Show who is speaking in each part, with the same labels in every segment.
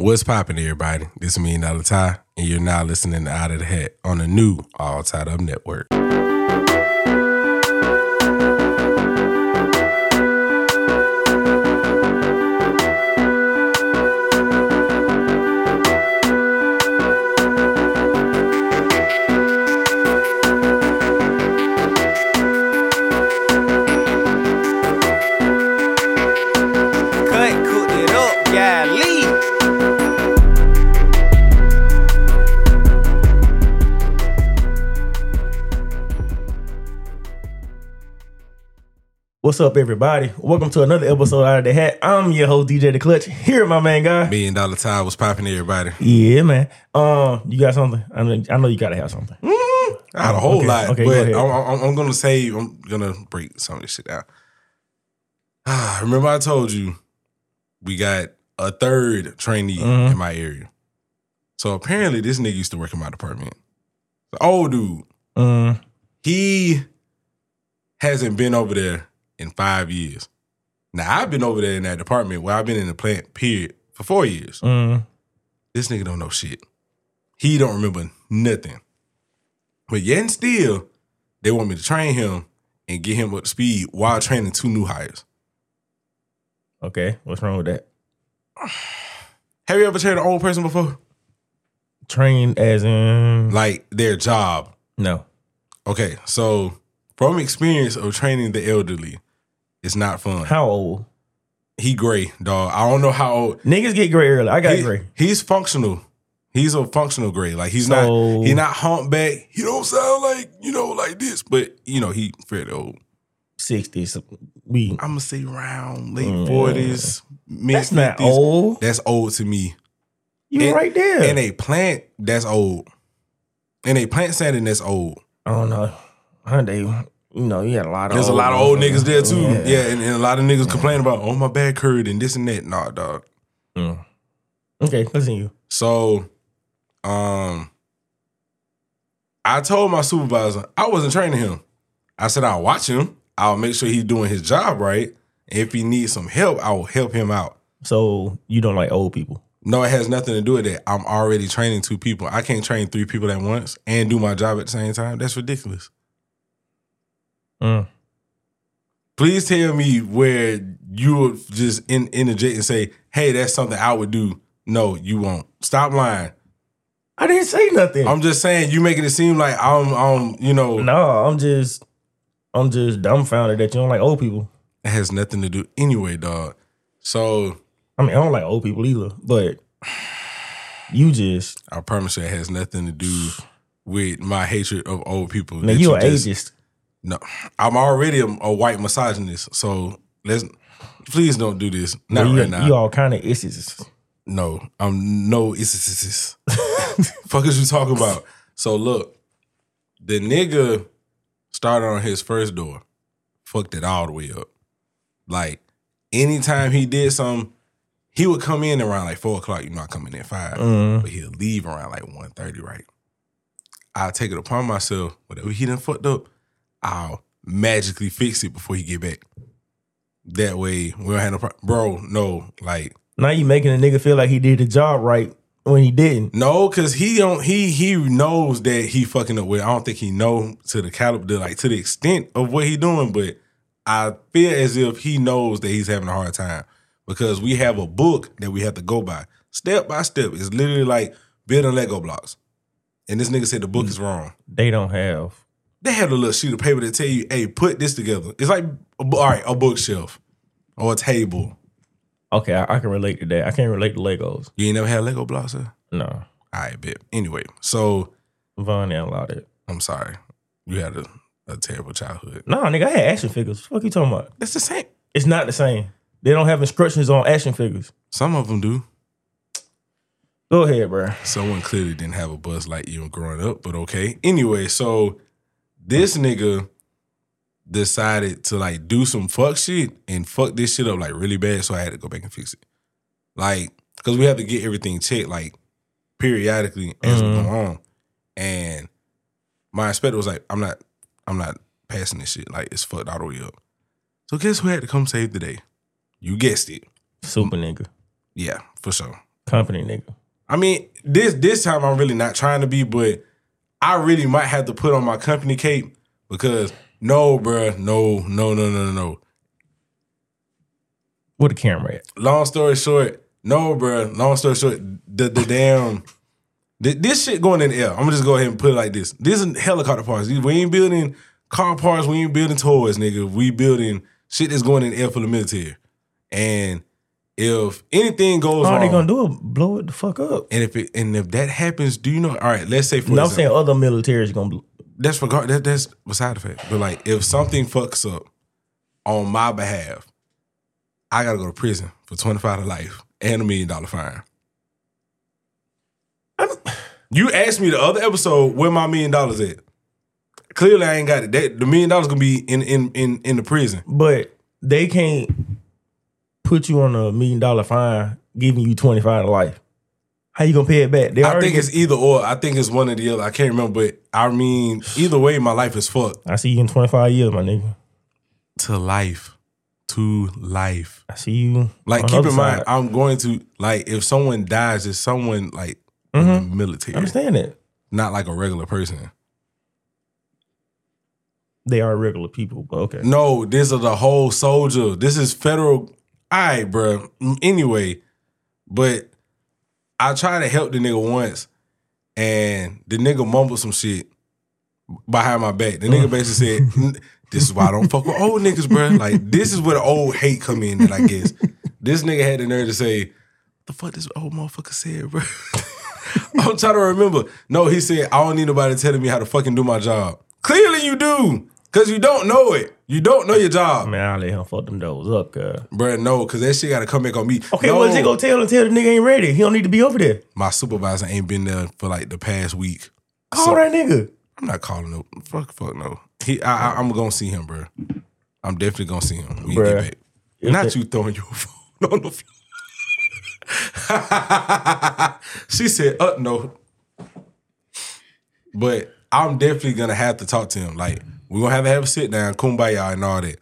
Speaker 1: What's poppin', everybody? This is Million Dollar Tie, and you're now listening to Out of the Hat on the new All Tied Up Network.
Speaker 2: Cut, cooked it up, golly.
Speaker 3: What's up, everybody? Welcome to another episode out of the hat. I'm your host, DJ The Clutch. Here, my man, guy.
Speaker 1: Million Dollar Tie, what's poppin', everybody?
Speaker 3: Yeah, man. Um, you got something? I know, I know you gotta have something. Mm-hmm.
Speaker 1: I had a whole
Speaker 3: Oh, Okay,
Speaker 1: lot,
Speaker 3: okay, go
Speaker 1: but
Speaker 3: ahead.
Speaker 1: I'm, I'm, I'm gonna say I'm gonna break some of this shit down. Ah, remember I told you we got a third trainee
Speaker 3: Mhm.
Speaker 1: in my area. So apparently, this nigga used to work in my department. The old dude,
Speaker 3: Um,
Speaker 1: he hasn't been over there in five years. Now I've been over there in that department where I've been in the plant period for four years.
Speaker 3: um,
Speaker 1: This nigga don't know shit. He don't remember nothing. But yet and still, they want me to train him and get him up to speed while training two new hires.
Speaker 3: okay, what's wrong with that?
Speaker 1: Have you ever trained an old person before?
Speaker 3: Train as in
Speaker 1: Like their job.
Speaker 3: no.
Speaker 1: Okay, so from experience of training the elderly, it's not fun.
Speaker 3: How old?
Speaker 1: He gray, dog. I don't know how old.
Speaker 3: Niggas get gray early. I got
Speaker 1: He-
Speaker 3: gray.
Speaker 1: He's functional. He's a functional grade. Like he's
Speaker 3: So-
Speaker 1: not he not humpback. He don't sound like, you know, like this. But you know, he fairly old.
Speaker 3: Sixty. So we.
Speaker 1: I'ma say around late
Speaker 3: Mm.
Speaker 1: forties, mid
Speaker 3: That's not
Speaker 1: 50s.
Speaker 3: old.
Speaker 1: That's old to me.
Speaker 3: You
Speaker 1: and-
Speaker 3: right there.
Speaker 1: In a plant, that's old. In a plant setting, that's old.
Speaker 3: I don't know. Hyundai. You know, you had a lot of.
Speaker 1: There's a
Speaker 3: old
Speaker 1: lot of old niggas there too. Yeah,
Speaker 3: Yeah.
Speaker 1: and, and a lot of niggas complain about, oh my bad curd and this and that. Nah, dog.
Speaker 3: Mm. Okay, continue.
Speaker 1: So, um, I told my supervisor I wasn't training him. I said I'll watch him. I'll make sure he's doing his job right. If he needs some help, I will help him out.
Speaker 3: So you don't like old people.
Speaker 1: No, it has nothing to do with that. I'm already training two people. I can't train three people at once and do my job at the same time. That's ridiculous.
Speaker 3: Mm.
Speaker 1: Please tell me where you would just in, interject and say, "Hey, that's something I would do." No, you won't. Stop lying.
Speaker 3: I didn't say nothing.
Speaker 1: I'm just saying you making it seem like I'm, I'm, you know,
Speaker 3: No, I'm just, I'm just dumbfounded that you don't like old people.
Speaker 1: It has nothing to do anyway, dog. So
Speaker 3: I mean, I don't like old people either, but you just,
Speaker 1: I promise you, it has nothing to do with my hatred of old people.
Speaker 3: man,
Speaker 1: that
Speaker 3: you an
Speaker 1: just-
Speaker 3: ageist.
Speaker 1: No, I'm already a, a white misogynist. So let's please don't do this. Not
Speaker 3: Well, you,
Speaker 1: right now.
Speaker 3: you all kind of issues.
Speaker 1: No, I'm no. It's, it's, it's, it's. fuck is you talking about? So look, the nigga started on his first door, fucked it all the way up. Like anytime he did something, he would come in around like four o'clock. You know, I come in at five,
Speaker 3: Mm.
Speaker 1: but he'll leave around like one thirty. Right? I take it upon myself. Whatever he done fucked up, I'll magically fix it before he get back. That way we don't have no problem. Bro, no, like.
Speaker 3: Now you making a nigga feel like he did the job right when he didn't.
Speaker 1: No, cause he don't he he knows that he fucking up with. I don't think he know to the caliber like to the extent of what he doing, but I feel as if he knows that he's having a hard time because we have a book that we have to go by step by step. It's literally like building Lego blocks, and this nigga said the book is wrong.
Speaker 3: They don't have.
Speaker 1: They had a little sheet of paper that tell you, "Hey, put this together." It's like a bu- all right, a bookshelf or a table.
Speaker 3: Okay, I, I can relate to that. I can't relate to Legos.
Speaker 1: You ain't never had Lego blocks, huh?
Speaker 3: No,
Speaker 1: I bet. Anyway, so
Speaker 3: Von ain't allowed it.
Speaker 1: I'm sorry. You had a, a terrible childhood.
Speaker 3: No, nigga, I had action figures. What fuck you talking about?
Speaker 1: It's the same.
Speaker 3: It's not the same. They don't have instructions on action figures.
Speaker 1: Some of them do.
Speaker 3: Go ahead, bruh.
Speaker 1: Someone clearly didn't have a buzz like you growing up, but okay. Anyway, so this nigga decided to like do some fuck shit and fuck this shit up like really bad. So I had to go back and fix it. Like, cause we have to get everything checked like periodically as we
Speaker 3: Mhm.
Speaker 1: go on. And my inspector was like, I'm not, I'm not passing this shit. Like it's fucked all the way up. So guess who had to come save the day? You guessed it.
Speaker 3: Super nigga.
Speaker 1: Yeah, for sure.
Speaker 3: Company nigga.
Speaker 1: I mean, this this time I'm really not trying to be, but I really might have to put on my company cape because no, bruh, no, no, no, no, no, no.
Speaker 3: Where the camera at?
Speaker 1: Long story short, no, bruh. Long story short, the the damn th- this shit going in the air. I'm gonna just go ahead and put it like this. This is helicopter parts. We ain't building car parts. We ain't building toys, nigga. We building shit that's going in the air for the military. And if anything goes
Speaker 3: All
Speaker 1: wrong,
Speaker 3: they gonna do is blow it the fuck up.
Speaker 1: and if it, and if that happens, do you know? All right, let's say for
Speaker 3: No, I'm
Speaker 1: example,
Speaker 3: saying other military is gonna. Blow.
Speaker 1: that's regard that that's beside the fact. But like if something fucks up on my behalf, I gotta go to prison for twenty five to life and a million dollar fine. You asked me the other episode where my million dollars at. Clearly I ain't got it. That the million dollars gonna be in in in in the prison.
Speaker 3: But they can't put you on a million dollar fine, giving you twenty five to life. How you gonna pay it back? They
Speaker 1: I
Speaker 3: already
Speaker 1: think
Speaker 3: get-
Speaker 1: it's either or. I think it's one or the other. I can't remember, but I mean either way, my life is fucked.
Speaker 3: I see you in twenty five years, my nigga.
Speaker 1: To life. To life.
Speaker 3: I see you.
Speaker 1: Like,
Speaker 3: on the
Speaker 1: keep
Speaker 3: other
Speaker 1: in mind,
Speaker 3: side. I
Speaker 1: I'm going to like if someone dies, it's someone like in the military,
Speaker 3: Mm-hmm. understand that
Speaker 1: not like a regular person.
Speaker 3: they are regular people, but okay.
Speaker 1: No, this is the whole soldier. This is federal. All right, bro. Anyway, but I tried to help the nigga once, and the nigga mumbled some shit behind my back. The nigga basically said, "N- "This is why I don't fuck with old niggas, bro. Like this is where the old hate come in." And I guess this nigga had the nerve to say, "What the fuck this old motherfucker said, bro." I'm trying to remember. No, he said, I don't need nobody telling me how to fucking do my job. Clearly you do. Cause you don't know it. You don't know your job.
Speaker 3: Man, I let him fuck them dogs up, cuz.
Speaker 1: Bruh, no, cause that shit gotta come back on me.
Speaker 3: Okay,
Speaker 1: no,
Speaker 3: well, they gonna tell until the nigga ain't ready. He don't need to be over there.
Speaker 1: my supervisor ain't been there for like the past week.
Speaker 3: Call
Speaker 1: So-
Speaker 3: that nigga.
Speaker 1: I'm not calling no fuck fuck no. He I, I am gonna see him, bruh. I'm definitely gonna see him when you get
Speaker 3: Bruh.
Speaker 1: back. Not you throwing your phone on the floor. she said, uh no. But I'm definitely gonna have to talk to him. Like, we're gonna have to have a sit down, kumbaya and all that.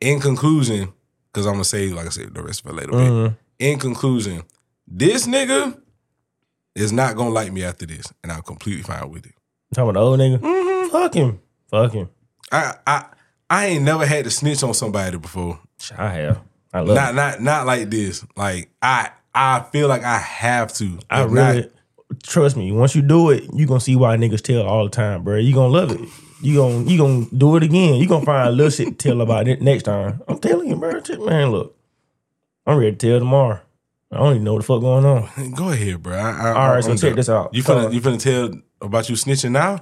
Speaker 1: In conclusion, because I'm gonna say, like I said, the rest of it later. But in conclusion, this nigga is not gonna like me after this, and I'm completely fine with it.
Speaker 3: Talking about the old nigga. Fuck him. Fuck him.
Speaker 1: I I I ain't never had to snitch on somebody before.
Speaker 3: Shit, I have. I love.
Speaker 1: Not
Speaker 3: it.
Speaker 1: not not like this. Like I I feel like I have to.
Speaker 3: I
Speaker 1: If
Speaker 3: really
Speaker 1: not-
Speaker 3: trust me. Once you do it, you gonna see why niggas tell all the time, bro. You gonna love it. You gonna you gonna do it again. You gonna find a little shit to tell about it next time. I'm telling you, bro. Shit, Man, look, I'm ready to tell tomorrow. I don't even know what the fuck going on.
Speaker 1: go ahead, bro. I, I,
Speaker 3: All right,
Speaker 1: I'm
Speaker 3: so
Speaker 1: done.
Speaker 3: check this out.
Speaker 1: You finna
Speaker 3: Uh,
Speaker 1: you finna tell about you snitching now?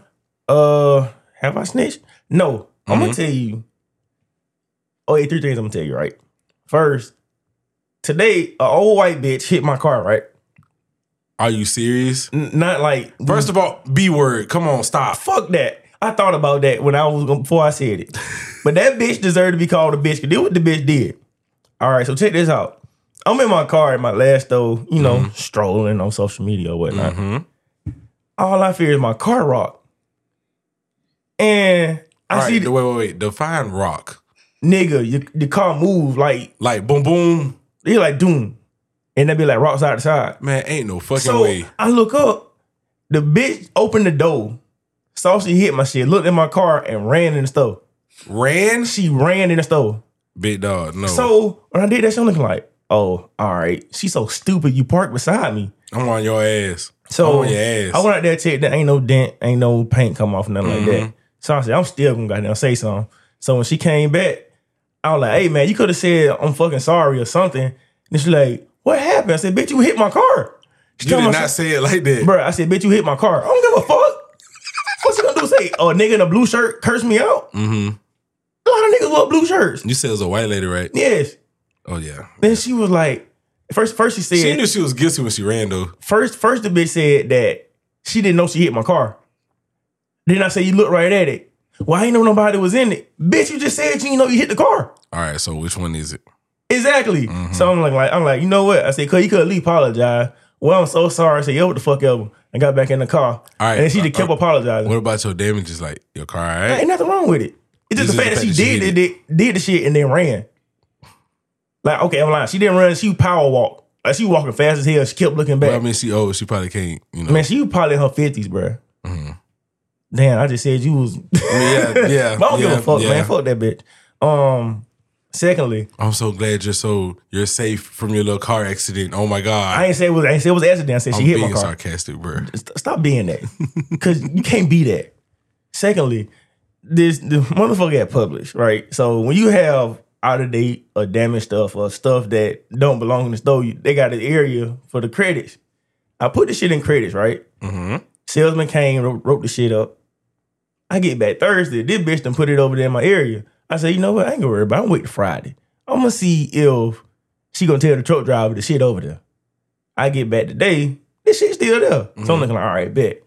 Speaker 3: Uh, have I snitched? No. I'm
Speaker 1: Mm-hmm.
Speaker 3: gonna tell you. Oh, yeah, three things I'm gonna tell you, right? First, today, a old white bitch hit my car, right?
Speaker 1: Are you serious?
Speaker 3: N- not like
Speaker 1: First of all, B word. Come on, stop.
Speaker 3: fuck that. I thought about that when I was gonna, before I said it. But that bitch deserved to be called a bitch. Cause did what the bitch did. All right, so check this out. I'm in my car at my last though, you know,
Speaker 1: Mm-hmm.
Speaker 3: strolling on social media or whatnot. All I fear is my car rock. And I
Speaker 1: All right,
Speaker 3: see
Speaker 1: the,
Speaker 3: the,
Speaker 1: wait, wait, wait. Define rock.
Speaker 3: nigga, you, the car move like
Speaker 1: Like boom, boom.
Speaker 3: they like doom. And they be like rocks out the side.
Speaker 1: Man, ain't no fucking
Speaker 3: So
Speaker 1: way.
Speaker 3: I look up, the bitch opened the door, saw she hit my shit, looked in my car and ran in the store.
Speaker 1: Ran,
Speaker 3: She ran in the store.
Speaker 1: big dog. No,
Speaker 3: So when I did that, she looking like, oh, all right, she's so stupid. You parked beside me.
Speaker 1: I'm on your ass. I'm
Speaker 3: So
Speaker 1: on your ass.
Speaker 3: I went out there and checked. There ain't no dent, ain't no paint come off, nothing like
Speaker 1: Mm-hmm.
Speaker 3: that. So I said, I'm still gonna goddamn say something. So when she came back, I was like, hey man, you could have said I'm fucking sorry or something. And she like, what happened? I said, bitch, you hit my car. She
Speaker 1: you
Speaker 3: told
Speaker 1: did
Speaker 3: me,
Speaker 1: not say it like that.
Speaker 3: Bruh, I said, bitch, you hit my car. I don't give a fuck. What's she gonna do? Say, oh, nigga in a blue shirt curse me out? Mm-hmm. A lot of niggas love blue shirts.
Speaker 1: You said it was a white lady, right?
Speaker 3: Yes.
Speaker 1: Oh yeah.
Speaker 3: Then she was like, first, first she said,
Speaker 1: She knew she was guilty when she ran though.
Speaker 3: first, first the bitch said that she didn't know she hit my car. Then I said, you look right at it. Well, I ain't know nobody was in it. Bitch, you just said you didn't know you hit the car.
Speaker 1: All right, so which one is it?
Speaker 3: Exactly. So I'm like, like, I'm like, you know what? I said, cause you could at least apologize. Well, I'm so sorry. I said, yo, what the fuck ever. I got back in the car.
Speaker 1: All right,
Speaker 3: and then she
Speaker 1: uh,
Speaker 3: just kept
Speaker 1: uh,
Speaker 3: apologizing.
Speaker 1: What about your damages? Like your car, all
Speaker 3: Ain't
Speaker 1: right?
Speaker 3: nothing wrong with it. It's just the fact that she
Speaker 1: hit
Speaker 3: did it, did, did the shit and then ran. Like, okay, I'm lying. She didn't run. She power walked. Like she walking fast as hell. She kept looking back.
Speaker 1: But I mean, she old. She probably can't. You know.
Speaker 3: Man, she was probably in her fifties, bruh.
Speaker 1: Mm-hmm.
Speaker 3: Damn, I just said you was.
Speaker 1: yeah, yeah,
Speaker 3: But I don't give
Speaker 1: yeah,
Speaker 3: a fuck,
Speaker 1: yeah.
Speaker 3: man. Fuck that bitch. Um, secondly,
Speaker 1: I'm so glad you're so you're safe from your little car accident. Oh my
Speaker 3: I
Speaker 1: god,
Speaker 3: ain't say it was. I ain't say it was an accident. I said
Speaker 1: I
Speaker 3: she
Speaker 1: am
Speaker 3: hit
Speaker 1: being
Speaker 3: my car.
Speaker 1: sarcastic, bro.
Speaker 3: St- Stop being that, because you can't be that. Secondly, this the motherfucker got published, right? So when you have out of date or damaged stuff or stuff that don't belong in the store, you, they got an area for the credits. I put the shit in credits, right?
Speaker 1: Mm-hmm.
Speaker 3: Salesman came, wrote, wrote the shit up. I get back Thursday. This bitch done put it over there in my area. I say, you know what? I ain't gonna worry about. it. I'm waiting Friday. I'm gonna see if she gonna tell the truck driver the shit over there. I get back today. This shit still there. So I'm looking like, all right, bet.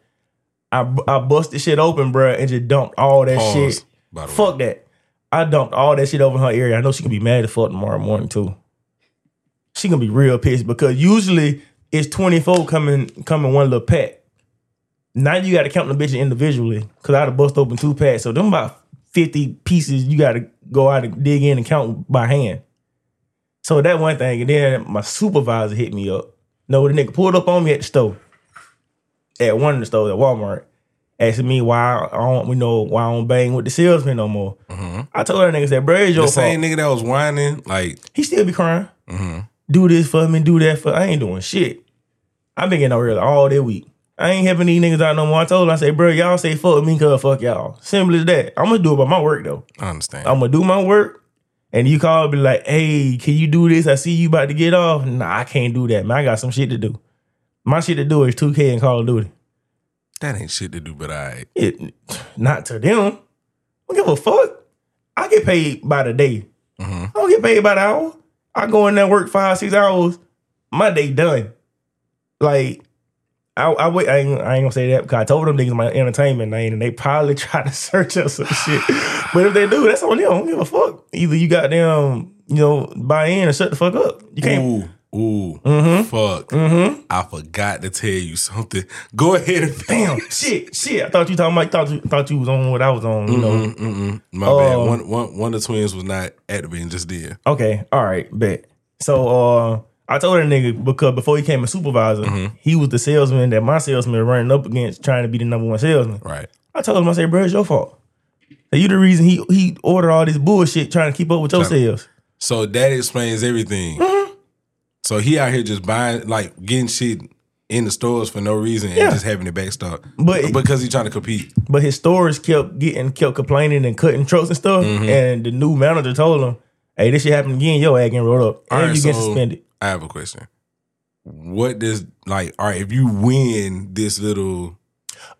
Speaker 3: I bu- I bust the shit open, bruh, and just dumped all that
Speaker 1: Pause,
Speaker 3: shit.
Speaker 1: by the way.
Speaker 3: Fuck that. I dumped all that shit over her area. I know she can be mad as fuck tomorrow morning too. She gonna be real pissed because usually it's 24 coming coming one little pack. Now you gotta count the bitches individually. Cause I'd have bust open two packs. So them about 50 pieces you gotta go out and dig in and count by hand. So that one thing, and then my supervisor hit me up. No, the nigga pulled up on me at the store. At one of the stores at Walmart asking me why I don't we know why I don't bang with the salesman no more. I told that nigga said, "Bro, it's
Speaker 1: Mm-hmm.
Speaker 3: your
Speaker 1: The
Speaker 3: fault."
Speaker 1: same nigga that was whining, like mm-hmm.
Speaker 3: he still be crying. Do this for me, do that for. I ain't doing shit. I've been getting over here all that week. I ain't helping these niggas out no more. I told him, I said, "Bro, y'all say fuck me, cause fuck y'all." Simple as that. I'm gonna do it by my work though.
Speaker 1: I understand.
Speaker 3: I'm gonna do my work. And you call be like, hey, can you do this? I see you about to get off. Nah, I can't do that, man. I got some shit to do. My shit to do is 2K and Call of Duty.
Speaker 1: that ain't shit to do, but I.
Speaker 3: It, not to them. I don't give a fuck. I get paid by the day.
Speaker 1: Mm-hmm.
Speaker 3: I don't get paid by the hour. I go in there work five, six hours. My day done. Like, I, I wait. I ain't, I ain't gonna say that because I told them niggas my entertainment name, and they probably try to search us some shit. But if they do, that's on them. I don't give a fuck. Either you got them, you know, buy in or shut the fuck up. You can't. Mm-hmm.
Speaker 1: Ooh, ooh, fuck. I forgot to tell you something. Go ahead and
Speaker 3: Damn, shit, shit. I thought you talking about. Thought you thought you was on what I was on.
Speaker 1: Mm-hmm.
Speaker 3: You know. Um,
Speaker 1: My bad. One, one, one of the twins was not activating just then.
Speaker 3: Okay, all right, bet. So uh I told that nigga because before he came a supervisor,
Speaker 1: Mm-hmm.
Speaker 3: he was the salesman that my salesman running up against trying to be the number one salesman.
Speaker 1: Right.
Speaker 3: I told him, I said, bro, it's your fault. That you the reason he he ordered all this bullshit trying to keep up with your
Speaker 1: Tryna-
Speaker 3: sales.
Speaker 1: So that explains everything.
Speaker 3: Mm-hmm.
Speaker 1: So he out here just buying, like getting shit in the stores for no reason and
Speaker 3: Yeah.
Speaker 1: just having it backstock.
Speaker 3: But-
Speaker 1: because he trying to compete.
Speaker 3: But his stores kept getting kept complaining and cutting trucks and stuff.
Speaker 1: Mm-hmm.
Speaker 3: And the new manager told him, Hey, this shit happened again, your ad getting rolled up.
Speaker 1: All
Speaker 3: and
Speaker 1: right,
Speaker 3: you get
Speaker 1: so-
Speaker 3: suspended.
Speaker 1: I have a question. What does like? All right, if you win this little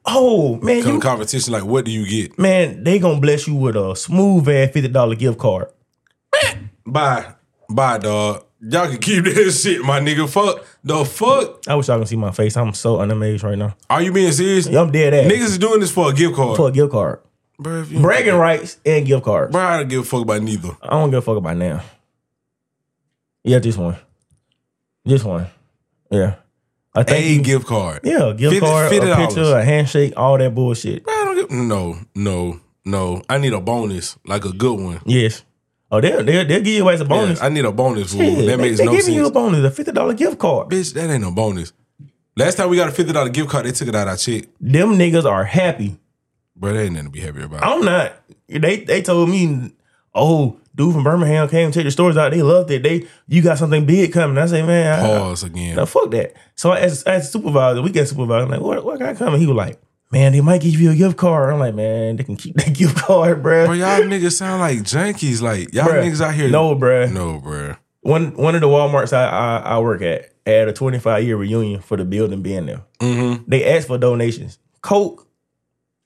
Speaker 3: Oh man,
Speaker 1: co-
Speaker 3: you
Speaker 1: competition, like what do you get?
Speaker 3: man, they gonna bless you with a smooth ass fifty dollar gift card.
Speaker 1: Bye, bye, dog. Y'all can keep that shit, my nigga. Fuck the fuck.
Speaker 3: I wish y'all can see my face. I'm so unamazed right now.
Speaker 1: Are you being serious?
Speaker 3: Yeah, I'm dead ass.
Speaker 1: Niggas is doing this for a gift card.
Speaker 3: for a gift card.
Speaker 1: Bruh, if you-
Speaker 3: Bragging rights and gift cards.
Speaker 1: Bruh, I don't give a fuck about neither.
Speaker 3: I don't give a fuck about now. Yeah, this one. This one. Yeah. I think
Speaker 1: A
Speaker 3: you-
Speaker 1: gift card.
Speaker 3: Yeah, a gift
Speaker 1: Fifty-
Speaker 3: card, a
Speaker 1: $50.
Speaker 3: picture, a handshake, all that bullshit.
Speaker 1: Bruh, I don't give. No, no, no. I need a bonus, like a good one.
Speaker 3: Yes. Oh, they'll they'll, they'll give you guys a bonus.
Speaker 1: Yeah, I need a bonus. fool.
Speaker 3: Yeah,
Speaker 1: that
Speaker 3: they,
Speaker 1: makes
Speaker 3: they
Speaker 1: no
Speaker 3: giving
Speaker 1: sense.
Speaker 3: you a bonus, a fifty dollar gift card.
Speaker 1: Bitch, that ain't a bonus. Last time we got a fifty dollar gift card, they took it out of our check.
Speaker 3: Them niggas are happy.
Speaker 1: Bro, that ain't nothing to be happy about.
Speaker 3: I'm not. They they told me, oh, dude from Birmingham came check the stores out. They loved it. They you got something big coming. I say, man, I-
Speaker 1: Pause again.
Speaker 3: Now fuck that. So I asked, I asked the supervisor, we got supervisor, I'm like, what, what got coming? He was like, man, they might give you a gift card. I'm like, man, they can keep that gift card, bruh.
Speaker 1: Bro, y'all niggas sound like junkies. Like y'all
Speaker 3: Bruh.
Speaker 1: niggas out here.
Speaker 3: No, bruh.
Speaker 1: no, bro.
Speaker 3: One one of the Walmarts I I, I work at had a 25 year reunion for the building being there.
Speaker 1: Mm-hmm.
Speaker 3: They asked for donations. Coke,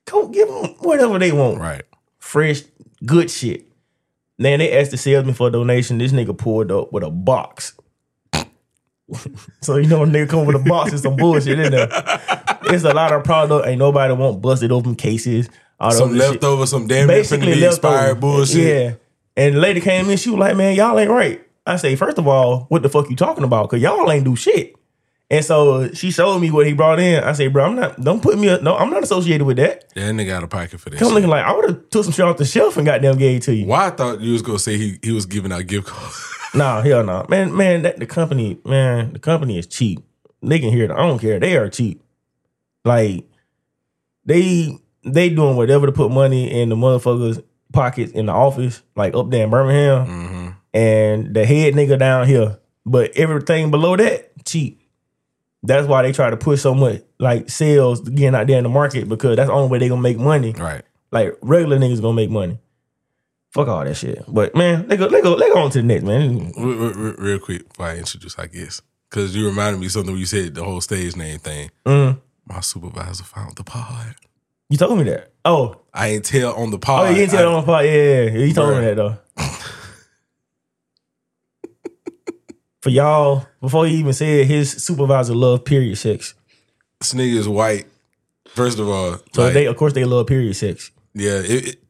Speaker 3: Coke, give them whatever they want.
Speaker 1: Right.
Speaker 3: Fresh, good shit. Then they asked the salesman for a donation. This nigga pulled up with a box. so you know a nigga come with a box and some bullshit in there. It's a lot of product. Ain't nobody want busted open cases. All
Speaker 1: Some
Speaker 3: that other shit.
Speaker 1: leftover, some damn near finna
Speaker 3: Basically
Speaker 1: be expired
Speaker 3: leftover.
Speaker 1: bullshit.
Speaker 3: Yeah. And the lady came in, she was like, man, y'all ain't right. I say, first of all, what the fuck you talking about? Cause y'all ain't do shit. And so she showed me what he brought in. I say, bro, I'm not, don't put me, no, I'm not associated with that.
Speaker 1: That nigga out of pocket for that.
Speaker 3: I'm
Speaker 1: shit.
Speaker 3: looking like I would have took some shit off the shelf and goddamn gave it to you.
Speaker 1: Why I thought you was gonna say he, he was giving out gift cards.
Speaker 3: Nah, hell no. Man, man, that the company, man, the company is cheap. They can hear it. I don't care. They are cheap. Like they they doing whatever to put money in the motherfuckers pockets in the office, like up there in Birmingham,
Speaker 1: Mm-hmm.
Speaker 3: and the head nigga down here. But everything below that, cheap. That's why they try to push so much like sales getting out there in the market because that's the only way they gonna make money
Speaker 1: Right.
Speaker 3: like regular niggas gonna make money. Fuck all that shit. But man, let go, let go, let go on to the next man.
Speaker 1: Re- re- re- Real quick before I introduce, I guess, because you reminded me of something when you said the whole stage name thing.
Speaker 3: Mm,
Speaker 1: My supervisor found the pod.
Speaker 3: you told me that. Oh,
Speaker 1: I ain't tell on the pod.
Speaker 3: oh, you didn't
Speaker 1: I-
Speaker 3: tell on the pod. Yeah, yeah, yeah. you told
Speaker 1: Bruh.
Speaker 3: me that though. For y'all, before he even said his supervisor loved period sex,
Speaker 1: This nigga is white. First of all,
Speaker 3: so
Speaker 1: like,
Speaker 3: they of course they love period sex.
Speaker 1: yeah, it, it-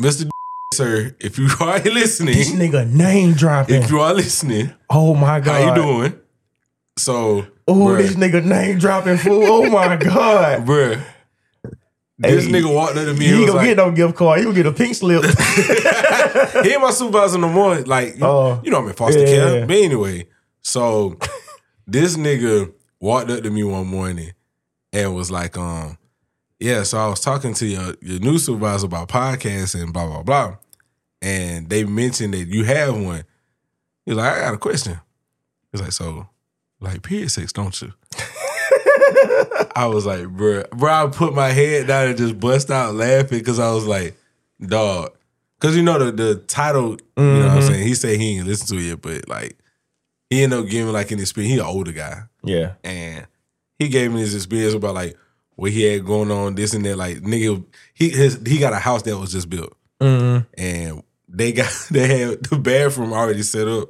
Speaker 1: Mr. Sir, if you are
Speaker 3: This
Speaker 1: listening,
Speaker 3: nigga name dropping.
Speaker 1: if you are listening,
Speaker 3: oh my god,
Speaker 1: how you doing? So,
Speaker 3: Oh,
Speaker 1: bruh,
Speaker 3: this nigga name dropping fool. Oh my god,
Speaker 1: bruh, this
Speaker 3: Hey,
Speaker 1: nigga walked up to me.
Speaker 3: he
Speaker 1: and
Speaker 3: ain't
Speaker 1: was
Speaker 3: gonna
Speaker 1: like,
Speaker 3: get no gift card. He gonna get a pink slip.
Speaker 1: he and my supervisor no more. Like, you,
Speaker 3: Oh.
Speaker 1: you know, I'm in foster
Speaker 3: Yeah,
Speaker 1: care.
Speaker 3: yeah, yeah.
Speaker 1: But anyway, so this nigga walked up to me one morning and was like, um, yeah, so I was talking to your, your new supervisor about podcasts and blah, blah, blah. And they mentioned that you have one. He was like, I got a question. He's like, so, like, period sex, don't you? I was like, bruh, bruh, I put my head down and just bust out laughing because I was like, dog. Cause you know the the title, you know what I'm saying? He said he ain't listen to it, yet, but like he ended up giving like an experience. He an older guy.
Speaker 3: yeah,
Speaker 1: And he gave me his experience about like what he had going on, this and that. Like nigga, he his he got a house that was just built. And they got they had the bathroom already set up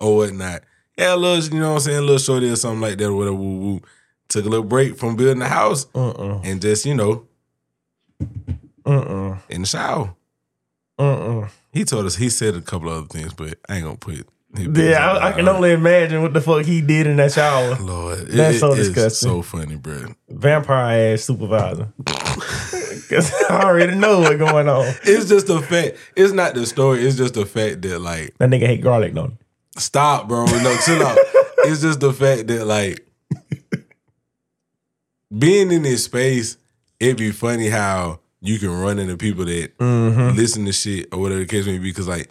Speaker 1: or whatnot. Yeah, a little, you know what I'm saying, a little shorty or something like that, or whatever, woo, woo. Took a little break from building the house
Speaker 3: uh,
Speaker 1: and just, you know,
Speaker 3: uh, uh,
Speaker 1: in the shower.
Speaker 3: uh, uh.
Speaker 1: He told us he said a couple other things, but I ain't gonna put.
Speaker 3: Yeah, I, I can only imagine what the fuck he did in that shower.
Speaker 1: Lord, it-
Speaker 3: That's
Speaker 1: it
Speaker 3: so
Speaker 1: is
Speaker 3: disgusting.
Speaker 1: so funny, bro.
Speaker 3: Vampire ass supervisor. Cause I already know what's going on.
Speaker 1: It's just the fact. It's not the story. It's just the fact that like
Speaker 3: That nigga hate garlic though.
Speaker 1: stop, bro. No, chill out. It's just the fact that like being in this space, it'd be funny how you can run into people that
Speaker 3: Mm-hmm.
Speaker 1: listen to shit or whatever the case may be. Because like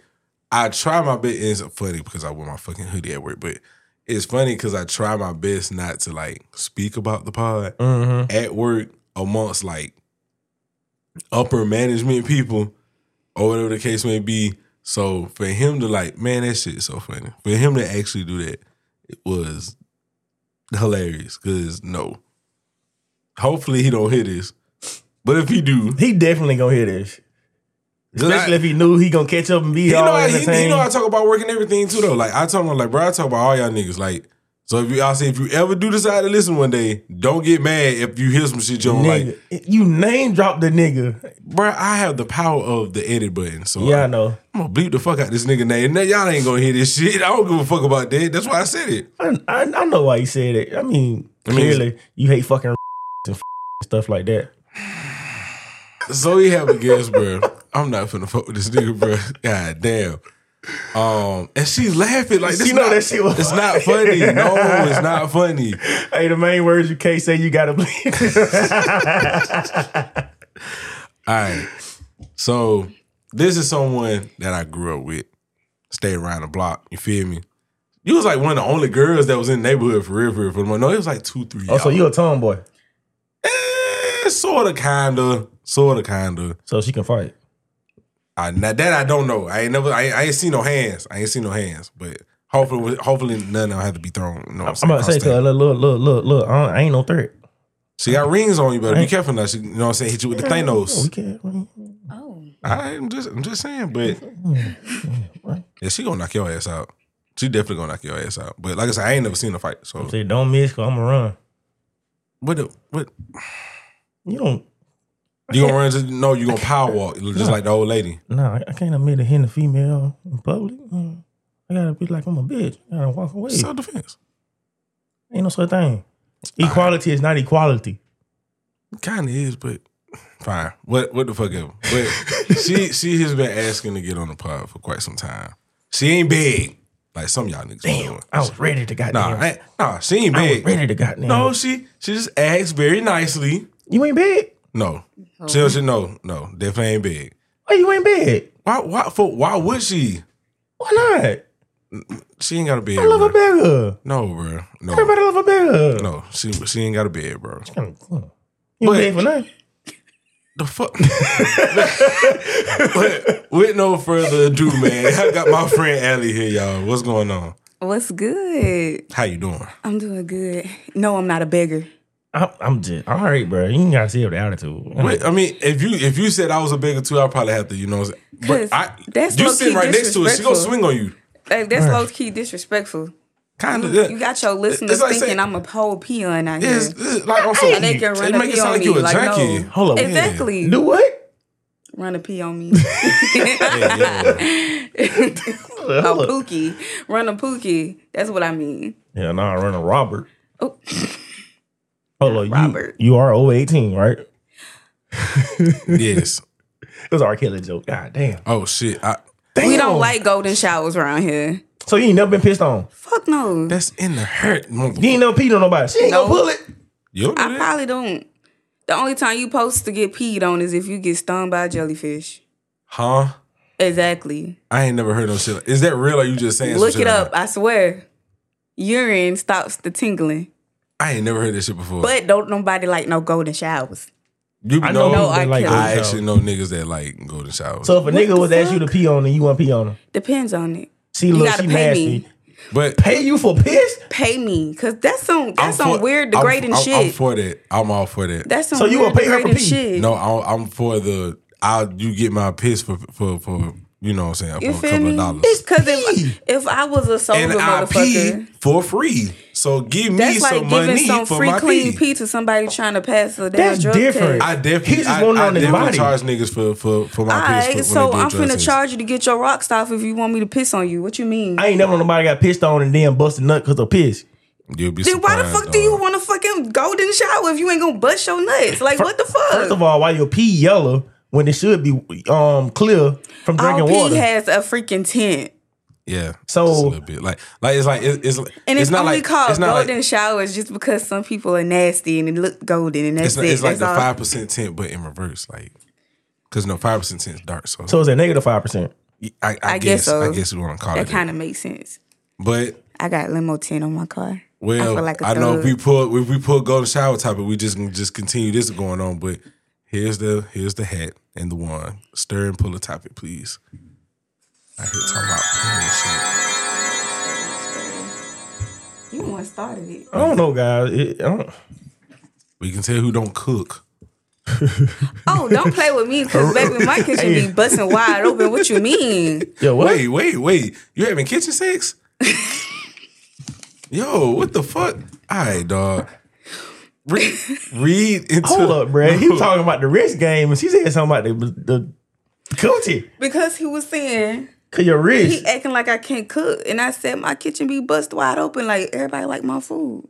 Speaker 1: I try my best. It's funny because I wear my fucking hoodie at work, but it's funny because I try my best not to like speak about the pod at work amongst like upper management people or whatever the case may be. So for him to like, man, that shit is so funny. For him to actually do that, it was hilarious. Cause no, hopefully he don't hear this, but if he do,
Speaker 3: He definitely gonna hear this. Especially if he knew he gonna catch up and be
Speaker 1: he know,
Speaker 3: all
Speaker 1: I,
Speaker 3: in the
Speaker 1: he, he know I
Speaker 3: same.
Speaker 1: talk about work and everything too though. Like I told him like, bro, I talk about all y'all niggas. Like, so if you, I say if you ever do decide to listen one day, don't get mad if you hear some shit you don't like.
Speaker 3: Nigga, you name dropped the nigga.
Speaker 1: Bruh, I have the power of the edit button. So
Speaker 3: Yeah, I
Speaker 1: I'm,
Speaker 3: know.
Speaker 1: I'm gonna bleep the fuck out this nigga name. Now y'all ain't gonna hear this shit. I don't give a fuck about that. That's why I said it.
Speaker 3: I, I, I know why he said it. I mean,
Speaker 1: mean-
Speaker 3: clearly you hate fucking and stuff like that.
Speaker 1: Zoe have a guest, bro. I'm not finna fuck with this nigga, bro. God damn. Um, and she laughing like this.
Speaker 3: She know
Speaker 1: not,
Speaker 3: that shit was
Speaker 1: It's not funny. No, it's not funny.
Speaker 3: Hey, the main words you can't say you gotta believe.
Speaker 1: All right. So this is someone that I grew up with. Stay around the block. You feel me? You was like one of the only girls that was in the neighborhood for real, for real, for real. No, it was like two, three.
Speaker 3: oh, so
Speaker 1: y'all.
Speaker 3: you a tomboy.
Speaker 1: Eh, sorta, kinda, sorta, kinda.
Speaker 3: So she can fight.
Speaker 1: I, now that I don't know. I ain't never. I, ain't- I ain't seen no hands. I ain't seen no hands. But hopefully, hopefully none of them have to be thrown. You know what I'm,
Speaker 3: I'm
Speaker 1: saying?
Speaker 3: about to say,
Speaker 1: Constant.
Speaker 3: cause look, look, look, look, look, I, don't- I ain't no threat.
Speaker 1: she got rings on you. Better be careful now. She, you know what I'm saying? Hit you with the
Speaker 3: Oh, we
Speaker 1: Thanos.
Speaker 3: can't. we-
Speaker 4: Oh,
Speaker 1: I'm just, I'm just saying. But yeah, she gonna knock your ass out. She definitely gonna knock your ass out. But like I said, I ain't never seen a fight. So
Speaker 3: Say, don't miss, cause I'ma run.
Speaker 1: what? the- What?
Speaker 3: You don't.
Speaker 1: You gonna run into? No, you gonna power walk just like the old lady.
Speaker 3: Nah, I, I can't admit a hen a female in public. Mm. I gotta be like I'm a bitch. I gotta walk away.
Speaker 1: Self defense.
Speaker 3: ain't no such thing. Equality is not equality.
Speaker 1: Kind of is, but fine. What what the fuck ever. But she she has been asking to get on the pod for quite some time. She ain't big. Like some of y'all niggas be
Speaker 3: Damn,
Speaker 1: doing.
Speaker 3: I was ready to
Speaker 1: Nah,
Speaker 3: goddamn.
Speaker 1: I ain't- nah, she ain't
Speaker 3: I was
Speaker 1: big.
Speaker 3: ready to goddamn.
Speaker 1: No, she she just acts very nicely.
Speaker 3: you ain't big.
Speaker 1: No, she, she no no definitely ain't big.
Speaker 3: Why you ain't big?
Speaker 1: Why why for why would she?
Speaker 3: Why not?
Speaker 1: She ain't got a bed.
Speaker 3: I love her
Speaker 1: Bro.
Speaker 3: bigger.
Speaker 1: No, bro. No,
Speaker 3: Everybody love her bigger.
Speaker 1: no. She she ain't got a bed, bro.
Speaker 3: You
Speaker 1: But-
Speaker 3: ain't big for nothing.
Speaker 1: The fuck. but with no further ado, man, I got my friend Allie here, y'all. What's going on?
Speaker 4: What's good?
Speaker 1: How you doing?
Speaker 4: I'm doing good. No, I'm not a beggar.
Speaker 3: I'm, I'm just all right, bro. You ain't gotta see her the attitude.
Speaker 1: Wait, I mean, if you if you said I was a bigger too, I'd probably have to, you know. what I'm saying?
Speaker 4: 'Cause
Speaker 1: But I,
Speaker 4: that's
Speaker 1: you
Speaker 4: low-key
Speaker 1: sitting right next to her, she gonna
Speaker 4: disrespectful.
Speaker 1: swing on you.
Speaker 4: Like, that's low key disrespectful.
Speaker 1: Kind of. Yeah.
Speaker 4: You got your listeners
Speaker 1: It's like
Speaker 4: thinking
Speaker 1: saying-
Speaker 4: I'm a whole peon out here.
Speaker 1: It's, it's like also,
Speaker 4: And they can run
Speaker 1: it
Speaker 4: a
Speaker 1: make it
Speaker 4: pee on
Speaker 1: sound like
Speaker 4: me.
Speaker 1: you a
Speaker 4: like,
Speaker 1: junkie.
Speaker 4: No.
Speaker 3: Hold up, yeah.
Speaker 4: exactly.
Speaker 3: Do what?
Speaker 4: Run a pee on me.
Speaker 1: Yeah, yeah.
Speaker 4: a
Speaker 3: Hold up.
Speaker 4: pookie. Run a pookie. That's what I mean.
Speaker 3: Yeah, nah, I run a Robert.
Speaker 4: Oh,
Speaker 3: Hold up,
Speaker 4: Robert.
Speaker 3: You, you are over 18, right? It
Speaker 1: yes.
Speaker 3: was our killer joke. God damn.
Speaker 1: Oh shit. I,
Speaker 4: we
Speaker 3: Damn.
Speaker 4: don't like golden showers around here.
Speaker 3: So you ain't never been pissed on.
Speaker 4: Fuck no.
Speaker 1: that's in the hurt.
Speaker 3: You ain't never peed on nobody. She ain't
Speaker 4: No.
Speaker 3: gonna pull it.
Speaker 1: Yo,
Speaker 4: I probably don't. The only time you supposed to get peed on is if you get stung by a jellyfish.
Speaker 1: huh?
Speaker 4: Exactly.
Speaker 1: I ain't never heard no shit. Like, is that real? Or you just saying? some
Speaker 4: Look
Speaker 1: shit
Speaker 4: it
Speaker 1: like
Speaker 4: up. I swear, urine stops the tingling.
Speaker 1: that? I ain't never heard that shit before.
Speaker 4: But don't nobody like no golden showers.
Speaker 1: you
Speaker 3: I
Speaker 1: know,
Speaker 3: know
Speaker 4: No,
Speaker 3: people that
Speaker 4: I
Speaker 3: like
Speaker 4: can't.
Speaker 1: I
Speaker 3: those
Speaker 1: actually know
Speaker 3: shows.
Speaker 1: niggas that like golden showers.
Speaker 3: So if a nigga
Speaker 4: the
Speaker 3: was ask you to pee on her, you want to pee on her.
Speaker 4: Depends on it.
Speaker 3: She
Speaker 4: You
Speaker 3: look,
Speaker 4: gotta
Speaker 3: she
Speaker 4: pay
Speaker 3: nasty.
Speaker 4: me.
Speaker 1: but
Speaker 3: Pay you for piss?
Speaker 4: Pay me, cause that's some
Speaker 1: I'm
Speaker 4: that's some
Speaker 1: for-
Speaker 4: weird
Speaker 1: I'm-
Speaker 4: degrading
Speaker 1: I'm,
Speaker 4: shit.
Speaker 1: I'm for that. I'm all for that.
Speaker 4: that's some
Speaker 3: So you
Speaker 4: weird
Speaker 3: gonna pay her for
Speaker 4: degrading
Speaker 3: pee?
Speaker 4: shit.
Speaker 1: no, I'm, I'm for the. I you get my piss for for for you know what I'm saying
Speaker 4: you
Speaker 1: for a
Speaker 4: feel
Speaker 1: couple of
Speaker 4: me?
Speaker 1: dollars.
Speaker 4: Because if if I was a sober
Speaker 1: and I pee
Speaker 4: motherfucker,
Speaker 1: for free. So give me
Speaker 4: that's like
Speaker 1: some
Speaker 4: giving
Speaker 1: money
Speaker 4: some
Speaker 1: for
Speaker 4: free
Speaker 1: my
Speaker 4: clean
Speaker 1: pee.
Speaker 4: pee to somebody trying to pass a damn
Speaker 3: That's
Speaker 4: drug
Speaker 3: different.
Speaker 4: test.
Speaker 1: I definitely,
Speaker 3: He just
Speaker 1: I,
Speaker 3: wanted
Speaker 1: I
Speaker 3: on his
Speaker 1: definitely
Speaker 3: body.
Speaker 1: charge niggas for for for my piss.
Speaker 4: Alright,
Speaker 1: For,
Speaker 4: so
Speaker 1: when they
Speaker 4: I'm
Speaker 1: do drug
Speaker 4: finna
Speaker 1: tests.
Speaker 4: charge you to get your rock off if you want me to piss on you. What you mean?
Speaker 3: I ain't never nobody got pissed on and then busted nut because of piss.
Speaker 1: You'll be
Speaker 4: Then why the
Speaker 1: surprised,
Speaker 4: fuck do you
Speaker 1: dog.
Speaker 4: want a fucking golden shower if you ain't gonna bust your nuts? Like what the fuck?
Speaker 3: First of all, why your pee yellow when it should be um clear from drinking
Speaker 4: all pee
Speaker 3: water?
Speaker 4: has a freaking tint,
Speaker 1: Yeah.
Speaker 3: So-
Speaker 1: just a little bit. like, like it's like it- it's like-
Speaker 4: and it's,
Speaker 1: not
Speaker 4: only
Speaker 1: like
Speaker 4: called
Speaker 1: it's not like-
Speaker 4: golden showers just because some people are nasty and it look golden, and that's
Speaker 1: it's, not-
Speaker 4: it.
Speaker 1: it's like the
Speaker 4: that's all.
Speaker 1: five percent tint, but in reverse, like because no five percent tint is dark. So,
Speaker 3: so it's at negative five percent.
Speaker 1: I, I,
Speaker 4: I
Speaker 1: guess,
Speaker 4: guess so.
Speaker 1: I guess we want to call
Speaker 4: That
Speaker 1: it. Kind
Speaker 4: kind of makes sense.
Speaker 1: but
Speaker 4: I got limo tint on my car.
Speaker 1: well, I,
Speaker 4: feel like a
Speaker 1: know if
Speaker 4: thug.
Speaker 1: we pull if we pull golden shower topic, we just can just continue this going on. But here's the here's the hat and the one stir and pull a topic, please. I hit talking about playing shit.
Speaker 4: You one started it.
Speaker 3: I don't know, guys. It- I don't-
Speaker 1: We can tell who don't cook.
Speaker 4: Oh, don't play with me, cause baby, my kitchen be busting wide open. What you mean?
Speaker 3: Yo, what?
Speaker 1: Wait, wait, wait. You having kitchen sex? Yo, what the fuck? All right, dog. Read, read into.
Speaker 3: Hold up, bro. He was talking about the wrist game, and she said something about the the coochie.
Speaker 4: Because he was saying
Speaker 3: Cause your wrist.
Speaker 4: he acting like I can't cook, and I said my kitchen be bust wide open. Like everybody like my food.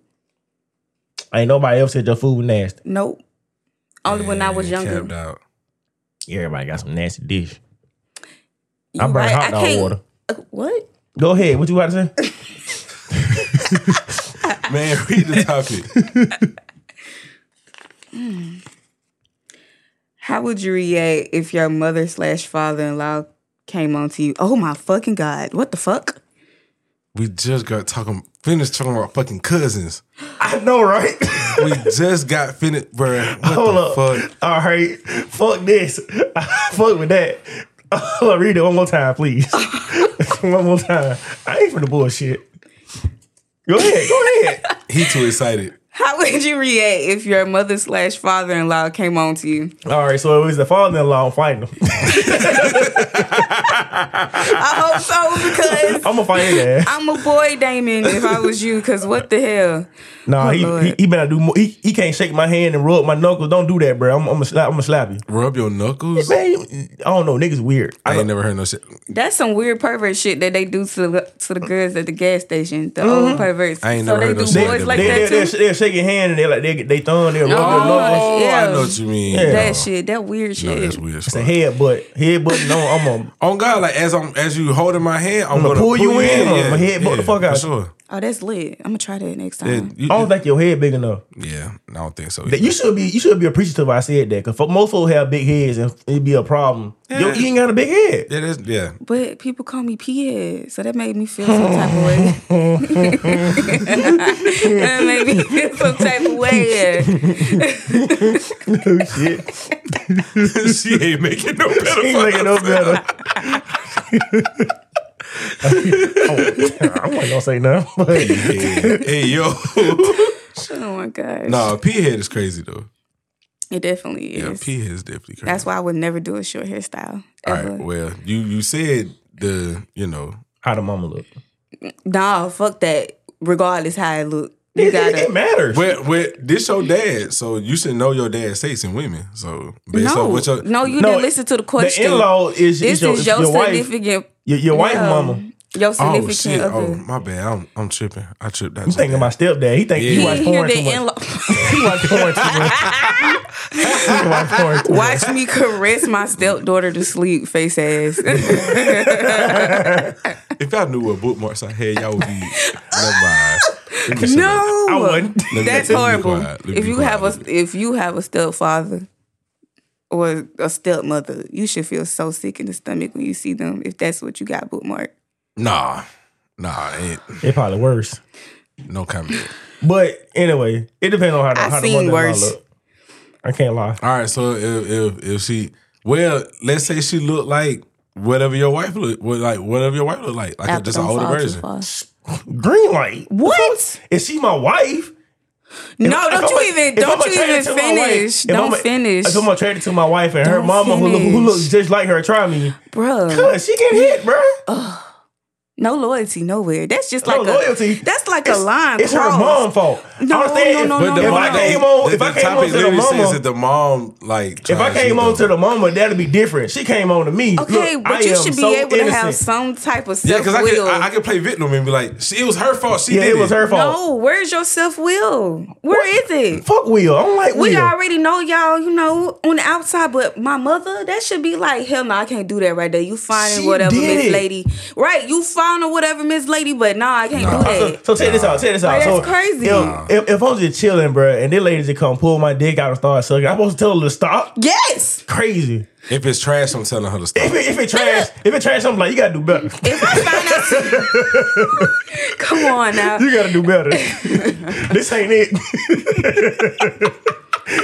Speaker 3: Ain't nobody else said your food was nasty.
Speaker 4: Nope. Only when I was
Speaker 1: Man,
Speaker 4: younger.
Speaker 1: capped out.
Speaker 3: Everybody got some nasty dish.
Speaker 4: You
Speaker 3: I burn
Speaker 4: right,
Speaker 3: hot dog
Speaker 4: can't-
Speaker 3: water.
Speaker 4: Uh, What?
Speaker 3: Go ahead. What you about to say?
Speaker 1: Man, read the topic.
Speaker 4: How would you react if your mother slash father in law came on to you? Oh my fucking god! What the fuck?
Speaker 1: we just got talking, finished talking about fucking cousins.
Speaker 3: I know, right?
Speaker 1: We just got finished, bro. What
Speaker 3: Hold
Speaker 1: the
Speaker 3: up.
Speaker 1: fuck?
Speaker 3: All right. Fuck this. fuck with that. Hold up, read it one more time, please. one more time. I ain't for the bullshit. Go ahead. Go ahead.
Speaker 1: He too excited.
Speaker 4: How would you react if your mother slash father in law came on to you?
Speaker 3: All right. So it was the father in law fighting him.
Speaker 4: I hope so because
Speaker 3: I'm going to fight his ass.
Speaker 4: I'm a boy, Damon. If I was you, because what the hell?
Speaker 3: Nah,
Speaker 4: Oh,
Speaker 3: he,
Speaker 4: Lord.
Speaker 3: he he better do more. He, he can't shake my hand and rub my knuckles. Don't do that, bro. I'm I'm gonna slap. I'm gonna slap you.
Speaker 1: Rub your knuckles.
Speaker 3: Man, you- I don't know. Niggas weird. I
Speaker 1: I ain't
Speaker 3: don't,
Speaker 1: never heard no shit.
Speaker 4: That's some weird pervert shit that they do to the, to the girls at the gas station. The old perverts.
Speaker 1: I ain't
Speaker 4: so
Speaker 1: never
Speaker 4: they
Speaker 1: heard
Speaker 4: do
Speaker 1: no
Speaker 4: boys
Speaker 1: shit like
Speaker 4: like
Speaker 1: that
Speaker 4: that,
Speaker 1: before.
Speaker 3: they, they,
Speaker 4: too.
Speaker 3: they, will shake your hand and they like they they thumb. They rub your
Speaker 4: Oh,
Speaker 3: knuckles.
Speaker 1: Oh,
Speaker 4: yeah.
Speaker 1: I know what you mean.
Speaker 4: That shit, that weird
Speaker 1: No,
Speaker 4: shit.
Speaker 1: that's weird. as
Speaker 3: It's a
Speaker 1: fuck.
Speaker 3: headbutt. Headbutt. No, I'm on.
Speaker 1: On God, like as I'm as you holding my hand, I'm,
Speaker 3: gonna
Speaker 1: gonna
Speaker 3: pull you in,
Speaker 1: Yeah,
Speaker 3: I'ma headbutt
Speaker 1: yeah,
Speaker 3: the fuck
Speaker 1: for
Speaker 3: out.
Speaker 1: Sure.
Speaker 4: oh, that's lit. I'm gonna try that next
Speaker 1: Yeah,
Speaker 4: time.
Speaker 1: you-
Speaker 3: I don't think your head big enough.
Speaker 1: yeah, I don't think so.
Speaker 3: Um, oh, That you should be you should be appreciative. I said that because most folks have big heads and it'd be a problem. Yo, you ain't got a big head.
Speaker 1: It is, yeah.
Speaker 4: But people call me P-head, so that made me feel some type of way. that made me feel some type of way.
Speaker 3: Oh shit,
Speaker 1: she ain't making no better.
Speaker 3: ain't making no better. Oh, I wasn't gonna say nothing. but-
Speaker 1: Yeah. Hey yo,
Speaker 4: Oh my gosh.
Speaker 1: nah, P head is crazy though.
Speaker 4: It definitely is.
Speaker 1: Yeah, P head is definitely crazy.
Speaker 4: That's why I would never do a short hairstyle.
Speaker 1: All
Speaker 4: Ever.
Speaker 1: right, well, you you said the you know
Speaker 3: How the mama look?
Speaker 4: Nah, fuck that. Regardless how it look. You
Speaker 3: It, it,
Speaker 4: gotta
Speaker 3: matters.
Speaker 1: Well, well, this your dad, so you should know your dad's taste in women. So based
Speaker 4: no,
Speaker 1: on what your
Speaker 4: no, you
Speaker 3: No,
Speaker 4: didn't listen to the
Speaker 3: the
Speaker 4: question.
Speaker 3: in law is,
Speaker 4: this
Speaker 3: is your,
Speaker 4: is your,
Speaker 3: wife,
Speaker 4: significant.
Speaker 3: your, your wife,
Speaker 4: um,
Speaker 3: mama.
Speaker 4: Your
Speaker 1: oh
Speaker 4: significant
Speaker 1: shit,
Speaker 4: other.
Speaker 1: oh my bad, I'm I'm tripping. I tripped. out
Speaker 3: I'm thinking my stepdad. He think
Speaker 1: Yeah.
Speaker 3: he
Speaker 4: he
Speaker 3: watch
Speaker 4: hear
Speaker 3: porn too
Speaker 4: the
Speaker 3: much.
Speaker 4: in law.
Speaker 3: He watch porn too much. He watch porn too much.
Speaker 4: Watch me caress my stepdaughter to sleep, face ass.
Speaker 1: If y'all knew what bookmarks I had, y'all would be never mind. Let me shut up.
Speaker 4: no,
Speaker 3: I wouldn't.
Speaker 1: Let me- let me
Speaker 4: That's
Speaker 1: be
Speaker 4: horrible.
Speaker 1: quiet. Let me
Speaker 4: If
Speaker 1: be
Speaker 4: you
Speaker 1: quiet.
Speaker 4: have a if you have a stepfather or a stepmother, you should feel so sick in the stomach when you see them. If that's what you got bookmarked,
Speaker 1: nah, nah, ain't,
Speaker 3: It probably worse.
Speaker 1: no comment.
Speaker 3: But anyway, it depends on how the,
Speaker 4: I've
Speaker 3: how the
Speaker 4: seen
Speaker 3: mother
Speaker 4: worse.
Speaker 3: look. I can't lie.
Speaker 1: All right, so if if, if she well, let's say she looked like whatever your wife look well, like whatever your wife look like, like just an
Speaker 4: don't
Speaker 1: older
Speaker 4: fall too
Speaker 1: version.
Speaker 4: far.
Speaker 3: Green light.
Speaker 4: What?
Speaker 3: Is she my wife?
Speaker 4: No, don't you even don't you even finish. Don't
Speaker 3: i
Speaker 4: finish,
Speaker 3: If I'm attracted to my wife and her
Speaker 4: Don't
Speaker 3: mama who, look, who
Speaker 4: finish.
Speaker 3: looks just like her, try me.
Speaker 4: bro.
Speaker 3: Cuz she get hit, bro.
Speaker 4: No loyalty nowhere. That's just like
Speaker 3: no
Speaker 4: a,
Speaker 3: loyalty.
Speaker 4: That's like a
Speaker 3: It's-
Speaker 4: line.
Speaker 3: It's her
Speaker 4: crossed.
Speaker 3: mom fault.
Speaker 4: No,
Speaker 3: I understand
Speaker 4: no,
Speaker 3: if-
Speaker 4: no, no,
Speaker 3: if I
Speaker 4: no.
Speaker 3: came on, if
Speaker 1: the
Speaker 3: I came on
Speaker 1: topic
Speaker 3: to the
Speaker 1: literally says
Speaker 3: mama,
Speaker 1: that the mom like
Speaker 3: if I
Speaker 1: tries
Speaker 3: came
Speaker 1: you,
Speaker 3: on
Speaker 1: though.
Speaker 3: to the mama, that'd be different. She came on to me.
Speaker 4: Okay,
Speaker 3: Look,
Speaker 4: but
Speaker 3: I
Speaker 4: you
Speaker 3: am
Speaker 4: should be
Speaker 3: so
Speaker 4: able to have
Speaker 3: innocent.
Speaker 4: some type of
Speaker 1: Yeah,
Speaker 4: self
Speaker 1: because I could,
Speaker 4: will.
Speaker 1: I, I could play victim and be like, she, it was her fault. She
Speaker 3: Yeah,
Speaker 1: did
Speaker 3: it was her fault.
Speaker 4: no, where's your self will? Where is it?
Speaker 3: Fuck Will. I don't like
Speaker 4: We
Speaker 3: Will.
Speaker 4: already know y'all, you know, on the outside, but my mother, that should be like, hell no, I can't do that right there. You finding
Speaker 3: She
Speaker 4: whatever
Speaker 3: did it.
Speaker 4: Miss Lady. Right, you finding whatever Miss Lady, but nah, I can't
Speaker 1: Nah.
Speaker 4: do
Speaker 3: So,
Speaker 4: that.
Speaker 3: so take this out. Take this out.
Speaker 4: Like,
Speaker 3: so
Speaker 4: that's crazy.
Speaker 3: If, if, if I'm just chilling, bro, and then ladies just come pull my dick out and start sucking, I'm supposed to tell her to stop.
Speaker 4: Yes!
Speaker 3: Crazy.
Speaker 1: If it's trash, I'm telling her to
Speaker 3: If
Speaker 1: stop.
Speaker 3: it, if it trash, if it trash, I'm like, you gotta do better.
Speaker 4: If I find out Come on now.
Speaker 3: You gotta do better. this ain't it.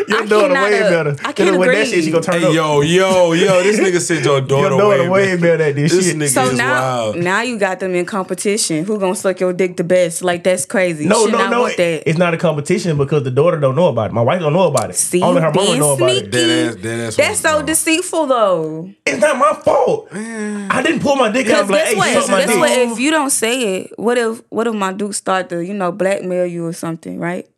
Speaker 3: Your
Speaker 4: I
Speaker 3: daughter
Speaker 4: cannot,
Speaker 3: way
Speaker 4: uh,
Speaker 3: better.
Speaker 4: I can't
Speaker 3: And then with that
Speaker 4: agree.
Speaker 3: shit, she gonna turn
Speaker 1: Hey,
Speaker 3: up.
Speaker 1: yo, yo, yo, this nigga said your
Speaker 3: Your
Speaker 1: daughter,
Speaker 3: daughter
Speaker 1: way
Speaker 3: way better at this,
Speaker 1: This
Speaker 3: shit.
Speaker 1: nigga
Speaker 4: So
Speaker 1: is
Speaker 4: now
Speaker 1: wild.
Speaker 4: now you got them in competition. Who gonna suck your dick the best? Like that's crazy.
Speaker 3: No,
Speaker 4: Should
Speaker 3: no,
Speaker 4: not
Speaker 3: no.
Speaker 4: want that.
Speaker 3: It's not a competition because the daughter don't know about it. My wife don't know about it.
Speaker 4: See,
Speaker 3: Only her mama
Speaker 4: being
Speaker 3: know about it.
Speaker 4: sneaky.
Speaker 1: Dead ass- dead ass
Speaker 4: That's
Speaker 1: woman,
Speaker 4: so
Speaker 1: no.
Speaker 4: deceitful though.
Speaker 3: It's not my fault. I didn't pull my dick out. and
Speaker 4: Mm. Because
Speaker 3: be Like,
Speaker 4: guess
Speaker 3: hey,
Speaker 4: what?
Speaker 3: suck my
Speaker 4: Guess
Speaker 3: dick.
Speaker 4: what? If you don't say it, what if what if my dude start to you know blackmail you or something? Right?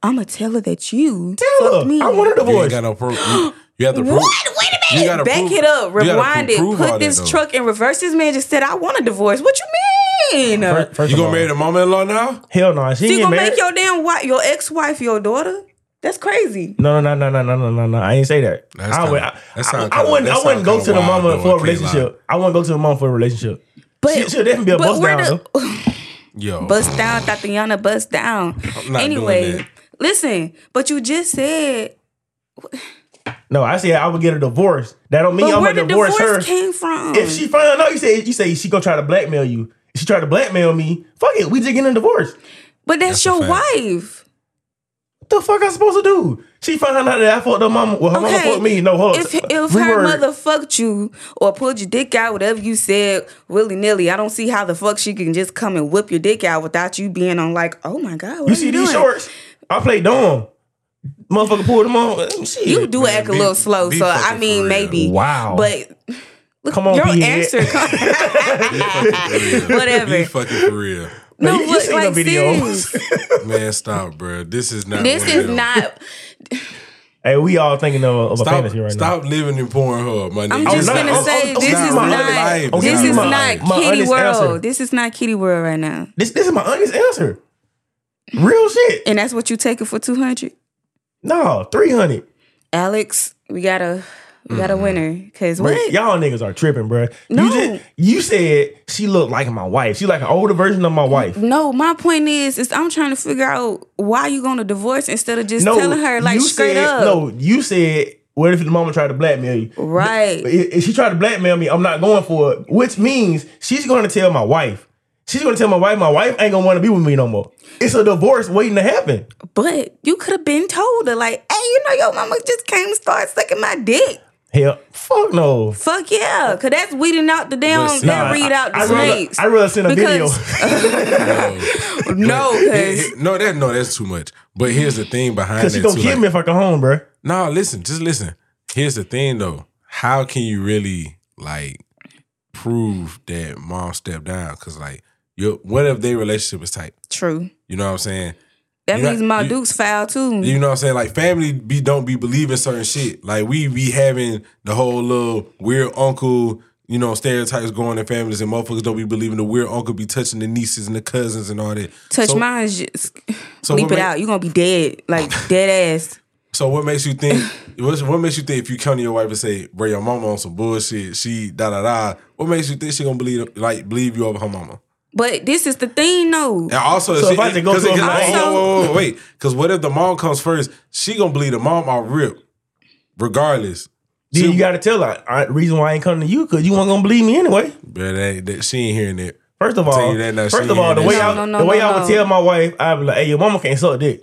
Speaker 4: I'ma tell her that you
Speaker 3: Tell
Speaker 4: fucked
Speaker 3: her.
Speaker 4: me.
Speaker 3: I want a
Speaker 1: You ain't
Speaker 3: divorce.
Speaker 1: got no proof. You, you have to prove.
Speaker 4: what? Wait a
Speaker 1: You
Speaker 4: minute.
Speaker 1: gotta
Speaker 4: Back
Speaker 1: prove-
Speaker 4: it up.
Speaker 1: you gotta
Speaker 4: Rewind it.
Speaker 1: prove all
Speaker 4: Put
Speaker 1: that,
Speaker 4: this
Speaker 1: though.
Speaker 4: truck in reverse. This man just said, "I want a divorce." What you mean?
Speaker 3: First, first
Speaker 1: You
Speaker 3: of
Speaker 1: gonna
Speaker 3: all,
Speaker 1: marry the mama-in-law now?
Speaker 3: Hell no, she
Speaker 4: you
Speaker 3: ain't getting
Speaker 4: gonna
Speaker 3: married.
Speaker 4: make your damn wife, your ex wife, your daughter? That's crazy.
Speaker 3: no, no, no, no, no, no, no, no. I ain't say that.
Speaker 1: That's
Speaker 3: I,
Speaker 1: kinda-
Speaker 3: would,
Speaker 1: that
Speaker 3: I,
Speaker 1: sound
Speaker 3: I, I wouldn't.
Speaker 1: kinda- that
Speaker 3: I wouldn't
Speaker 1: sound
Speaker 3: go to
Speaker 1: kinda
Speaker 3: the mama
Speaker 1: wild, though,
Speaker 3: for
Speaker 1: I
Speaker 3: a
Speaker 1: can't lie.
Speaker 3: relationship. I wouldn't go to the mama for a relationship.
Speaker 4: But
Speaker 3: She- she'll definitely be a
Speaker 4: but
Speaker 3: bust
Speaker 4: where
Speaker 3: down,
Speaker 4: the-
Speaker 1: Yo,
Speaker 4: Bust down, Tatiana, bust down.
Speaker 1: not doing that.
Speaker 4: anyway, listen, but you just said,
Speaker 3: No, I said I would get a divorce. That don't mean
Speaker 4: but
Speaker 3: I'm
Speaker 4: where
Speaker 3: gonna
Speaker 4: the
Speaker 3: divorce
Speaker 4: divorce
Speaker 3: her.
Speaker 4: came from?
Speaker 3: If she find out, you say you say she gonna try to blackmail you. If She tried to blackmail me. Fuck it, we just getting a divorce.
Speaker 4: But that's,
Speaker 1: That's a
Speaker 4: your
Speaker 1: fact.
Speaker 4: wife.
Speaker 3: What the fuck I supposed to do? She found out that I fucked her mama. Well, her mama
Speaker 4: Okay.
Speaker 3: fucked me. No, hold
Speaker 4: If
Speaker 3: up.
Speaker 4: if
Speaker 3: We
Speaker 4: her
Speaker 3: were-
Speaker 4: mother fucked you or pulled your dick out, whatever you said willy nilly, I don't see how the fuck she can just come and whip your dick out without you being on like, oh my god, what
Speaker 3: you
Speaker 4: are
Speaker 3: see
Speaker 4: doing?
Speaker 3: these shorts, I play dumb. Motherfucker pulled them on. Shit.
Speaker 4: You do act a
Speaker 1: be-
Speaker 4: little slow,
Speaker 1: be
Speaker 4: so I
Speaker 1: fucking for
Speaker 4: mean
Speaker 1: real.
Speaker 4: maybe.
Speaker 3: Wow.
Speaker 4: But look,
Speaker 3: Oh. Come on,
Speaker 4: your
Speaker 3: P-head.
Speaker 4: answer. Come,
Speaker 1: be fucking for real.
Speaker 4: whatever.
Speaker 1: Be fucking for real.
Speaker 3: Man,
Speaker 4: No,
Speaker 3: you- you
Speaker 4: but
Speaker 3: seen
Speaker 4: like
Speaker 3: the videos.
Speaker 4: serious.
Speaker 1: Man, stop, bro. This is not.
Speaker 4: This
Speaker 1: one of
Speaker 4: is
Speaker 1: them.
Speaker 4: not.
Speaker 3: Hey, we all thinking of, of a
Speaker 1: Stop,
Speaker 3: fantasy right now.
Speaker 1: stop living in Pornhub, my nigga.
Speaker 4: I'm just
Speaker 3: no,
Speaker 4: gonna
Speaker 3: oh,
Speaker 4: say
Speaker 3: oh,
Speaker 4: this
Speaker 1: oh,
Speaker 4: is
Speaker 1: my
Speaker 4: not.
Speaker 1: life.
Speaker 3: Oh,
Speaker 4: This
Speaker 3: my
Speaker 4: is
Speaker 3: life.
Speaker 4: not
Speaker 3: My
Speaker 4: Kitty
Speaker 3: honest answer.
Speaker 4: World. This is not Kitty World right now.
Speaker 3: This this is my honest answer. Real shit.
Speaker 4: And that's what you take it for two hundred.
Speaker 3: No, three hundred.
Speaker 4: Alex, we got a we got a
Speaker 3: Mm-hmm.
Speaker 4: winner. Cause what?
Speaker 3: Y'all niggas are tripping, bro.
Speaker 4: No.
Speaker 3: You, just, you said she looked like my wife. She like an older version of my wife.
Speaker 4: No, my point is, is I'm trying to figure out why you gonna divorce instead of just
Speaker 3: No,
Speaker 4: telling her like
Speaker 3: you
Speaker 4: straight
Speaker 3: said,
Speaker 4: up.
Speaker 3: No, you said. What if the mama tried to blackmail you?
Speaker 4: Right.
Speaker 3: If if she tried to blackmail me, I'm not going for it. Which means she's going to tell my wife. She's going to tell my wife. My wife ain't going to want to be with me no more. It's a divorce waiting to happen.
Speaker 4: But you could have been told her, like, hey, you know, your mama just came and started sucking my dick.
Speaker 3: Hell, fuck no.
Speaker 4: Fuck yeah, cause that's weeding out the damn.
Speaker 1: But see,
Speaker 4: that
Speaker 1: nah,
Speaker 4: read out the
Speaker 3: I, rather,
Speaker 4: snakes.
Speaker 3: I rather send a
Speaker 4: Because-
Speaker 3: video.
Speaker 4: no,
Speaker 1: Here-
Speaker 4: cause
Speaker 1: here- no, that no, that's too much. But here's the thing behind
Speaker 3: Because
Speaker 1: that.
Speaker 3: she going
Speaker 1: too,
Speaker 3: to kill
Speaker 1: like-
Speaker 3: me if I come home, bro.
Speaker 1: No, listen, just listen. Here's the thing though. How can you really like prove that mom stepped down? Cause like your what if their relationship is tight?
Speaker 4: true.
Speaker 1: You know what I'm saying?
Speaker 4: That
Speaker 1: You got-
Speaker 4: means my
Speaker 1: you-
Speaker 4: Duke's foul too.
Speaker 1: You know what I'm saying? Like family be don't be believing certain shit. Like we be having the whole little weird uncle, you know, stereotypes going in families and motherfuckers don't be believing the weird uncle be touching the nieces and the cousins and all that.
Speaker 4: Touch
Speaker 1: So-
Speaker 4: mine, just
Speaker 1: so
Speaker 4: leap
Speaker 1: what
Speaker 4: it
Speaker 1: make-
Speaker 4: out. You're gonna be dead, like dead ass.
Speaker 1: So what makes you think? what's- what makes you think if you come to your wife and say, "Bro, your mama on some bullshit," she da da da. What makes you think she gonna believe like believe you over her mama?
Speaker 4: But this is the thing, though.
Speaker 1: And also,
Speaker 3: So if I had to go
Speaker 1: cause
Speaker 3: to
Speaker 1: it-
Speaker 3: a
Speaker 1: cause-
Speaker 4: mall-
Speaker 1: whoa, whoa, whoa, whoa, wait, because what if the mom comes first? She gonna believe the mom out rip, regardless.
Speaker 3: Then you got to tell her. I, reason why I ain't coming to you because you weren't going to believe me anyway.
Speaker 1: But that, that, she ain't hearing it.
Speaker 3: First of
Speaker 1: tell
Speaker 3: all,
Speaker 1: you that now,
Speaker 3: first
Speaker 1: she
Speaker 3: of all,
Speaker 1: ain't
Speaker 3: the
Speaker 1: that
Speaker 3: way
Speaker 1: shit.
Speaker 3: I
Speaker 4: No, no,
Speaker 3: the way
Speaker 4: no,
Speaker 3: I would
Speaker 4: no.
Speaker 3: tell my wife, I'd be like, "Hey, your mama can't suck dick."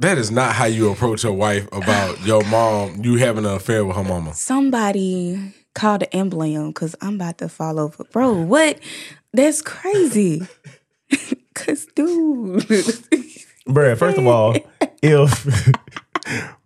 Speaker 1: That is not how you approach your wife about your mom. You having an affair with her mama.
Speaker 4: Somebody call the emblem because I'm about to fall over, bro. What? That's crazy. Cause, dude,
Speaker 3: Bruh, first of all, if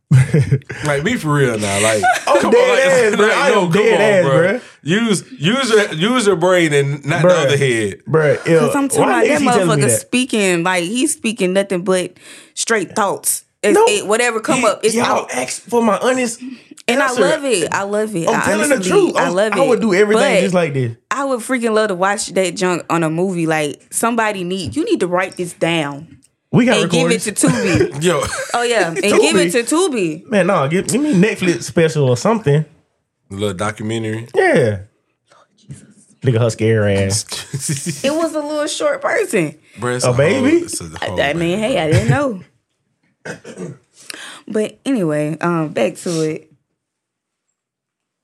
Speaker 1: Like, be for real now. Like, come
Speaker 3: Oh, dead
Speaker 1: on, like,
Speaker 3: ass, bruh. I am dead ass, bruh.
Speaker 1: Use use your use your brain and not the
Speaker 3: Bruh.
Speaker 1: other head.
Speaker 3: bruh, if
Speaker 4: because I'm talking
Speaker 3: Uh, why niggas
Speaker 4: about that
Speaker 3: keep telling me
Speaker 4: motherfucker
Speaker 3: that?
Speaker 4: speaking like he's speaking nothing but straight thoughts. It's,
Speaker 3: No.
Speaker 4: it, whatever come
Speaker 3: Y-
Speaker 4: up, it's
Speaker 3: y'all
Speaker 4: out.
Speaker 3: ask for my honest,
Speaker 4: And I
Speaker 3: answer.
Speaker 4: love it. I love it.
Speaker 3: I'm
Speaker 4: I
Speaker 3: telling the
Speaker 4: honestly-
Speaker 3: truth.
Speaker 4: I
Speaker 3: I'm-
Speaker 4: love it.
Speaker 3: I would do everything
Speaker 4: But
Speaker 3: just like this.
Speaker 4: I would freaking love to watch that junk on a movie. Like somebody need you need to write this down
Speaker 3: We got
Speaker 4: and give it
Speaker 3: recordings.
Speaker 4: to Tubi.
Speaker 1: Yo,
Speaker 4: oh yeah, and give it to Tubi.
Speaker 3: Man, nah, give, give me Netflix special or something.
Speaker 1: little documentary.
Speaker 3: Yeah. Nigga, her scary ass.
Speaker 4: It was a little short person.
Speaker 1: Bruh, it's
Speaker 3: A baby?
Speaker 1: Whole, it's a whole
Speaker 4: I mean, hey, I didn't know. but anyway, um, back to it.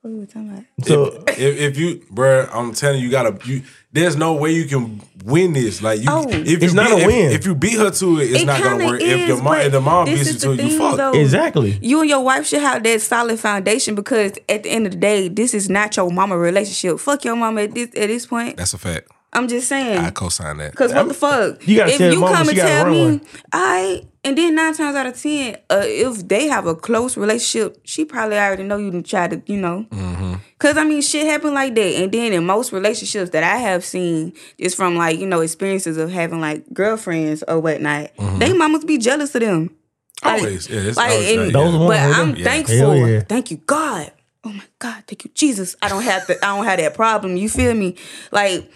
Speaker 4: What were we talking about?
Speaker 3: So
Speaker 1: if, if you, bruh, I'm telling you, you gotta. You, there's no way you can win this. Like you,
Speaker 4: Oh.
Speaker 1: if
Speaker 3: It's
Speaker 1: you
Speaker 3: not
Speaker 1: beat,
Speaker 3: a win.
Speaker 1: If, if you beat her to it, it's
Speaker 4: It
Speaker 1: not gonna
Speaker 4: kinda
Speaker 1: work. if
Speaker 4: is,
Speaker 1: your mom,
Speaker 4: but
Speaker 1: if the mom
Speaker 4: this
Speaker 1: beats
Speaker 4: is
Speaker 1: you
Speaker 4: the
Speaker 1: to it, you
Speaker 4: thing,
Speaker 1: fuck.
Speaker 4: though.
Speaker 3: exactly.
Speaker 4: you and your wife should have that solid foundation because at the end of the day, this is not your mama relationship. Fuck your mama at this at this point.
Speaker 1: That's a fact.
Speaker 4: I'm just
Speaker 1: I
Speaker 4: saying.
Speaker 1: co-sign that.
Speaker 4: Cause what the fuck?
Speaker 3: You gotta
Speaker 4: if
Speaker 3: tell
Speaker 4: you
Speaker 3: mama
Speaker 4: come
Speaker 3: she
Speaker 4: and
Speaker 3: gotta
Speaker 4: tell
Speaker 3: run
Speaker 4: me,
Speaker 3: one.
Speaker 4: I and then nine times out of ten, uh, if they have a close relationship, she probably already know you done try to, you know.
Speaker 3: Mm-hmm.
Speaker 4: Cause I mean, shit happen like that. And then in most relationships that I have seen, is from like you know experiences of having like girlfriends or whatnot.
Speaker 3: Mm-hmm.
Speaker 4: They mamas be jealous of them. Like-
Speaker 1: Always, yeah, it's
Speaker 4: like,
Speaker 1: always
Speaker 4: and-
Speaker 1: like,
Speaker 3: Those
Speaker 1: yeah.
Speaker 3: ones-
Speaker 4: but
Speaker 3: with
Speaker 4: I'm
Speaker 3: them.
Speaker 1: Yeah.
Speaker 4: thankful.
Speaker 3: Hell yeah.
Speaker 4: Thank you, God. Oh my God, thank you, Jesus. I don't have to. I don't have that problem. You feel me? Like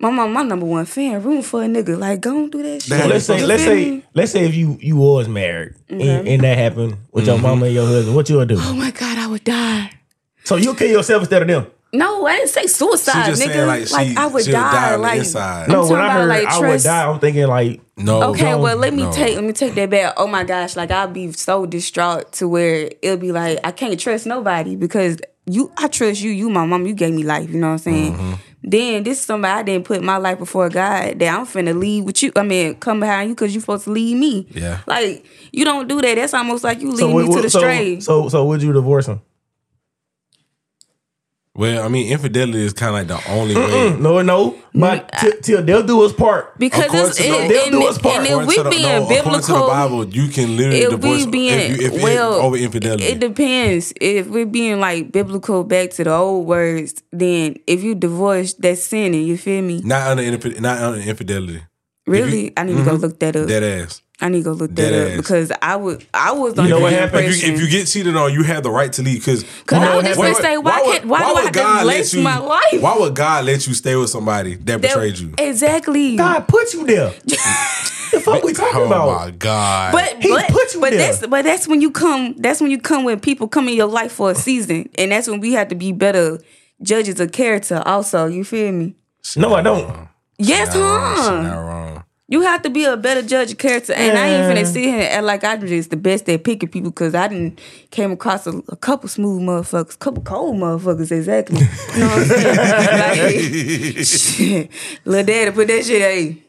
Speaker 4: my mom, my number one fan. Room for a nigga. Like, go and do that shit.
Speaker 1: Damn,
Speaker 3: Let's say,
Speaker 4: You
Speaker 3: let's
Speaker 4: feel me?
Speaker 3: say, let's say if you you was married and, and that happened with your mama and your husband, what you would do?
Speaker 4: Oh my God, I would die.
Speaker 3: So you kill yourself instead of them.
Speaker 4: No, I didn't say suicide,
Speaker 1: She just
Speaker 4: nigga.
Speaker 1: saying, like,
Speaker 4: Like,
Speaker 1: she-
Speaker 4: I would
Speaker 1: she'll die
Speaker 4: die.
Speaker 1: on the
Speaker 4: like
Speaker 1: inside.
Speaker 4: I'm
Speaker 3: No,
Speaker 4: talking
Speaker 3: when I
Speaker 4: about,
Speaker 3: heard
Speaker 4: like,
Speaker 3: I would
Speaker 4: trust-
Speaker 3: die, I'm thinking like
Speaker 1: No.
Speaker 4: Okay, well let me
Speaker 1: Oh, No.
Speaker 4: take let me take that back. Oh my gosh, like I'll be so distraught to where it'll be like I can't trust nobody because you I trust you, you my mom, you gave me life, you know what I'm saying?
Speaker 1: Mm-hmm.
Speaker 4: Then this is somebody I didn't put my life before God that I'm finna leave with you. I mean, come behind you because you supposed to leave me.
Speaker 1: Yeah.
Speaker 4: Like you don't do that. That's almost like you lead
Speaker 3: so
Speaker 4: me
Speaker 3: what-
Speaker 4: to the
Speaker 3: so,
Speaker 4: stray.
Speaker 3: so so would you divorce him?
Speaker 1: Well, I mean, infidelity is kind of like the only way.
Speaker 3: Mm, No, no. But till, till they'll do us part.
Speaker 4: Because
Speaker 1: According
Speaker 4: it's,
Speaker 1: to
Speaker 4: it,
Speaker 1: the-
Speaker 4: and,
Speaker 3: They'll do us part.
Speaker 4: and
Speaker 1: According
Speaker 4: if we
Speaker 1: to the-
Speaker 4: being
Speaker 1: no, according to the
Speaker 4: biblical,
Speaker 1: Bible, you can literally
Speaker 4: if
Speaker 1: divorce
Speaker 4: we being
Speaker 1: if you, if it-
Speaker 4: well
Speaker 1: over infidelity.
Speaker 4: It depends. If we're being like biblical, back to the old words, then if you divorce, that's sinning. You feel me?
Speaker 1: not under infi- not under infidelity.
Speaker 4: Really, I need to go look that up.
Speaker 1: Dead ass.
Speaker 4: I need to go look that,
Speaker 1: Dead
Speaker 4: up
Speaker 1: ass.
Speaker 4: because I would. I was under
Speaker 3: know
Speaker 4: the
Speaker 3: what happened?
Speaker 1: If you, if you get cheated on, you have the right to leave because
Speaker 4: Because I was just gonna say, why can't- why do I have to waste my life?
Speaker 1: Why would God let you stay with somebody that betrayed you?
Speaker 4: Exactly.
Speaker 3: God put you there. the fuck we talking
Speaker 1: Oh
Speaker 3: about?
Speaker 1: my God!
Speaker 4: But
Speaker 3: He
Speaker 4: but,
Speaker 3: put you
Speaker 4: but
Speaker 3: there.
Speaker 4: that's but that's when you come that's when you come when people come in your life for a season. And that's when we have to be better judges of character also. You feel me?
Speaker 3: No, I don't.
Speaker 4: Yes,
Speaker 1: Oh, Shit,
Speaker 4: huh?
Speaker 1: not wrong.
Speaker 4: You have to be a better judge of character. And I ain't finna sit here and act like I'm just the best at picking people because I didn't came across a, a couple smooth motherfuckers, couple cold motherfuckers, exactly. You know what I'm saying? like, shit. Lil Daddy put that shit, hey,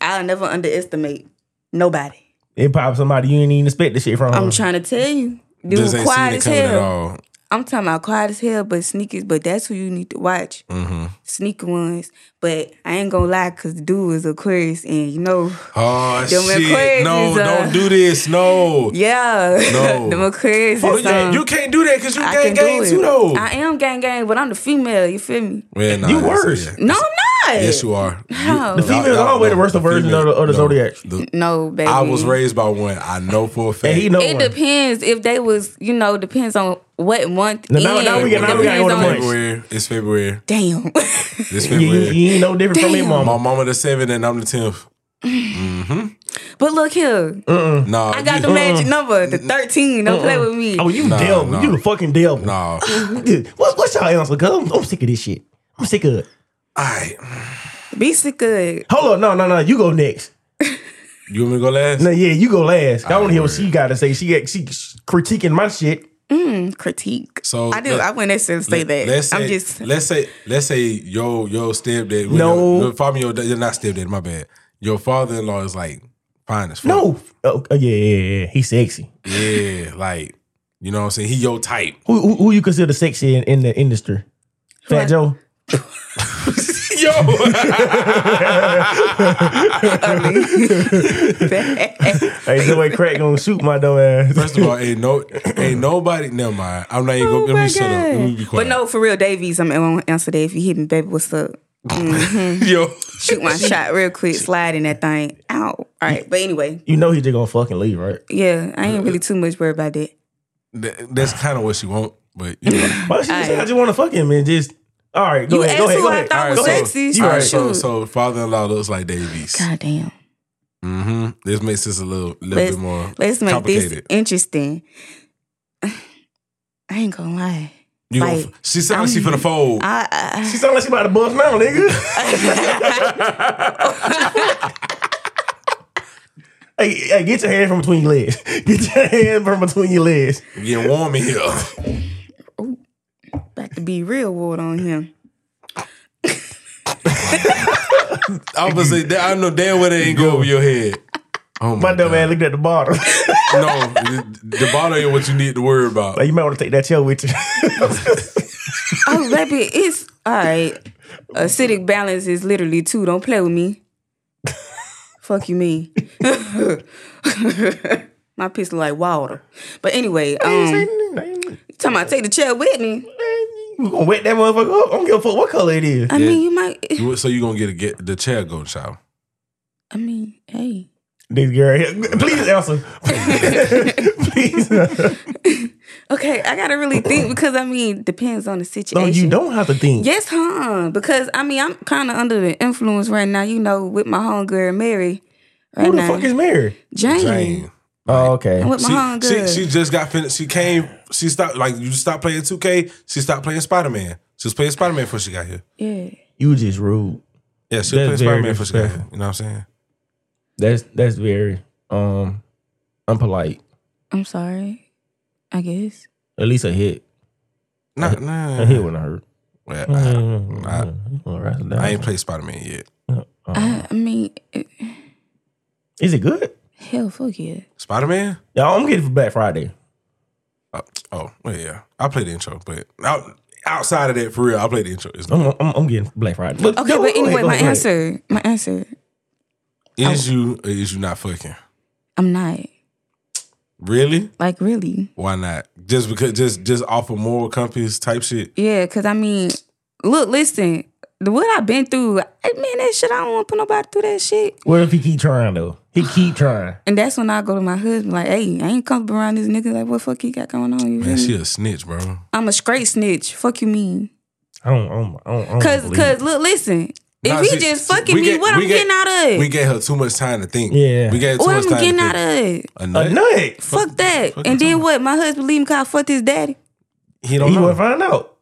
Speaker 4: I'll never underestimate nobody.
Speaker 3: It pop somebody you didn't even expect this shit from.
Speaker 4: I'm trying to tell you. Dude,
Speaker 1: Just ain't seen
Speaker 4: quiet
Speaker 1: it
Speaker 4: as
Speaker 1: coming at
Speaker 4: hell.
Speaker 1: all.
Speaker 4: I'm talking about quiet as hell, but sneakers. But that's who you need to watch.
Speaker 1: Mm-hmm.
Speaker 4: Sneaker ones. But I ain't gonna lie, cause the dude is Aquarius, and you know,
Speaker 1: Oh
Speaker 4: Them
Speaker 1: shit! No,
Speaker 4: Aquarius, uh,
Speaker 1: don't do this. No,
Speaker 4: yeah,
Speaker 1: No.
Speaker 4: the Aquarius
Speaker 1: Oh,
Speaker 4: is
Speaker 1: yeah,
Speaker 4: um,
Speaker 1: you can't do that because you
Speaker 4: I
Speaker 1: gang
Speaker 4: can
Speaker 1: gang
Speaker 4: do it.
Speaker 1: too though.
Speaker 4: I am gang gang, but I'm the female. You feel me?
Speaker 1: Well, nah,
Speaker 3: You
Speaker 1: that's-
Speaker 3: worse.
Speaker 1: yeah.
Speaker 4: No, I'm not.
Speaker 1: Yes, you are. You-
Speaker 4: How? The
Speaker 1: y'all-
Speaker 3: females
Speaker 1: y'all-
Speaker 3: always the
Speaker 1: no,
Speaker 3: worst version
Speaker 1: females-
Speaker 3: of the- of the
Speaker 1: no.
Speaker 3: Zodiac.
Speaker 1: The-
Speaker 4: No, baby.
Speaker 1: I was raised by one. I know for a fact.
Speaker 3: and he know
Speaker 4: It
Speaker 3: one.
Speaker 4: depends if they was, you know, depends on what month.
Speaker 3: No, now-
Speaker 4: in.
Speaker 3: now we got-
Speaker 1: now
Speaker 4: It
Speaker 1: we
Speaker 3: gotta go to
Speaker 4: depends on-
Speaker 1: February. It's February.
Speaker 4: Damn.
Speaker 1: It's
Speaker 3: You, you,
Speaker 1: February.
Speaker 3: you ain't no different from me,
Speaker 4: Damn.
Speaker 1: My
Speaker 3: mama.
Speaker 1: mama the seventh and I'm the tenth.
Speaker 4: but look here,
Speaker 1: Uh, Nah,
Speaker 4: I got
Speaker 1: you-
Speaker 4: the magic number, the 13.
Speaker 1: Uh,
Speaker 4: Don't play with me.
Speaker 3: Oh, you
Speaker 1: Nah,
Speaker 3: devil.
Speaker 1: nah.
Speaker 3: You the fucking devil.
Speaker 1: Nah. All
Speaker 3: Dude, what, what's y'all answer? Cause I'm, I'm sick of this shit. I'm sick of it.
Speaker 1: right.
Speaker 4: Be sick good.
Speaker 3: Hold on, no, no, no. You go next.
Speaker 1: You want me to go last?
Speaker 3: No, yeah, you go last. I want to hear what
Speaker 1: word.
Speaker 3: she got to say. She she critiquing my shit.
Speaker 4: critique.
Speaker 1: So,
Speaker 4: I do.
Speaker 1: let-
Speaker 4: I wouldn't necessarily say that.
Speaker 1: Let's say,
Speaker 4: I'm just
Speaker 1: let's say let's say yo yo stepdad. when
Speaker 3: No.
Speaker 1: your, your father, your you're not stepdad. My bad. Your father in law is like fine as fuck.
Speaker 3: No. Oh, yeah, yeah, yeah. He's sexy.
Speaker 1: Yeah, like you know what I'm saying. He your type.
Speaker 3: Who, who, who you consider sexy in, in the industry? Fat Joe.
Speaker 4: Who?
Speaker 1: Yo,
Speaker 3: Hey, no way crack gonna shoot my dumb ass.
Speaker 1: first of all, ain't no ain't nobody. Never mind. I'm not even gonna
Speaker 4: Oh
Speaker 1: let
Speaker 4: my
Speaker 1: me shut up. Let me
Speaker 4: God.
Speaker 1: be quiet.
Speaker 4: But no, for real, Davies. I'm gonna answer that. If you hit me, baby, what's up?
Speaker 1: yo,
Speaker 4: Shoot my shot real quick. Slide in that thing. Ow. All right. But anyway,
Speaker 3: You know he just gonna fucking leave, right?
Speaker 4: yeah, I ain't really too much worried about that.
Speaker 1: that, that's kind of what she want. But you know.
Speaker 3: Why she just say,
Speaker 4: Aight.
Speaker 3: I just want to fuck him and just. All right, go
Speaker 4: You
Speaker 3: ahead, go
Speaker 4: asked
Speaker 3: ahead,
Speaker 4: who
Speaker 3: go
Speaker 4: I
Speaker 3: ahead.
Speaker 4: thought
Speaker 1: All right,
Speaker 4: was
Speaker 1: so,
Speaker 4: sexy.
Speaker 1: all
Speaker 4: so
Speaker 1: right, so
Speaker 4: shoot.
Speaker 1: so father-in-law looks like Davies.
Speaker 4: God damn.
Speaker 1: hmm This makes this a little little
Speaker 4: Let's,
Speaker 1: bit more
Speaker 4: let's make this
Speaker 1: complicated.
Speaker 4: interesting. I ain't gonna lie.
Speaker 1: You gonna
Speaker 4: like,
Speaker 1: f- she sound like she finna fold.
Speaker 4: I, I,
Speaker 3: She sound like she about to bust now, nigga. hey, hey, get your hand from between your legs. Get your hand from between your legs.
Speaker 1: Getting warm in here.
Speaker 4: about to be real world on him.
Speaker 1: I was gonna say, that- I know damn well they ain't go over your head. Oh my,
Speaker 3: My dumb ass
Speaker 1: God.
Speaker 3: looked at the bottom.
Speaker 1: No, the, the bottle ain't what you need to worry about.
Speaker 3: like, you might want to take that chair with you.
Speaker 4: Oh, baby, it's all right. Acidic balance is literally two. Don't play with me. Fuck you, mean. My piss look like water. But anyway, um, talking about take the chair with me.
Speaker 3: you gonna wet that motherfucker up? I don't give a fuck what color it is.
Speaker 4: I
Speaker 1: Yeah.
Speaker 4: mean, you might.
Speaker 1: You- So you gonna get a get the chair golden shower?
Speaker 4: I mean, hey,
Speaker 3: This girl here. Please answer. Please.
Speaker 4: okay. I gotta really think because I mean, depends on the situation.
Speaker 3: no, you don't have to think.
Speaker 4: Yes, huh? Because I mean, I'm kind of under the influence right now. You know, with my homegirl Mary. Right
Speaker 3: Who the
Speaker 4: now.
Speaker 3: fuck is married?
Speaker 4: Jane?
Speaker 1: Dang.
Speaker 3: Oh, okay.
Speaker 4: I'm with my
Speaker 1: She, she
Speaker 4: homegirl.
Speaker 1: she just got finished. She came. She stopped like you stopped playing 2K. She stopped playing Spider Man. She was playing Spider Man before she got here.
Speaker 4: yeah.
Speaker 3: You just rude.
Speaker 1: Yeah, she was playing
Speaker 3: That's
Speaker 1: Spider Man
Speaker 3: very
Speaker 1: before she got here. You know what I'm saying?
Speaker 3: That's that's very um unpolite.
Speaker 4: I'm sorry. I guess.
Speaker 3: At least a hit.
Speaker 1: Nah, nah.
Speaker 3: A hit when I heard.
Speaker 1: Well,
Speaker 3: Mm-hmm.
Speaker 1: I, I, I ain't
Speaker 3: Is
Speaker 1: played Spider Man yet.
Speaker 3: Uh-huh.
Speaker 4: I, I mean, eh,
Speaker 3: it good?
Speaker 4: hell, fuck yeah.
Speaker 1: Spider Man? Uh,
Speaker 3: No, I'm getting it for Black Friday.
Speaker 1: Oh, well, yeah. I played the intro, but I, outside of that, for real, I play the intro. It's
Speaker 3: I'm, I'm, I'm getting Black Friday. But
Speaker 4: Okay,
Speaker 3: go-
Speaker 4: but
Speaker 3: go
Speaker 4: anyway,
Speaker 3: ahead, go
Speaker 4: my
Speaker 3: ahead.
Speaker 4: answer, my answer,
Speaker 3: Oh.
Speaker 1: is you or is you not fucking?
Speaker 4: I'm not.
Speaker 1: Really?
Speaker 4: Like really,
Speaker 1: Why not? Just because just just off of moral compass type shit.
Speaker 4: yeah. Because I mean, look, listen, the what I've been through, I man, that shit. I don't want to put nobody through that shit.
Speaker 3: What if he keep trying though? He keep trying.
Speaker 4: And that's when I go to my husband, like, hey, I ain't comfortable around this nigga. Like, what fuck he got going on? You
Speaker 1: Man,
Speaker 4: feel me?
Speaker 1: she a snitch, bro.
Speaker 4: I'm a straight snitch. Fuck you mean?
Speaker 3: I don't. I don't. I don't, I don't
Speaker 4: Cause,
Speaker 3: believe
Speaker 4: cause
Speaker 3: it.
Speaker 4: look, listen. If
Speaker 1: Nah,
Speaker 4: he
Speaker 1: see,
Speaker 4: just fucking
Speaker 1: we
Speaker 4: me,
Speaker 1: get-
Speaker 4: what I'm
Speaker 1: we get-
Speaker 4: getting out of it?
Speaker 1: We gave her too much time to think.
Speaker 3: Yeah.
Speaker 1: We gave her too
Speaker 4: what
Speaker 1: much
Speaker 4: I'm
Speaker 1: time
Speaker 4: getting
Speaker 1: to
Speaker 4: out
Speaker 1: think.
Speaker 4: of it?
Speaker 1: A
Speaker 3: a
Speaker 1: nut?
Speaker 3: nut.
Speaker 4: Fuck that.
Speaker 1: fuck
Speaker 4: And
Speaker 1: you
Speaker 4: then what? My husband leave him cause I fucked his daddy.
Speaker 1: He don't
Speaker 3: He
Speaker 1: know.
Speaker 3: won't find out.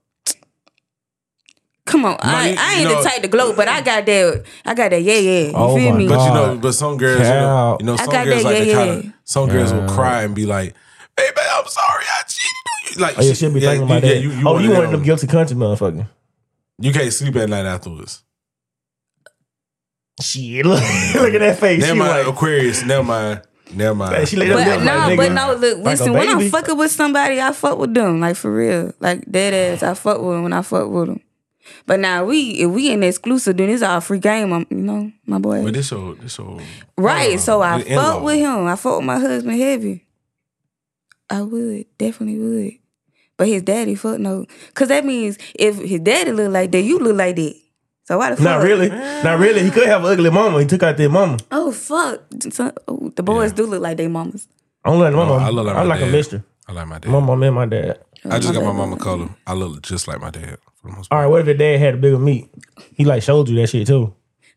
Speaker 4: Come on, I,
Speaker 1: you-
Speaker 4: I
Speaker 1: you
Speaker 4: ain't
Speaker 1: know-
Speaker 4: the type to gloat, but I got that. I got that. Yeah, yeah. You
Speaker 3: Oh
Speaker 4: feel
Speaker 3: my
Speaker 4: me?
Speaker 1: But you know,
Speaker 3: God.
Speaker 1: but some girls, you know,
Speaker 3: Cow.
Speaker 1: you know,
Speaker 4: I
Speaker 1: some
Speaker 4: got
Speaker 1: girls
Speaker 4: that,
Speaker 1: like
Speaker 4: yeah,
Speaker 1: to
Speaker 4: yeah,
Speaker 1: kind
Speaker 4: yeah.
Speaker 1: of, some girls will
Speaker 3: Cow.
Speaker 1: cry and be like, "Baby, I'm sorry, I cheated on you." Like,
Speaker 3: Oh yeah, she'll be thinking about
Speaker 1: you,
Speaker 3: that.
Speaker 1: Yeah, you, you
Speaker 3: oh,
Speaker 1: one
Speaker 3: you
Speaker 1: of
Speaker 3: one of them
Speaker 1: them.
Speaker 3: guilty country motherfucker.
Speaker 1: You can't sleep at night afterwards.
Speaker 3: Shit, look, look at that face.
Speaker 1: Never
Speaker 3: She
Speaker 1: mind,
Speaker 3: like,
Speaker 1: Aquarius. Never mind. Never
Speaker 3: Hey,
Speaker 1: mind.
Speaker 3: she laid up
Speaker 4: But
Speaker 3: there
Speaker 4: no,
Speaker 3: like,
Speaker 4: but
Speaker 3: nigga,
Speaker 4: no, look,
Speaker 3: like a
Speaker 4: listen, when I'm
Speaker 3: baby.
Speaker 4: fucking with somebody, I fuck with them. Like for real. Like dead ass, I fuck with them when I fuck with them. But now we if we in exclusive, then it's all free game, um, you know, my boy.
Speaker 1: But this old, this old.
Speaker 4: right. so I
Speaker 1: the in-law.
Speaker 4: fuck with him. I fuck with my husband heavy. I would, definitely would. But his daddy, fuck no. Cause that means if his daddy look like that, you look like that. So why the fuck?
Speaker 3: Not really. Not really. He could have an ugly mama. He took out their mama.
Speaker 4: Oh fuck. So- oh, the boys do look like they mamas.
Speaker 3: I don't like the mama.
Speaker 1: Oh,
Speaker 3: I
Speaker 1: I look like my
Speaker 3: I like a
Speaker 1: dad.
Speaker 3: mister.
Speaker 1: I like my dad.
Speaker 3: My mom and my dad.
Speaker 1: I just got my mama color. I look just like my dad for the most
Speaker 3: All
Speaker 1: part.
Speaker 3: right, what if your dad had a bigger meat? He like showed you that shit too.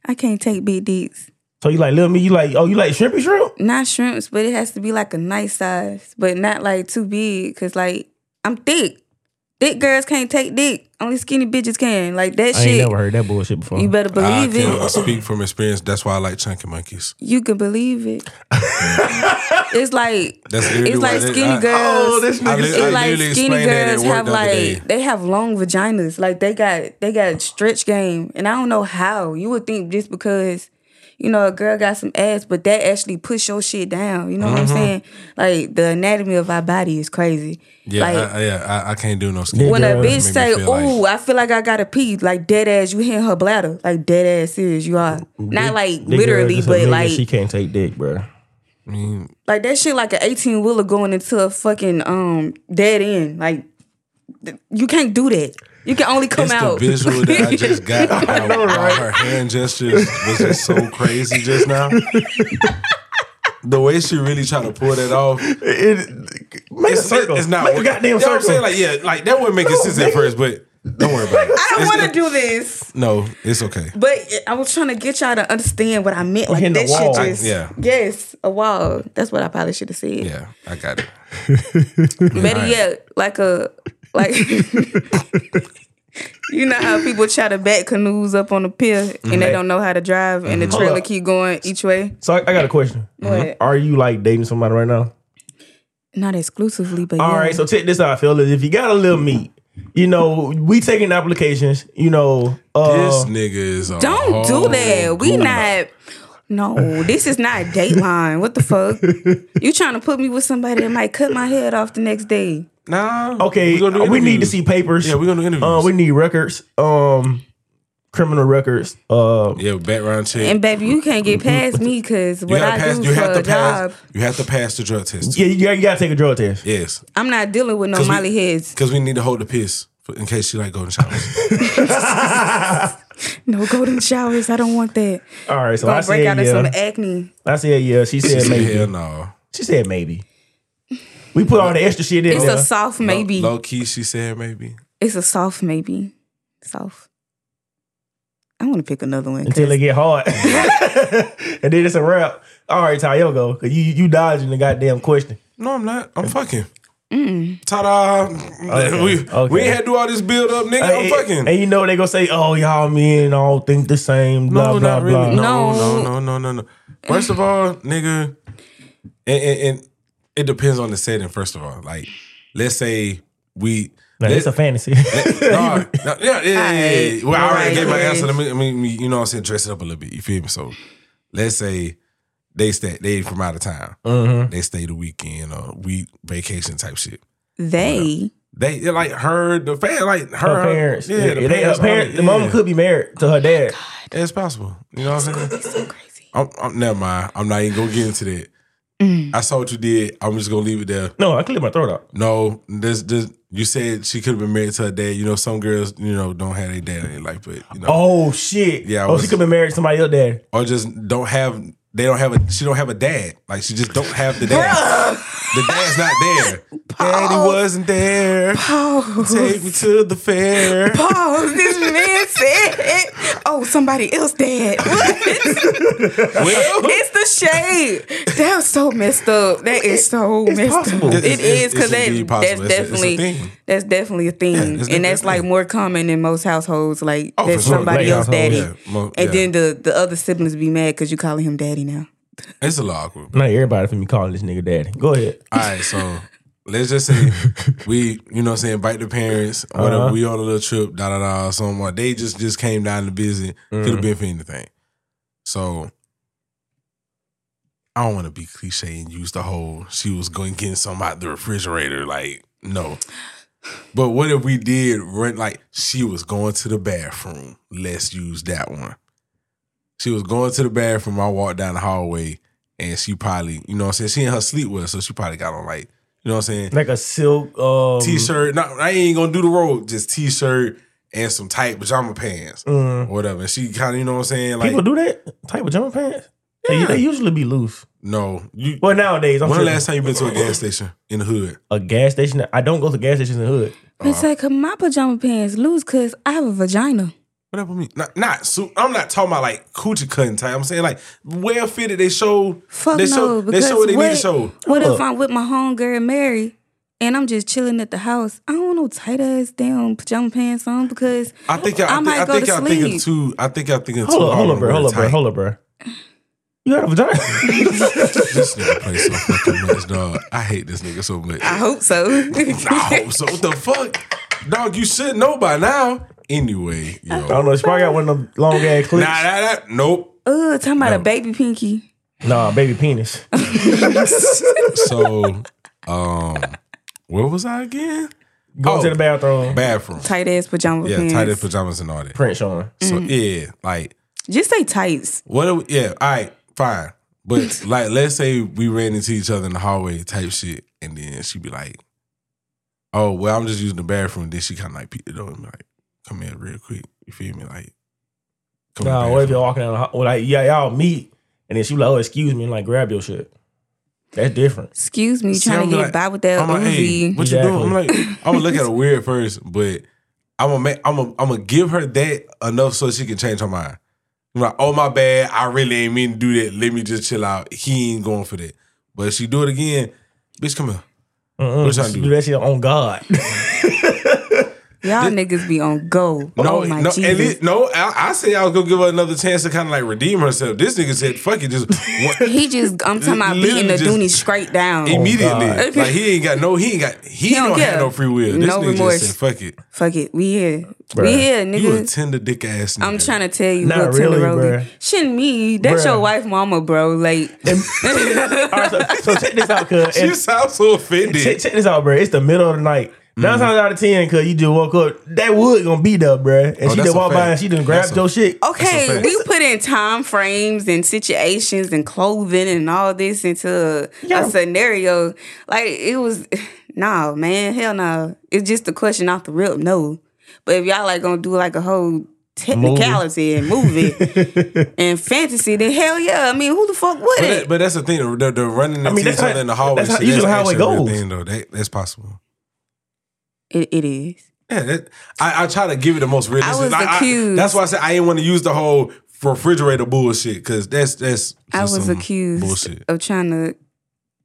Speaker 4: I can't take big dicks.
Speaker 3: So you like little me? You like oh you like shrimpy shrimp?
Speaker 4: not shrimps, but it has to be like a nice size, but not like too big. Cause like I'm thick. Thick girls can't take dick. Only skinny bitches can. Like that
Speaker 3: I ain't
Speaker 4: shit.
Speaker 3: never heard that bullshit before.
Speaker 4: You better
Speaker 1: I
Speaker 4: believe
Speaker 1: can
Speaker 4: it.
Speaker 1: speak from experience. That's why I like chunky monkeys.
Speaker 4: You can believe it. it's like
Speaker 1: That's literally
Speaker 4: it's
Speaker 1: why
Speaker 4: like
Speaker 1: that-
Speaker 4: skinny
Speaker 1: I-
Speaker 4: girls.
Speaker 3: Oh, this
Speaker 1: I
Speaker 3: nigga
Speaker 1: li-
Speaker 4: It's
Speaker 1: I
Speaker 4: like
Speaker 1: literally
Speaker 4: skinny
Speaker 1: explained that at
Speaker 4: girls
Speaker 1: work
Speaker 4: have
Speaker 1: the other day.
Speaker 4: like they have long vaginas. Like they got they got stretch game, and I don't know how. You would think just because you know a girl got some ass, but that actually push your shit down. You know what I'm
Speaker 1: Mm-hmm.
Speaker 4: saying? Like the anatomy of our body is crazy.
Speaker 1: Yeah,
Speaker 4: like,
Speaker 1: I, I- yeah, I, I can't do no skinny.
Speaker 4: when a
Speaker 3: girls
Speaker 4: bitch
Speaker 1: make me
Speaker 4: say,
Speaker 1: feel like-
Speaker 4: "Ooh, I feel like I got to pee," like dead ass, you hit her bladder, like dead ass serious. You are not like
Speaker 3: That girl
Speaker 4: literally,
Speaker 3: just a
Speaker 4: but
Speaker 3: nigga,
Speaker 4: like
Speaker 3: she can't take dick, bro.
Speaker 1: I mean,
Speaker 4: like that shit like an 18 wheeler going into a fucking um dead end like th- you can't do that you can only come
Speaker 1: It's
Speaker 4: out
Speaker 1: the visual that I just got about, about her hand gestures was just so crazy just now. the way she really tried to pull that off,
Speaker 3: It, make
Speaker 1: it's,
Speaker 3: a circle.
Speaker 1: it's not
Speaker 3: make a
Speaker 1: working.
Speaker 3: goddamn
Speaker 1: you know what I'm
Speaker 3: circle.
Speaker 1: saying? Like, yeah, like that wouldn't make it sense at first, but don't worry about it.
Speaker 4: i don't
Speaker 1: It's-
Speaker 4: want to do this
Speaker 1: No, it's okay.
Speaker 4: but i was trying to get y'all to understand what i meant like
Speaker 3: Hitting
Speaker 4: that
Speaker 3: the wall.
Speaker 4: shit
Speaker 3: I-
Speaker 4: just
Speaker 1: yeah.
Speaker 4: yes a wall that's what i probably should have said
Speaker 1: Yeah, I got it.
Speaker 4: better
Speaker 1: right.
Speaker 4: yet like a like You know how people try to back canoes up on the pier and they don't know how to drive and the
Speaker 1: Mm-hmm.
Speaker 4: trailer
Speaker 3: up.
Speaker 4: keep going each way?
Speaker 3: so I, I got a question.
Speaker 4: What?
Speaker 3: Are you like dating somebody right now?
Speaker 4: Not exclusively, but
Speaker 3: All right,
Speaker 4: yeah.
Speaker 3: so check this out, fellas. If you got a little meat, you know we taking applications. You know,
Speaker 1: This
Speaker 3: uh,
Speaker 1: nigga is a
Speaker 4: Don't
Speaker 1: whole
Speaker 4: do that. We
Speaker 1: gooner.
Speaker 4: not. No, this is not Dateline. What the fuck? You trying to put me with somebody that might cut my head off the next day?
Speaker 1: Nah.
Speaker 3: okay,
Speaker 1: we gonna do
Speaker 3: we need to
Speaker 1: interviews.
Speaker 3: see papers.
Speaker 1: Yeah, we're gonna do interviews.
Speaker 3: Uh, we need records, um, criminal records. Uh,
Speaker 1: yeah, background check.
Speaker 4: And baby, you can't get past me because
Speaker 1: you
Speaker 4: what
Speaker 1: gotta
Speaker 4: I
Speaker 1: pass.
Speaker 4: do
Speaker 1: You
Speaker 4: for
Speaker 1: have
Speaker 4: a
Speaker 1: to pass.
Speaker 4: job,
Speaker 1: You have to pass the drug test.
Speaker 3: yeah, you, gotta- you gotta take a drug test.
Speaker 1: Yes.
Speaker 4: I'm not dealing with no
Speaker 1: we-
Speaker 4: molly heads.
Speaker 1: Because we need to hold the piss for, in case she like golden showers.
Speaker 4: No golden showers. I don't want that.
Speaker 3: All right, so I
Speaker 4: Gonna break out
Speaker 3: said
Speaker 4: of some
Speaker 3: yeah.
Speaker 4: acne.
Speaker 3: I said yeah. She
Speaker 1: she
Speaker 3: said
Speaker 1: said,
Speaker 3: maybe.
Speaker 1: hell no.
Speaker 3: She said maybe. We put all the extra shit in
Speaker 4: It's
Speaker 3: there.
Speaker 4: a soft maybe.
Speaker 1: Low key, she said maybe.
Speaker 4: It's a soft maybe. Soft. I want to pick another one.
Speaker 3: until it
Speaker 4: 'cause-
Speaker 3: get hard, and then it's a wrap. All right, Ty, yo, go. 'Cause You you dodging the goddamn question.
Speaker 1: No, I'm not. I'm fucking.
Speaker 4: Mm.
Speaker 1: Ta da. We,
Speaker 3: okay. Uh,
Speaker 1: we ain't had to do all this build up, nigga. I'm
Speaker 3: and,
Speaker 1: fucking.
Speaker 3: and you know they gonna say, "Oh, y'all men all think the same." Blah
Speaker 1: no,
Speaker 3: blah
Speaker 1: not really.
Speaker 3: blah.
Speaker 1: No, no,
Speaker 4: No.
Speaker 1: no, no, no, no. First of all, nigga, and, and, and it depends on the setting, first of all. Like, let's say we.
Speaker 3: Nah,
Speaker 1: let-
Speaker 3: it's a fantasy.
Speaker 1: Nah, nah, yeah, yeah, yeah, yeah, yeah. Well, I already
Speaker 4: Alright,
Speaker 1: gave my
Speaker 4: alright.
Speaker 1: answer. Let me, I mean, you know, what I'm saying dress it up a little bit. You feel me? So, let's say they stay, they from
Speaker 3: Mm-hmm.
Speaker 1: out of town. They stay the weekend or week vacation type shit.
Speaker 4: they
Speaker 1: They it like her, the fan, like her,
Speaker 3: Her parents.
Speaker 1: yeah, the
Speaker 3: they,
Speaker 1: parents,
Speaker 3: her parents
Speaker 1: all-
Speaker 3: the mom
Speaker 1: yeah.
Speaker 3: could be married to her dad.
Speaker 1: It's possible. You know what I'm saying?
Speaker 4: It's so crazy.
Speaker 1: I'm, I'm never mind. I'm not even gonna get into that.
Speaker 4: Mm.
Speaker 1: I saw what you did. I'm just gonna leave it there.
Speaker 3: No, I cleared my throat out.
Speaker 1: No, this this you said she could have been married to her dad. You know, some girls, you know, don't have their dad in their life, but you know,
Speaker 3: Oh shit.
Speaker 1: Yeah, I
Speaker 3: oh,
Speaker 1: was-
Speaker 3: she could be married to somebody else dad.
Speaker 1: or just don't have. They don't have a. She don't have a dad. Like she just don't have the dad. the dad's not there. Daddy wasn't there. Take me to the fair.
Speaker 4: Oh, this man said, "Oh, somebody else dad." What?
Speaker 1: Well,
Speaker 4: it's the shade. That was so messed up. That is so messed
Speaker 3: possible.
Speaker 4: up.
Speaker 1: It's-
Speaker 4: It
Speaker 1: it's-
Speaker 4: is because
Speaker 1: it's indeed
Speaker 4: that,
Speaker 1: possible. It's a-
Speaker 4: that's
Speaker 1: it's a
Speaker 4: definitely
Speaker 1: thing.
Speaker 4: that's definitely a thing,
Speaker 1: it's
Speaker 4: and that's
Speaker 1: definitely a
Speaker 4: like
Speaker 1: thing.
Speaker 4: more common in most households. Like
Speaker 1: Oh, for
Speaker 4: that's
Speaker 1: sure.
Speaker 4: somebody
Speaker 3: Like
Speaker 4: else daddy,
Speaker 1: households, yeah. Mo-
Speaker 4: and
Speaker 1: yeah.
Speaker 4: then the the other siblings be mad because you calling him daddy now.
Speaker 1: it's a little awkward.
Speaker 3: Not everybody from me calling this nigga daddy. Go ahead.
Speaker 1: All right, so let's just say we, you know what I'm saying, invite the parents, whatever, we on a little trip, da da da, something like they just just came down to visit. Could have been for anything. So I don't want to be cliche and use the whole she was going getting something out the refrigerator. Like, no. But what if we did rent like she was going to the bathroom? Let's use that one. She was going to the bathroom. I walked down the hallway and she probably, you know what I'm saying? She in her sleepwear, so she probably got on like, you know what I'm saying?
Speaker 3: Like a silk um,
Speaker 1: T-shirt. Not I ain't gonna do the road, just t-shirt and some tight pajama pants.
Speaker 3: Mm.
Speaker 1: or Whatever. And she kinda, you know what I'm saying? Like
Speaker 3: People do that type of jumper pants. They- They, usually be loose.
Speaker 1: no. You
Speaker 3: Well, nowadays I'm
Speaker 1: when the
Speaker 3: tripping.
Speaker 1: last time you been to a gas station in the hood?
Speaker 3: a gas station. I don't go to gas stations in the hood.
Speaker 1: Uh,
Speaker 4: It's like "Cause my pajama pants loose because I have a vagina.
Speaker 1: Whatever I mean. Not not suit. I'm not talking about like coochie cutting type. I'm saying like well fitted. They show
Speaker 4: Fuck
Speaker 1: they
Speaker 4: no,
Speaker 1: show they
Speaker 4: because
Speaker 1: show what they need
Speaker 4: what-
Speaker 1: to show.
Speaker 4: What
Speaker 3: Hold up.
Speaker 4: if I'm with my homegirl Mary and I'm just chilling at the house? I don't want no tight ass damn pajama pants on because
Speaker 1: I think y'all, I,
Speaker 4: I
Speaker 1: think,
Speaker 4: might
Speaker 1: I
Speaker 4: go
Speaker 1: think
Speaker 4: to
Speaker 1: y'all thinking too.
Speaker 4: sleep.
Speaker 1: I think y'all thinking
Speaker 3: Hold
Speaker 1: too
Speaker 3: up,
Speaker 1: hard
Speaker 3: hold up,
Speaker 1: on
Speaker 3: bro. Hold
Speaker 1: wearing
Speaker 3: up, bro.
Speaker 1: tight.
Speaker 3: Hold up, bro. You got a vagina?
Speaker 1: This nigga plays so fucking much, dog. I hate this nigga so much.
Speaker 4: I hope so.
Speaker 1: No, so what the fuck, dog? You should know by now. Anyway, yo,
Speaker 3: I don't know. She probably got one of them long ass
Speaker 1: nah,
Speaker 3: clips. Nah,
Speaker 1: nah, nah, nope.
Speaker 4: Ugh, talking about a baby pinky.
Speaker 3: baby penis.
Speaker 1: So, um, where was I again?
Speaker 3: Go
Speaker 1: Oh.
Speaker 3: to the bathroom.
Speaker 1: Bathroom.
Speaker 4: Tight ass pajama
Speaker 1: Yeah,
Speaker 4: pants. Mm.
Speaker 1: tight ass pajamas and all that.
Speaker 3: Print showing.
Speaker 1: So yeah, like
Speaker 4: Just say tights.
Speaker 1: what? Are we, yeah, all right, fine. But like, let's say we ran into each other in the hallway, type shit, and then she'd be like, "Oh, well, I'm just using the bathroom." Then she kind of like peeked the door and be like, "Come here, real quick." You feel me? Like, come in the
Speaker 3: Nah, what if
Speaker 1: bathroom.
Speaker 3: you're walking down the hall? Like, yeah, y'all meet, and then she like, oh, excuse me, and like grab your shit. That's different.
Speaker 4: Excuse me,
Speaker 1: See,
Speaker 4: trying
Speaker 1: I'm
Speaker 4: to get
Speaker 1: like-
Speaker 4: by with that
Speaker 1: I'm like, hey,
Speaker 4: Uzi.
Speaker 1: what you doing? I'm like, I'm gonna look at her weird first, but I'm gonna make, I'm gonna, I'm gonna give her that enough so she can change her mind. I'm like, oh my bad, I really ain't mean to do that. Let me just chill out. He ain't going for that. But if she do it again, bitch, come here.
Speaker 3: Mm-mm.
Speaker 1: What y'all
Speaker 3: She
Speaker 1: do?
Speaker 3: do that shit on God.
Speaker 4: Y'all niggas be on go.
Speaker 1: No,
Speaker 4: oh my
Speaker 1: no,
Speaker 4: Jesus.
Speaker 1: at least, no. I, I say I was gonna give her another chance to kind of like redeem herself. This nigga said, "Fuck it, just wa-
Speaker 4: he just I'm talking about beating the
Speaker 1: Literally just-
Speaker 4: Dooney straight down.
Speaker 1: immediately."
Speaker 4: Oh, God.
Speaker 1: like he ain't got no, he ain't got, he,
Speaker 4: He
Speaker 1: don't,
Speaker 4: don't
Speaker 1: have
Speaker 4: care.
Speaker 1: no free will. This
Speaker 4: No
Speaker 1: nigga
Speaker 4: remorse.
Speaker 1: just said, "Fuck it,
Speaker 4: Fuck it. We here.
Speaker 3: Bruh.
Speaker 4: We here,
Speaker 1: you a
Speaker 4: nigga.
Speaker 1: tender dick ass." Nigga.
Speaker 4: I'm trying to tell you,
Speaker 3: Not
Speaker 4: little Tilly
Speaker 3: really,
Speaker 4: Rogan.
Speaker 3: bruh.
Speaker 4: Shouldn't me. That's
Speaker 3: Bruh.
Speaker 4: your wife mama, bro. Like
Speaker 3: All right, so, so check this out, cuz.
Speaker 1: She
Speaker 3: And
Speaker 1: sounds so offended.
Speaker 3: Check, check this out, bro. It's the middle of the night.
Speaker 1: Mm.
Speaker 3: Nine times out of ten, cause you just woke up, that wood gonna be there, bro. And she
Speaker 1: Oh, that's
Speaker 3: just
Speaker 1: a
Speaker 3: walked by
Speaker 1: fact.
Speaker 3: and she done grabbed
Speaker 1: That's a-
Speaker 3: your shit.
Speaker 1: That's
Speaker 4: Okay,
Speaker 1: a fact.
Speaker 4: we put in time frames and situations and clothing and all this into a,
Speaker 3: Yeah.
Speaker 4: a scenario. Like it was, nah, man, hell no. It's just a question off the rip, no. But if y'all like gonna do like a whole technicality and movie and fantasy, then hell yeah. I mean, who the fuck would
Speaker 1: But,
Speaker 4: it?
Speaker 1: that, but that's the thing. The, the running into
Speaker 3: I mean,
Speaker 1: each
Speaker 3: that's
Speaker 1: other
Speaker 3: how-
Speaker 1: in the hallway.
Speaker 3: that's how-
Speaker 1: shit,
Speaker 3: usually how it
Speaker 1: actually a real
Speaker 3: goes.
Speaker 1: Thing, though. That, that's possible.
Speaker 4: it? It is.
Speaker 1: Yeah, that, I, I try to give it the most realistic.
Speaker 4: was accused.
Speaker 1: that's why I said I didn't want to use the whole refrigerator bullshit because that's that's.
Speaker 4: I
Speaker 1: just
Speaker 4: was
Speaker 1: some
Speaker 4: accused
Speaker 1: bullshit.
Speaker 4: of trying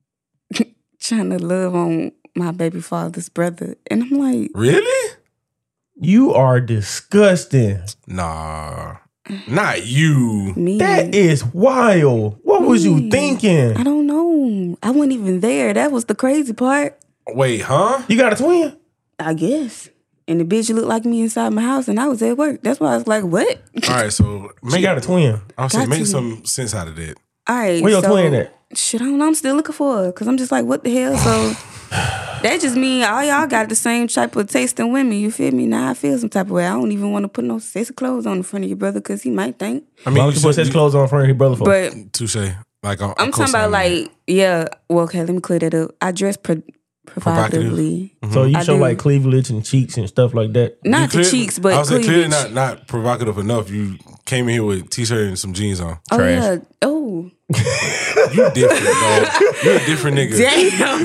Speaker 4: to trying to love on my baby father's brother, and I'm like,
Speaker 1: Really?
Speaker 3: You are disgusting.
Speaker 1: Nah, not you.
Speaker 4: me.
Speaker 3: That is wild. What was you
Speaker 4: I
Speaker 3: thinking?
Speaker 4: don't know. I wasn't even there. That was the crazy part.
Speaker 1: Wait, huh?
Speaker 3: You got a twin?
Speaker 4: I guess. And the bitch looked like me inside my house, and I was at work. That's why I was like, "What?
Speaker 1: All right, so
Speaker 3: She
Speaker 1: make
Speaker 3: got a twin.
Speaker 1: I'm saying
Speaker 4: Got
Speaker 1: make
Speaker 4: you.
Speaker 1: some sense out of that.
Speaker 4: All right,
Speaker 3: Where your
Speaker 4: so,
Speaker 3: twin at?
Speaker 4: Shit, I don't know. I'm still looking for her because I'm just like, what the hell? So That just mean all y'all got the same type of taste in women. You feel me? Now I feel some type of way. I don't even want to put no sexy clothes on in front of your brother because he might think.
Speaker 1: I
Speaker 3: Why
Speaker 1: mean,
Speaker 3: would you put his clothes on in front of his brother for?
Speaker 4: But
Speaker 1: Touche. Like I'm,
Speaker 4: I'm talking about like, yeah. Well, okay, let me clear that up. I dress pro- provocatively,
Speaker 3: so you
Speaker 4: I
Speaker 3: show
Speaker 4: do.
Speaker 3: like cleavage and cheeks and stuff like that.
Speaker 4: not the cheeks,
Speaker 1: Mm-hmm. I
Speaker 4: but
Speaker 1: was saying, clearly not
Speaker 4: cleavage.
Speaker 1: not provocative enough. You came in here with t-shirt and some jeans on.
Speaker 4: oh
Speaker 3: trash.
Speaker 4: yeah. Oh
Speaker 1: You different, dog. You a different nigga.
Speaker 4: Oh,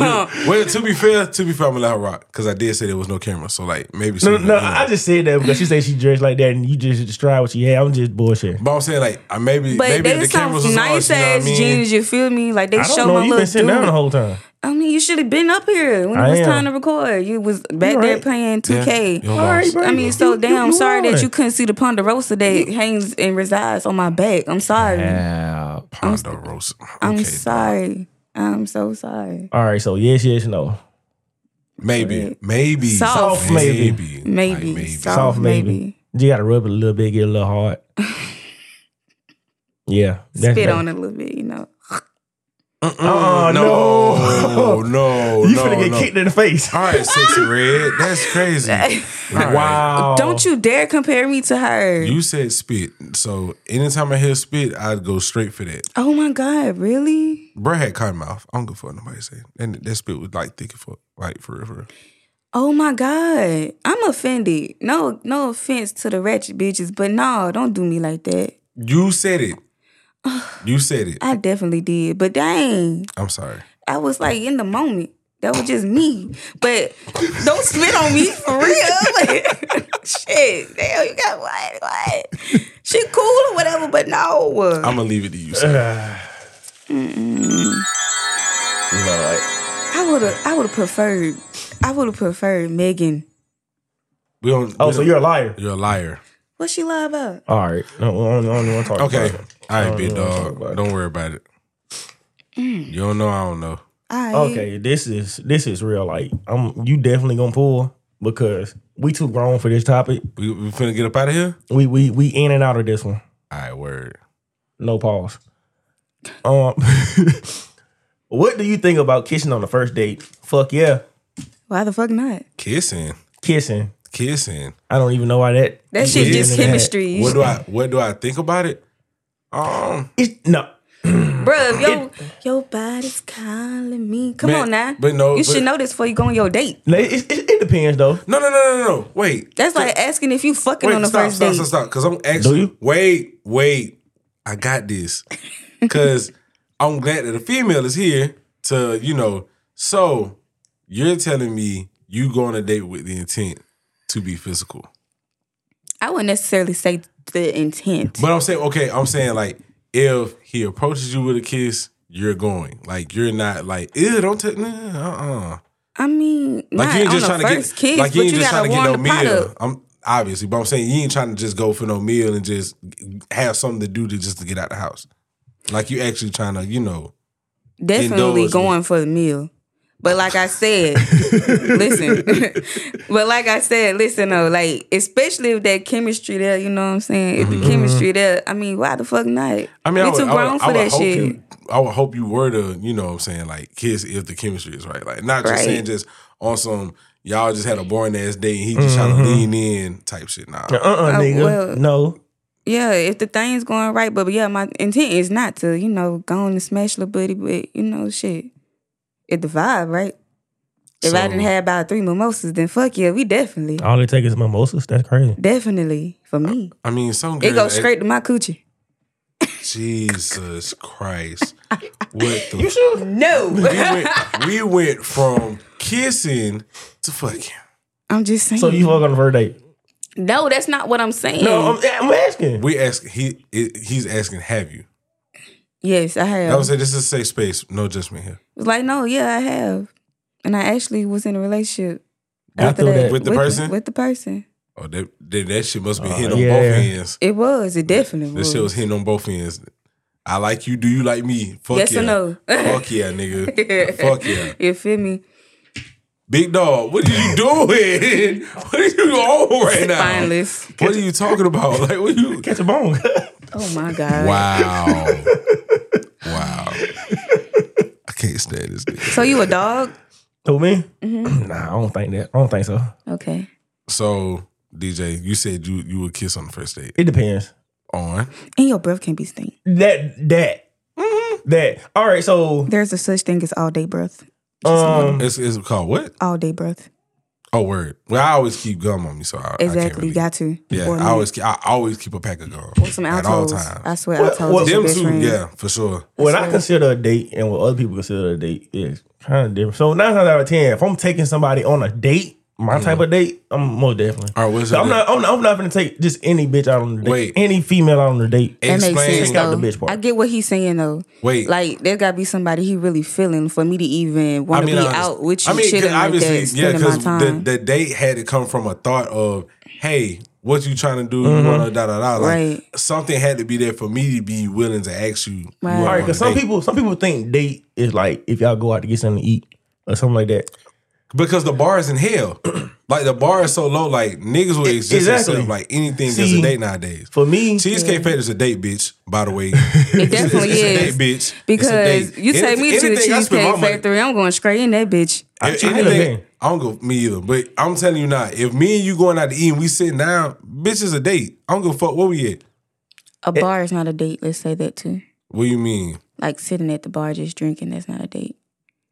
Speaker 4: damn.
Speaker 1: Well, to be fair, to be fair, I'm gonna let her rock because I did say there was no camera, so like maybe.
Speaker 3: No,
Speaker 1: some-
Speaker 3: no,
Speaker 1: you know.
Speaker 3: I just said that because she said she dressed like that, and you just described what she had. I'm just bullshit.
Speaker 1: But I'm saying like I maybe
Speaker 4: But
Speaker 1: maybe if
Speaker 4: they
Speaker 1: the
Speaker 4: some
Speaker 1: cameras was
Speaker 4: nice
Speaker 1: on, you know what I
Speaker 4: ass
Speaker 1: mean?
Speaker 4: jeans. You feel me? Like they
Speaker 3: I
Speaker 4: show
Speaker 3: don't
Speaker 4: my
Speaker 3: know. You
Speaker 4: little
Speaker 3: been sitting down
Speaker 4: dude.
Speaker 3: the whole time.
Speaker 4: I mean, you should have been up here when it
Speaker 3: I
Speaker 4: was
Speaker 3: am.
Speaker 4: time to record. You was back
Speaker 3: You
Speaker 4: there
Speaker 3: right.
Speaker 4: playing 2K.
Speaker 1: Yeah, your loss.
Speaker 4: I mean, so
Speaker 3: You-
Speaker 4: damn
Speaker 3: you
Speaker 4: sorry that
Speaker 3: won.
Speaker 4: you couldn't see the Ponderosa that hangs and resides on my back. I'm sorry.
Speaker 1: Ponderosa.
Speaker 4: I'm
Speaker 1: Okay,
Speaker 4: sorry. I'm so sorry.
Speaker 3: All right, so yes, yes, no.
Speaker 1: Maybe, maybe,
Speaker 4: Soft
Speaker 3: maybe.
Speaker 1: maybe,
Speaker 4: Maybe.
Speaker 1: Like, maybe.
Speaker 4: Soft,
Speaker 3: Soft maybe.
Speaker 4: Oh, maybe.
Speaker 3: You gotta rub it a little bit, get a little hard. yeah, that's
Speaker 4: Spit
Speaker 3: that.
Speaker 4: on it a little bit, you know.
Speaker 3: Uh-uh,
Speaker 1: Mm, no, no, no.
Speaker 3: You finna get
Speaker 1: no.
Speaker 3: kicked in the face.
Speaker 1: All right, sexy red. That's crazy. Wow.
Speaker 3: Wow.
Speaker 4: Don't you dare compare me to
Speaker 1: Oh.
Speaker 4: her.
Speaker 1: You said spit. So anytime I hear spit, I'd go straight for that.
Speaker 4: oh my God, really?
Speaker 1: Bruh had cotton mouth. I don't give a fuck what nobody say. And that spit was like thick as fuck. Like for real, for real.
Speaker 4: Oh my God. I'm offended. No, no offense to the ratchet bitches, but no, don't do me like that.
Speaker 1: You said it. You said it.
Speaker 4: I definitely did. But dang,
Speaker 1: I'm sorry.
Speaker 4: I was like in the moment. That was just me. But don't spit on me for real. Like, shit. Damn, you got what? What? She cool or whatever, but no.
Speaker 1: I'm gonna leave it to you. Sir.
Speaker 3: Lord.
Speaker 4: I would have I would have preferred I would have preferred Megan.
Speaker 1: We don't.
Speaker 3: Oh,
Speaker 1: we
Speaker 3: so
Speaker 1: don't-
Speaker 3: you're a liar.
Speaker 1: you're a liar.
Speaker 4: What she lie about?
Speaker 3: All right. No, I don't, I don't want to talk
Speaker 1: Okay.
Speaker 3: about it.
Speaker 1: All right,
Speaker 3: don't
Speaker 1: big
Speaker 3: know what I'm talking
Speaker 1: dog.
Speaker 3: about.
Speaker 1: Don't worry about it.
Speaker 4: Mm.
Speaker 1: You don't know. I don't know.
Speaker 4: I
Speaker 3: Okay, this is this is real. Like, I'm you definitely gonna pull because we too grown for this topic.
Speaker 1: We, we finna get up out of here.
Speaker 3: We we we in and out of this one.
Speaker 1: All right, word.
Speaker 3: No pause. Um, what do you think about kissing on the first date? Fuck yeah,
Speaker 4: Why the fuck not?
Speaker 1: Kissing,
Speaker 3: kissing.
Speaker 1: kissing.
Speaker 3: I don't even know why that.
Speaker 4: That shit
Speaker 1: Yeah.
Speaker 4: just
Speaker 3: Yeah.
Speaker 4: chemistry.
Speaker 1: What do I? What do I think about it? Um,
Speaker 3: It's, no,
Speaker 4: Bruh, yo, your body's calling me. Come
Speaker 1: Man,
Speaker 4: on now.
Speaker 1: but no,
Speaker 4: you
Speaker 1: but-
Speaker 4: should know this before you go on your date.
Speaker 3: No, it, it, it depends though.
Speaker 1: no, no, no, no, no. Wait,
Speaker 4: That's like asking if you fucking
Speaker 1: wait.
Speaker 4: on the
Speaker 1: stop,
Speaker 4: first
Speaker 1: stop,
Speaker 4: date.
Speaker 1: stop, stop. Because I'm actually.
Speaker 3: you?
Speaker 1: Wait, wait. I got this. Because I'm glad that a female is here to you know. So you're telling me you go on a date with the intent to be physical.
Speaker 4: I wouldn't necessarily say the intent.
Speaker 1: But I'm saying, okay, I'm saying like if he approaches you with a kiss, you're going. Like you're not like, ew, don't take nah, uh uh
Speaker 4: I mean,
Speaker 1: Like
Speaker 4: not
Speaker 1: you ain't
Speaker 4: on
Speaker 1: just
Speaker 4: the
Speaker 1: trying to
Speaker 4: first
Speaker 1: get
Speaker 4: kiss,
Speaker 1: like
Speaker 4: but
Speaker 1: you ain't
Speaker 4: you
Speaker 1: just
Speaker 4: gotta
Speaker 1: trying to get
Speaker 4: warm
Speaker 1: no
Speaker 4: the pot
Speaker 1: meal.
Speaker 4: up.
Speaker 1: I'm obviously, but I'm saying you ain't trying to just go for no meal and just have something to do to just to get out the house. Like you actually trying to, you know,
Speaker 4: Definitely
Speaker 1: Indulge
Speaker 4: going for the meal. But like I said, listen. but like I said, listen though, like especially if that chemistry there, you know what I'm saying? If the chemistry there, I mean, why the fuck not?
Speaker 1: Mm-hmm. I mean,
Speaker 4: we
Speaker 1: I would, I
Speaker 4: too
Speaker 1: would-
Speaker 4: grown
Speaker 1: I
Speaker 4: for
Speaker 1: would
Speaker 4: that
Speaker 1: hope
Speaker 4: shit.
Speaker 1: You, I would hope you were to, you know what I'm saying, like kiss if the chemistry is right. Like not just
Speaker 4: Right.
Speaker 1: saying just on some y'all just had a boring ass day and he just trying to lean in type shit. Nah.
Speaker 3: Uh, uh
Speaker 4: Oh,
Speaker 3: nigga.
Speaker 4: well.
Speaker 3: No,
Speaker 4: Yeah, if the thing's going right, but, but yeah, my intent is not to, you know, go on and smash little buddy, but you know, shit. If the vibe, right? If I
Speaker 1: So- Oh.
Speaker 4: didn't have about three mimosas, then fuck yeah, we definitely.
Speaker 3: all it takes is mimosas. That's crazy.
Speaker 4: Definitely. For me.
Speaker 1: I mean, some girls. eh,
Speaker 4: It goes straight to my coochie.
Speaker 1: Jesus Christ! What the? f-
Speaker 4: No.
Speaker 1: We went, we went from kissing to fucking.
Speaker 4: I'm just saying.
Speaker 3: So you fuck on the first date?
Speaker 4: no, that's not what I'm saying.
Speaker 3: No, I'm, I'm asking.
Speaker 1: We ask he it, he's asking, have you?
Speaker 4: yes, I
Speaker 1: I would
Speaker 4: have.
Speaker 1: say this is a safe space. No judgment here.
Speaker 4: It's like, no, yeah, I have. And I actually was in a relationship
Speaker 3: After
Speaker 4: after
Speaker 3: that,
Speaker 4: that.
Speaker 1: With the person?
Speaker 4: With the person.
Speaker 1: Oh, that that, that shit must be hitting
Speaker 3: Uh,
Speaker 1: on
Speaker 3: yeah.
Speaker 1: both ends.
Speaker 4: It was. It definitely
Speaker 1: This
Speaker 4: was.
Speaker 1: shit was hitting on both ends. I like you. Do you like me? Fuck
Speaker 4: Yes
Speaker 1: yeah.
Speaker 4: or no?
Speaker 1: Fuck yeah, nigga. Fuck yeah.
Speaker 4: You feel me?
Speaker 1: Big dog, what are you doing? What are you on right now?
Speaker 4: Finalist.
Speaker 1: What are you talking about? Like, what you?
Speaker 3: catch a bone.
Speaker 4: Oh my God.
Speaker 1: Wow. wow. I can't stand this nigga.
Speaker 4: So you a dog?
Speaker 3: Who me? nah, I don't think that. I don't think so.
Speaker 4: Okay.
Speaker 1: So DJ, you said you you would kiss on the first date.
Speaker 3: It depends.
Speaker 1: On
Speaker 4: And your breath can be stink.
Speaker 3: That that that. All right, so
Speaker 4: There's a such thing as all day breath.
Speaker 3: um,
Speaker 1: it's, it's called what?
Speaker 4: All day breath.
Speaker 1: Oh, word. Well, I always keep gum on me, so I, I can't
Speaker 4: Exactly.
Speaker 1: really,
Speaker 4: You got to.
Speaker 1: Yeah,
Speaker 4: Or
Speaker 1: I always keep, I always keep a pack of gum
Speaker 4: or some
Speaker 1: at all
Speaker 4: altos.
Speaker 1: times.
Speaker 4: I swear,
Speaker 3: Well,
Speaker 4: altos.
Speaker 3: well,
Speaker 4: is your
Speaker 1: Them
Speaker 4: best
Speaker 1: two,
Speaker 4: friend.
Speaker 1: yeah, for sure.
Speaker 3: what I
Speaker 4: Sure.
Speaker 3: consider a date and what other people consider a date is kind of different. So nine times out of ten, if I'm taking somebody on a date, my type of date, I'm most definitely.
Speaker 1: All right, what's
Speaker 3: So
Speaker 1: your
Speaker 3: I'm
Speaker 1: date?
Speaker 3: not. I'm not, I'm not gonna take just any bitch out on the date.
Speaker 1: Wait.
Speaker 3: any female out on the date.
Speaker 4: That
Speaker 1: Explain-
Speaker 4: makes sense
Speaker 3: Take out
Speaker 4: though.
Speaker 3: the bitch part.
Speaker 4: I get what he's saying though.
Speaker 1: Wait.
Speaker 4: like there gotta be somebody he really feeling for me to even want to be
Speaker 1: understand-
Speaker 4: out with you,
Speaker 1: I mean, 'cause
Speaker 4: chilling like
Speaker 1: obviously,
Speaker 4: that,
Speaker 1: yeah,
Speaker 4: spending my
Speaker 1: because the,
Speaker 4: time.
Speaker 1: the date had to come from a thought of, hey, what you trying to do?
Speaker 3: Mm-hmm.
Speaker 1: You want to da da da? Like
Speaker 4: Right.
Speaker 1: something had to be there for me to be willing to ask you.
Speaker 4: Right.
Speaker 3: All right, because some people some people think date is like if y'all go out to get something to eat or something like that.
Speaker 1: because the bar is in hell. like the bar is so low, like niggas will exist
Speaker 3: E-, exactly.
Speaker 1: themselves, like anything that's
Speaker 3: See,
Speaker 1: a date nowadays.
Speaker 3: For me,
Speaker 1: Cheesecake Factory is a date, bitch. By the way, it
Speaker 4: definitely
Speaker 1: it's A
Speaker 4: is.
Speaker 1: date, bitch. It's a
Speaker 4: because
Speaker 1: date.
Speaker 4: you take
Speaker 1: Anything-
Speaker 4: me to the
Speaker 1: anything I spend my
Speaker 4: Cheesecake
Speaker 1: money-
Speaker 4: Factory, I'm going straight in that bitch.
Speaker 3: I'm
Speaker 1: If
Speaker 3: trying to
Speaker 1: anything,
Speaker 3: think.
Speaker 1: I don't go me either. But I'm telling you now, if me and you going out to eat and we sitting down, bitch is a date. I don't give a fuck where we at.
Speaker 4: A bar is not a date. Let's say that too.
Speaker 1: What do you mean?
Speaker 4: Like sitting at the bar just drinking, that's not a date.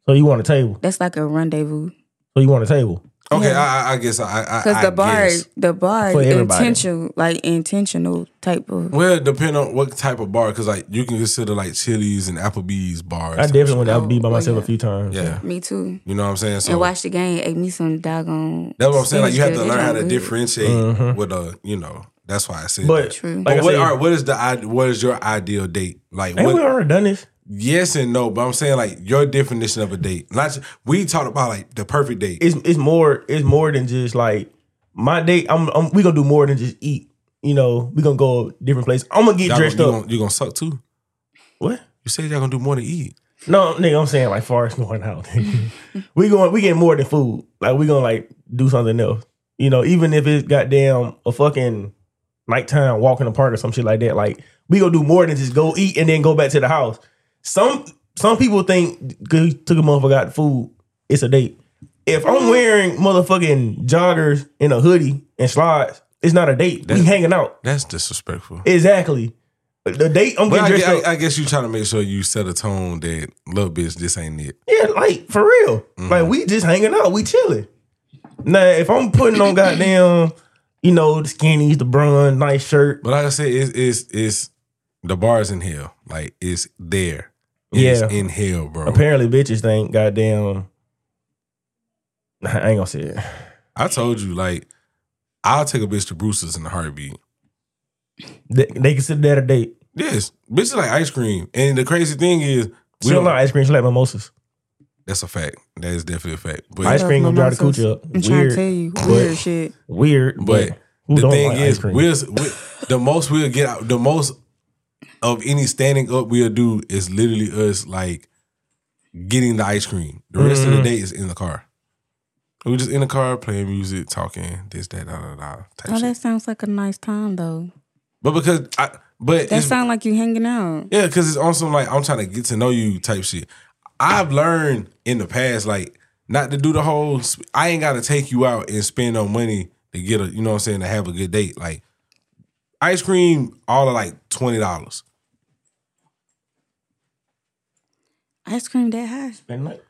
Speaker 3: so you want a table?
Speaker 4: That's like a rendezvous.
Speaker 3: So you want a table?
Speaker 1: Okay, I, I, I guess I. I
Speaker 4: Because
Speaker 1: I
Speaker 4: the bar,
Speaker 1: guess.
Speaker 4: the bar,
Speaker 3: For
Speaker 4: is
Speaker 3: everybody.
Speaker 4: intentional, like intentional type of.
Speaker 1: Well, depend on what type of bar, because like you can consider like Chili's and Applebee's bars.
Speaker 3: I definitely went out to be by
Speaker 4: Oh, well,
Speaker 3: myself
Speaker 4: yeah.
Speaker 3: a few times.
Speaker 1: Yeah.
Speaker 4: Me too.
Speaker 1: You know what I'm saying? So
Speaker 4: and watch the game. Ate me some doggone.
Speaker 1: that's what I'm saying. Like you have to
Speaker 4: Snickers,
Speaker 1: learn how
Speaker 4: that
Speaker 1: to
Speaker 4: sound good.
Speaker 1: differentiate with a, you know, that's why I said.
Speaker 3: Mm-hmm. but
Speaker 1: that.
Speaker 4: True.
Speaker 3: like
Speaker 1: but what,
Speaker 3: I said,
Speaker 1: all right, what is the ide- what is your ideal date? Like
Speaker 3: ain't
Speaker 1: what,
Speaker 3: we already done this?
Speaker 1: yes and no, but I'm saying like your definition of a date. Not we talked about like the perfect date.
Speaker 3: It's it's more it's more than just like my date. I'm, I'm we gonna do more than just eat. You know, we gonna go a different place. I'm gonna get
Speaker 1: Y'all
Speaker 3: dressed
Speaker 1: gonna,
Speaker 3: up.
Speaker 1: You gonna, you gonna suck too.
Speaker 3: what?
Speaker 1: You said y'all gonna do more than eat.
Speaker 3: No, nigga, I'm saying like far as going out. we going we getting more than food. Like we gonna like do something else. You know, even if it's goddamn a fucking nighttime walk in the park or some shit like that. Like we gonna do more than just go eat and then go back to the house. Some some people think 'cause you took a motherfucker out to food, it's a date. If
Speaker 1: Mm-hmm.
Speaker 3: I'm wearing motherfucking joggers and a hoodie and slides, it's not a date. we
Speaker 1: That's-
Speaker 3: hanging out.
Speaker 1: That's disrespectful.
Speaker 3: Exactly. The date I'm
Speaker 1: But
Speaker 3: getting
Speaker 1: I,
Speaker 3: dressed up.
Speaker 1: gue- I, I guess you trying to make sure you set a tone that little bitch, this ain't it.
Speaker 3: Yeah, like for real.
Speaker 1: Mm-hmm.
Speaker 3: Like we just hanging out, we chilling. Now, if I'm putting on goddamn, you know, the skinnies, the brun, nice shirt.
Speaker 1: But like I said, it's it's, it's the bar's in hell. Like it's there. It's
Speaker 3: Yeah.
Speaker 1: in hell, bro.
Speaker 3: Apparently, bitches think goddamn. I ain't gonna say it.
Speaker 1: I told you, like, I'll take a bitch to Bruce's in a heartbeat.
Speaker 3: They, they consider that a date.
Speaker 1: Yes, bitches like ice cream. And the crazy thing is, we
Speaker 3: She don't
Speaker 1: don't,
Speaker 3: like ice cream. She like mimosas.
Speaker 1: that's a fact. That is definitely a fact. But
Speaker 3: Ice cream gonna dry the
Speaker 4: mimosas.
Speaker 3: coochie up.
Speaker 4: I'm trying to tell
Speaker 3: Weird,
Speaker 4: you, weird shit.
Speaker 3: weird. But,
Speaker 1: But
Speaker 3: who
Speaker 1: the
Speaker 3: don't
Speaker 1: thing
Speaker 3: like ice
Speaker 1: is,
Speaker 3: cream?
Speaker 1: we'll, we, the most we'll get out, the most of any standing up we'll do is literally us like getting the ice cream. The rest
Speaker 3: Mm-hmm.
Speaker 1: of the day is in the car. We just in the car playing music, talking this, that, da, da, da. Type
Speaker 4: Oh,
Speaker 1: shit.
Speaker 4: that sounds like a nice time though.
Speaker 1: But because I, but
Speaker 4: That
Speaker 1: it's,
Speaker 4: sounds like you hanging out.
Speaker 1: yeah, because it's also like I'm trying to get to know you type shit. I've learned in the past like not to do the whole. sp- I ain't got to take you out and spend no money to get a. You know what I'm saying to have a good date. Like ice cream, all are like twenty dollars.
Speaker 4: Ice cream that high.
Speaker 3: Spend night.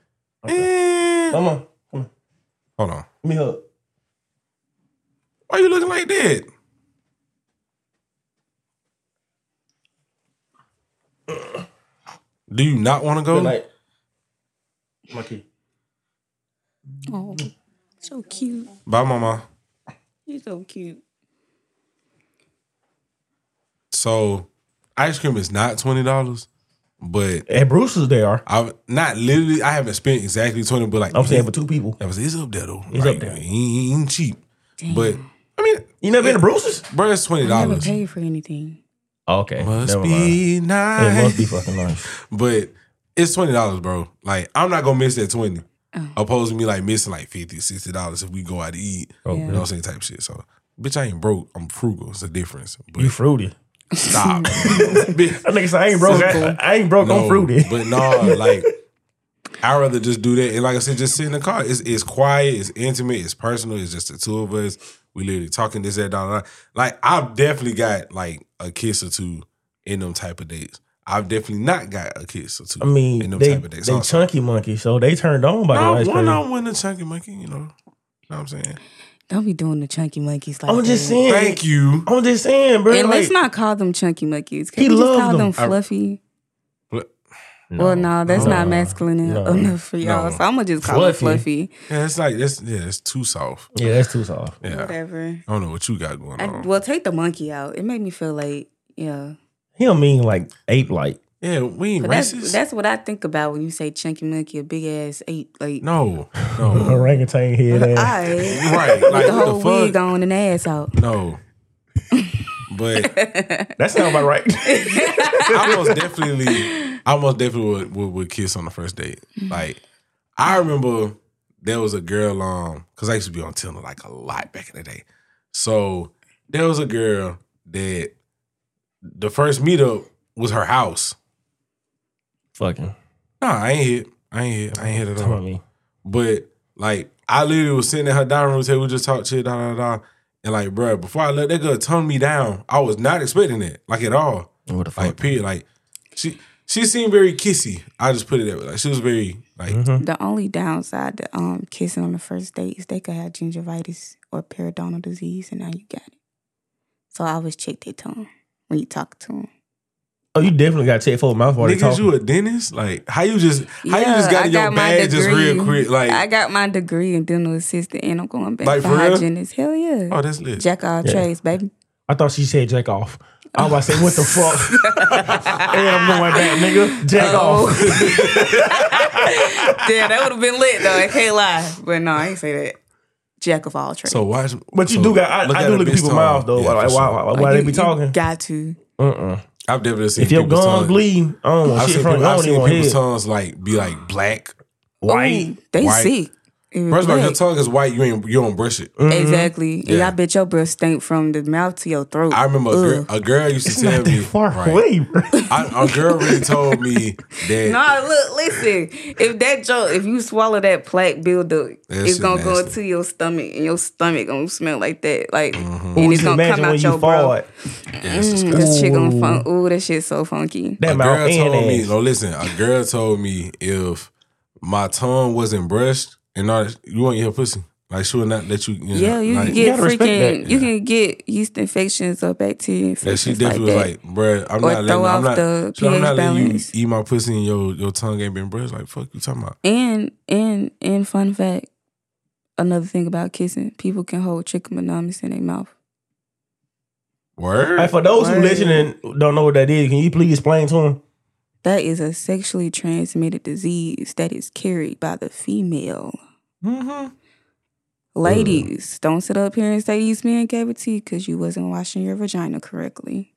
Speaker 1: Hold
Speaker 3: Come on,
Speaker 1: Eh,
Speaker 3: come on.
Speaker 1: on,
Speaker 3: Let me hug.
Speaker 1: why you looking like that? Do you not want to go?
Speaker 3: Good night. My key.
Speaker 4: Oh, so cute.
Speaker 1: Bye, mama.
Speaker 4: You so cute.
Speaker 1: So, ice cream is not twenty dollars, but
Speaker 3: At Bruce's, they are.
Speaker 1: I've not literally. I haven't spent exactly twenty, but like
Speaker 3: I'm saying for two people.
Speaker 1: I was it's up there though.
Speaker 3: It's
Speaker 1: Like,
Speaker 3: up there.
Speaker 1: it Ain't, ain't cheap, but I mean,
Speaker 3: You never been to Bruce's?
Speaker 1: bro, it's twenty
Speaker 4: I never
Speaker 1: dollars.
Speaker 4: paid for anything.
Speaker 3: Oh, Okay,
Speaker 1: Must
Speaker 3: never mind.
Speaker 1: be nice.
Speaker 3: It must be fucking nice.
Speaker 1: But it's twenty dollars, bro. Like I'm not gonna miss that twenty.
Speaker 4: Oh.
Speaker 1: Opposed to me like missing like 50 dollars if we go out to eat.
Speaker 3: Oh,
Speaker 1: You know what I'm saying? Type shit. So bitch, I ain't broke. I'm frugal. It's a difference. But
Speaker 3: You fruity.
Speaker 1: stop. Bitch,
Speaker 3: I think I ain't broke. I, I ain't broke. I'm fruity.
Speaker 1: But no, like I'd rather just do that. And like I said, just sit in the car. It's, it's quiet, it's intimate, it's personal, it's just the two of us. We literally talking this, that, da, da, da. Like, I've definitely got like a kiss or two in them type of dates. I've definitely not got a kiss or two
Speaker 3: I mean,
Speaker 1: in them
Speaker 3: they,
Speaker 1: type of dates.
Speaker 3: they
Speaker 1: also.
Speaker 3: chunky monkey, so they turned on by the
Speaker 1: No,
Speaker 3: ice
Speaker 1: one
Speaker 3: cream.
Speaker 1: on one a chunky monkey, you know. Know what I'm saying?
Speaker 4: Don't be doing the chunky monkeys like
Speaker 3: I'm just
Speaker 4: that.
Speaker 3: saying.
Speaker 1: Thank you.
Speaker 3: I'm just saying, bro.
Speaker 4: And
Speaker 3: like,
Speaker 4: let's not call them chunky monkeys. Can
Speaker 3: He
Speaker 4: we just
Speaker 3: loved
Speaker 4: call them
Speaker 3: them.
Speaker 4: fluffy?
Speaker 1: But-
Speaker 4: well, no, that's not
Speaker 3: No.
Speaker 4: masculine
Speaker 3: No.
Speaker 4: enough for y'all.
Speaker 1: No.
Speaker 4: So I'm gonna just call it
Speaker 3: Fluffy.
Speaker 4: fluffy.
Speaker 1: Yeah, it's like that's yeah, it's too soft.
Speaker 3: Yeah, that's too soft.
Speaker 1: Yeah.
Speaker 4: Whatever.
Speaker 1: I don't know what you got going
Speaker 4: I,
Speaker 1: on.
Speaker 4: well, take the monkey out. It made me feel like yeah.
Speaker 3: He don't mean like ape like.
Speaker 1: yeah, we ain't
Speaker 4: But that's
Speaker 1: racist.
Speaker 4: that's what I think about when you say chunky monkey, a big ass ape. Like
Speaker 1: no,
Speaker 3: Mm.
Speaker 1: no,
Speaker 3: Orangutan head ass.
Speaker 4: I
Speaker 1: right? Like
Speaker 4: the
Speaker 1: what
Speaker 4: whole
Speaker 1: the
Speaker 4: wig
Speaker 1: fuck?
Speaker 4: on and ass out.
Speaker 1: No, but
Speaker 3: That sounds about right.
Speaker 1: I most definitely, I most definitely would, would, would kiss on the first date.
Speaker 4: Mm-hmm.
Speaker 1: Like I remember there was a girl um because I used to be on Tinder like a lot back in the day. So there was a girl that the first meetup was her house.
Speaker 3: Fucking.
Speaker 1: Nah, I ain't hit. I ain't hit. I ain't hit at
Speaker 3: Come
Speaker 1: all.
Speaker 3: on me.
Speaker 1: But like, I literally was sitting at her dining room table, just talk shit, da da da. And like, bruh, before I let that girl tone me down, I was not expecting that, like at all.
Speaker 3: What the
Speaker 1: Like, period. Like, she she seemed very kissy. I just put it that way. Like, she was very
Speaker 3: Mm-hmm.
Speaker 1: like,
Speaker 4: The only downside to um, kissing on the first date is they could have gingivitis or periodontal disease, and now you got it. So I always check their tongue when you talk to them.
Speaker 3: Oh, you definitely got checked for a mouth while they
Speaker 1: niggas,
Speaker 3: talking.
Speaker 1: you a dentist? Like, how you just how you just got in your bag just real quick? Like,
Speaker 4: I got my degree in dental assistant, and I'm going back
Speaker 1: Like,
Speaker 4: for
Speaker 1: for real?
Speaker 4: hygienist. Hell yeah,
Speaker 1: oh, that's lit.
Speaker 4: jack all
Speaker 3: Yeah.
Speaker 4: trades, baby.
Speaker 3: I thought she said jack off. I was about to say, what the fuck? hey, I'm going back, nigga. Jack off.
Speaker 4: yeah, that would have been lit though. I can't lie, but no, I ain't say that. Jack of all trades.
Speaker 1: so why?
Speaker 3: But you do got, I, I do look at people's mouths though. like, why, why, why,
Speaker 4: Like,
Speaker 3: they
Speaker 4: you-
Speaker 3: be
Speaker 4: you
Speaker 3: talking?
Speaker 4: Got to.
Speaker 3: Uh-uh.
Speaker 1: I've definitely seen
Speaker 3: If your
Speaker 1: people's
Speaker 3: gums
Speaker 1: tongue-
Speaker 3: bleed, I don't want
Speaker 1: I've
Speaker 3: shit
Speaker 1: seen,
Speaker 3: from
Speaker 1: people,
Speaker 3: you. I
Speaker 1: I've
Speaker 3: don't
Speaker 1: seen
Speaker 3: even want
Speaker 1: people's
Speaker 3: head.
Speaker 1: tongues like be like black.
Speaker 4: Ooh, They
Speaker 1: White.
Speaker 4: sick. If it
Speaker 1: First of all, your
Speaker 4: black.
Speaker 1: tongue is white. You ain't you don't brush it.
Speaker 4: Exactly. And
Speaker 1: Yeah.
Speaker 4: y'all bet your breath stink from the mouth to your throat.
Speaker 1: I remember a girl,
Speaker 4: Ugh.
Speaker 1: a girl used to tell
Speaker 3: Not
Speaker 1: me
Speaker 3: that far
Speaker 1: right.
Speaker 3: away, bro.
Speaker 1: I, a girl really told me that
Speaker 4: No, look, listen. If that joke, if you swallow that plaque buildup,
Speaker 1: That
Speaker 4: it's
Speaker 1: shit
Speaker 4: gonna go
Speaker 1: nasty.
Speaker 4: into your stomach, and your stomach gonna smell like that, like, and
Speaker 1: Mm-hmm.
Speaker 3: Would
Speaker 4: it's
Speaker 3: you
Speaker 4: gonna
Speaker 3: imagine
Speaker 4: come
Speaker 3: when
Speaker 4: out
Speaker 3: you
Speaker 4: your breath. Mm,
Speaker 3: fart?
Speaker 1: Yeah, it's disgusting.
Speaker 4: This shit gonna fun. Ooh, that shit's so funky.
Speaker 3: That
Speaker 1: a
Speaker 3: mouth
Speaker 1: girl told
Speaker 3: and
Speaker 1: me.
Speaker 3: ass.
Speaker 1: No, listen. A girl told me if my tongue wasn't brushed and all that, you want your pussy. Like she would not let you. you know,
Speaker 4: Yeah, you
Speaker 1: like,
Speaker 4: can get
Speaker 3: You gotta respect
Speaker 4: freaking,
Speaker 3: that.
Speaker 4: you can get yeast infections or bacteria
Speaker 1: Yeah, she
Speaker 4: infections
Speaker 1: definitely
Speaker 4: like that.
Speaker 1: was like, bruh, I'm not
Speaker 4: Or throw
Speaker 1: letting, I'm
Speaker 4: off the
Speaker 1: not, she, I'm
Speaker 4: pH
Speaker 1: not letting you
Speaker 4: balance.
Speaker 1: eat my pussy and your your tongue ain't been brushed. Like, fuck you talking about?
Speaker 4: and and and fun fact, another thing about kissing, people can hold trichomoniasis in their mouth.
Speaker 1: Word.
Speaker 3: Hey, for those who
Speaker 4: Word.
Speaker 3: listening don't know what that is, can you please explain to them?
Speaker 4: That is a sexually transmitted disease that is carried by the female.
Speaker 1: Mhm.
Speaker 4: Ladies, don't sit up here and say these men gave it to you because you wasn't washing your vagina correctly.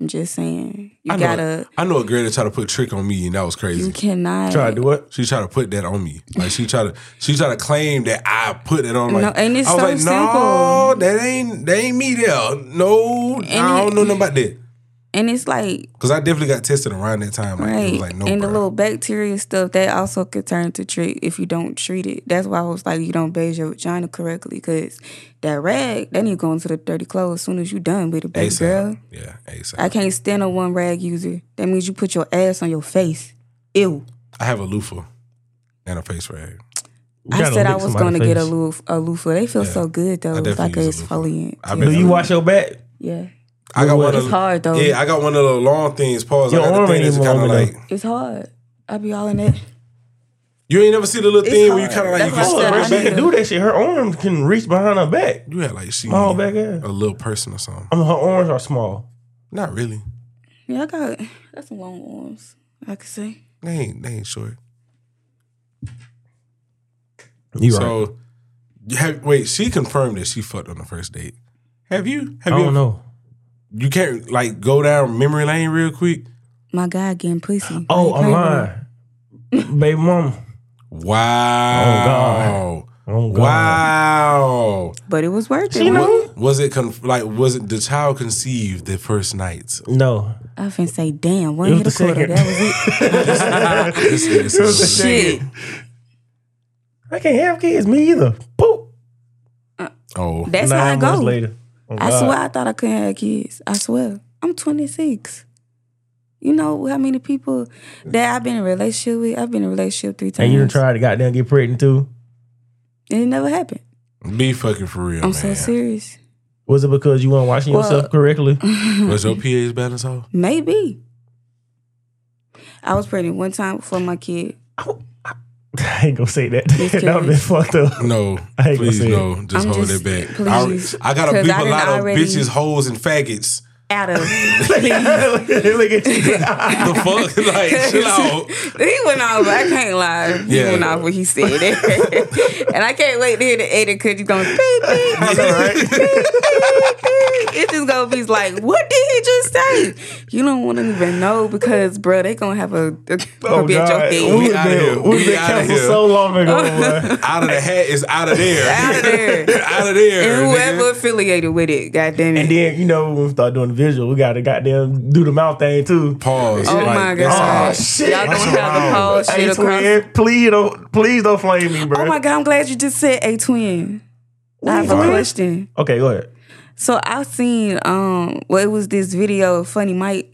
Speaker 4: I'm just saying. You
Speaker 1: I know-
Speaker 4: gotta,
Speaker 1: I know a girl that tried to put trick on me and that was crazy.
Speaker 4: you cannot.
Speaker 3: Try to do it.
Speaker 1: She tried to put that on me. Like she tried to she tried to claim that I put it on. Like,
Speaker 4: No, and it's
Speaker 1: I was
Speaker 4: so
Speaker 1: like,
Speaker 4: simple."
Speaker 1: no, that ain't that ain't me there. No, I
Speaker 4: it-
Speaker 1: don't know nothing about that.
Speaker 4: And it's like,
Speaker 1: Cause I definitely got tested around that time. Like it
Speaker 4: right.
Speaker 1: was like no.
Speaker 4: and the
Speaker 1: bruh.
Speaker 4: little bacteria stuff, that also could turn to trick if you don't treat it. That's why I was like, you don't bathe your vagina correctly because that rag, that need to go into the dirty clothes as soon as you done with it, baby
Speaker 1: ASAP.
Speaker 4: girl.
Speaker 1: Yeah, ASAP.
Speaker 4: I
Speaker 1: I,
Speaker 4: can't stand a one rag user. That means you put your ass on your face. Ew.
Speaker 1: have a loofah and a face rag.
Speaker 3: You
Speaker 4: I
Speaker 3: gotta
Speaker 4: said I
Speaker 3: lick
Speaker 4: was going
Speaker 3: somebody's
Speaker 4: to get a
Speaker 3: face.
Speaker 4: loof a loofah. They feel so good though. It's like
Speaker 1: definitely
Speaker 4: a
Speaker 1: use a loofah.
Speaker 4: exfoliant.
Speaker 1: I
Speaker 3: Do
Speaker 1: bet-
Speaker 3: you wash your back?
Speaker 4: yeah.
Speaker 1: I got one
Speaker 4: It's
Speaker 1: of
Speaker 4: hard though.
Speaker 1: yeah. I got one of the long things. Pause.
Speaker 3: Your
Speaker 1: I got
Speaker 3: arm
Speaker 1: the thing
Speaker 3: ain't
Speaker 1: that's
Speaker 3: even
Speaker 1: kind of
Speaker 3: long
Speaker 1: like
Speaker 3: enough.
Speaker 4: It's hard. I be all in it.
Speaker 1: you ain't never see the little
Speaker 4: It's
Speaker 1: thing where you
Speaker 4: hard.
Speaker 1: kind of like
Speaker 4: That's
Speaker 1: you
Speaker 4: why I
Speaker 1: can
Speaker 3: Oh,
Speaker 1: scrub your
Speaker 3: if
Speaker 4: said I
Speaker 3: she
Speaker 4: need
Speaker 1: back.
Speaker 3: can do that shit. Her arm can reach behind her back.
Speaker 1: You had like she
Speaker 3: Small back ass.
Speaker 1: a little person or something.
Speaker 3: I mean, her arms are small.
Speaker 1: Not really.
Speaker 4: Yeah, I got I got some long arms. I could say.
Speaker 1: They ain't they ain't short.
Speaker 3: You
Speaker 1: so, you have, wait, she confirmed that she fucked on the first date. Have you? Have
Speaker 3: I
Speaker 1: you?
Speaker 3: don't know.
Speaker 1: You can't like go down memory lane real quick.
Speaker 4: My guy getting pussy.
Speaker 3: Oh,
Speaker 4: Why you
Speaker 3: I'm
Speaker 4: playing with me?
Speaker 3: lying. Baby mama.
Speaker 1: Wow.
Speaker 3: Oh, God.
Speaker 1: Wow.
Speaker 4: but it was worth it.
Speaker 3: You know?
Speaker 1: Was it conf- like was it the child conceived the first night?
Speaker 3: No.
Speaker 4: I finna say, damn, one
Speaker 3: It was
Speaker 4: hit a
Speaker 3: the second.
Speaker 4: quarter. That was
Speaker 1: This nigga
Speaker 4: it.
Speaker 1: said-
Speaker 4: Shit.
Speaker 3: I can't have kids, me either. Boop.
Speaker 1: oh,
Speaker 4: That's how I
Speaker 3: Nine months
Speaker 4: go.
Speaker 3: later. Oh,
Speaker 4: I
Speaker 3: God.
Speaker 4: swear I thought I couldn't have kids. I swear. I'm 26. You know how many people that I've been in a relationship with? I've been in a relationship three times.
Speaker 3: And you done tried to goddamn get pregnant too?
Speaker 4: And it never happened.
Speaker 1: be fucking for
Speaker 3: Oh,
Speaker 1: real,
Speaker 4: I'm
Speaker 1: man.
Speaker 4: so serious.
Speaker 3: Was it because you weren't watching
Speaker 4: Well-
Speaker 3: yourself correctly?
Speaker 1: Was your pH balance off?
Speaker 4: Maybe. I was pregnant one time for my kid.
Speaker 3: I ain't gonna say that.
Speaker 4: Miscarriage.
Speaker 3: that would have been fucked up.
Speaker 1: No,
Speaker 3: I ain't gonna
Speaker 1: please
Speaker 3: say it.
Speaker 1: no, just
Speaker 4: I'm
Speaker 1: hold it
Speaker 4: just-
Speaker 1: back.
Speaker 4: please.
Speaker 1: I, I gotta
Speaker 4: 'Cause
Speaker 1: beep
Speaker 4: I
Speaker 1: a
Speaker 4: done
Speaker 1: lot
Speaker 4: already-
Speaker 1: of bitches, hoes, and faggots.
Speaker 4: Out of
Speaker 3: Look at you.
Speaker 1: The fuck, like chill out.
Speaker 4: he went off. I can't lie. He
Speaker 1: Yeah.
Speaker 4: went off when he said it, and I can't wait to hear the edit because he's gonna beep, beep,
Speaker 3: I know, right?
Speaker 4: beep. It's just gonna be like, what did he just say? You don't want to even know because, bro, they gonna have a, a
Speaker 3: Oh,
Speaker 4: be at your
Speaker 3: God.
Speaker 4: thing.
Speaker 3: We've
Speaker 1: outta here.
Speaker 3: been, we
Speaker 1: We
Speaker 3: been
Speaker 1: outta
Speaker 3: canceled
Speaker 1: here.
Speaker 3: so long ago, boy.
Speaker 1: Out of the hat is out of there.
Speaker 4: Out of there.
Speaker 1: out of there.
Speaker 4: And whoever
Speaker 1: nigga.
Speaker 4: affiliated with it, goddamn it.
Speaker 3: And then, you know, when we start doing the visual, we gotta goddamn do the mouth thing too.
Speaker 1: Pause.
Speaker 4: Oh
Speaker 1: like,
Speaker 4: my
Speaker 1: that's
Speaker 4: god!
Speaker 1: all.
Speaker 3: shit.
Speaker 4: Y'all
Speaker 1: That's
Speaker 4: don't have
Speaker 1: wild.
Speaker 4: to pause shit
Speaker 3: Hey,
Speaker 4: across
Speaker 3: twin, please don't, please don't flame me, bro.
Speaker 4: Oh my god, I'm glad you just said a twin. I have a
Speaker 3: What?
Speaker 4: question.
Speaker 3: Okay, go ahead.
Speaker 4: So I seen um well it was this video of Funny Mike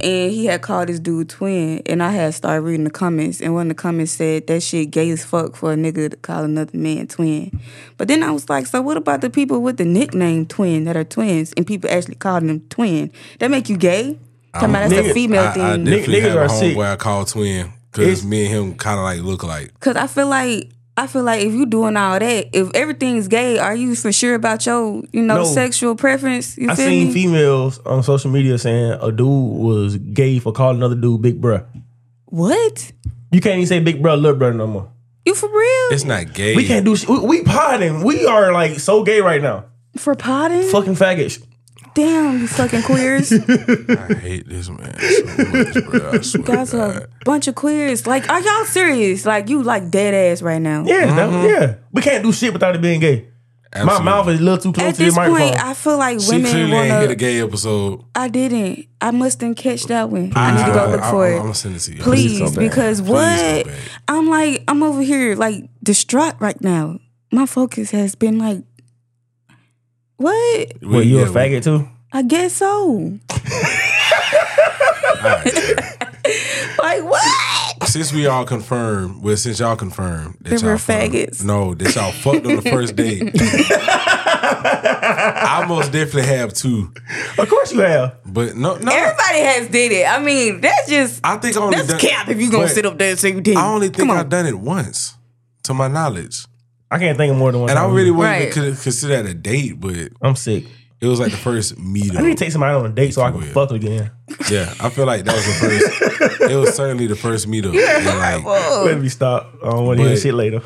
Speaker 4: and he had called this dude twin and I had started reading the comments and one of the comments said that shit gay as fuck for a nigga to call another man twin. But then I was like, so what about the people with the nickname twin that are twins and people actually calling them twin? That make you gay? Talking about that's a
Speaker 3: nigga,
Speaker 4: female
Speaker 1: I,
Speaker 4: thing.
Speaker 1: I definitely
Speaker 3: Niggas
Speaker 1: have a
Speaker 3: are sick.
Speaker 1: homeboy I call twin because
Speaker 3: It's-
Speaker 1: me and him kind of like look alike.
Speaker 4: Cause I feel like I feel like if you doing all that, if everything's gay, are you for sure about your you know
Speaker 3: No.
Speaker 4: sexual preference? You
Speaker 3: I
Speaker 4: feel
Speaker 3: seen
Speaker 4: me?
Speaker 3: females on social media saying a dude was gay for calling another dude big bruh.
Speaker 4: what?
Speaker 3: You can't even say big bruh, little bruh no more.
Speaker 4: You for real?
Speaker 1: It's not gay.
Speaker 3: We can't do shit. We, we potting. We are like so gay right now.
Speaker 4: for potting?
Speaker 3: Fucking faggots.
Speaker 4: Damn, you fucking queers.
Speaker 1: I hate this man so much, bro. I swear to
Speaker 4: Guys
Speaker 1: God.
Speaker 4: are a bunch of queers. Like, are y'all serious? Like you like dead ass right now.
Speaker 3: Yeah, that- yeah. We can't do shit without it being gay.
Speaker 1: Mm-hmm. Absolutely.
Speaker 3: My mouth is a little too close
Speaker 4: At
Speaker 3: to the
Speaker 4: this
Speaker 3: microphone.
Speaker 4: point, I feel like
Speaker 1: She
Speaker 4: women
Speaker 1: clearly ain't hit a
Speaker 4: wanna.
Speaker 1: gay episode.
Speaker 4: I didn't. I mustn't catch that one. I, need to go look
Speaker 1: I-
Speaker 4: for
Speaker 1: I-
Speaker 4: it.
Speaker 1: I'm gonna send it to you.
Speaker 4: please,
Speaker 3: come back.
Speaker 4: because what
Speaker 1: come back.
Speaker 4: I'm like, I'm over here like distraught right now. My focus has been like, what?
Speaker 3: well, you
Speaker 1: yeah,
Speaker 3: a faggot too?
Speaker 4: I guess so. like what?
Speaker 1: Since we all confirmed, well, since y'all confirmed that
Speaker 4: That
Speaker 1: y'all
Speaker 4: we're
Speaker 1: fucked-
Speaker 4: faggots.
Speaker 1: No, that y'all fucked on the first date. I most definitely have two,
Speaker 3: Of course you have.
Speaker 1: but no, no.
Speaker 4: Everybody has did it. I mean, that's just
Speaker 1: I think I only
Speaker 4: that's
Speaker 1: done,
Speaker 4: cap if you gonna
Speaker 1: but
Speaker 4: sit up there and say you did.
Speaker 1: I only think I've done it once, to my knowledge,
Speaker 3: I can't think of more than one.
Speaker 1: and I
Speaker 4: Oh,
Speaker 3: time.
Speaker 1: really wouldn't
Speaker 4: Right.
Speaker 1: even con- consider that a date, but it
Speaker 3: I'm sick.
Speaker 1: was like the first meetup.
Speaker 3: I need to take somebody on a date so I can
Speaker 1: Weird.
Speaker 3: fuck again.
Speaker 1: yeah, I feel like that was the first. it was certainly the first meetup. And, like,
Speaker 4: Whoa.
Speaker 3: Let me stop. I don't want to hear
Speaker 1: But-
Speaker 3: shit later.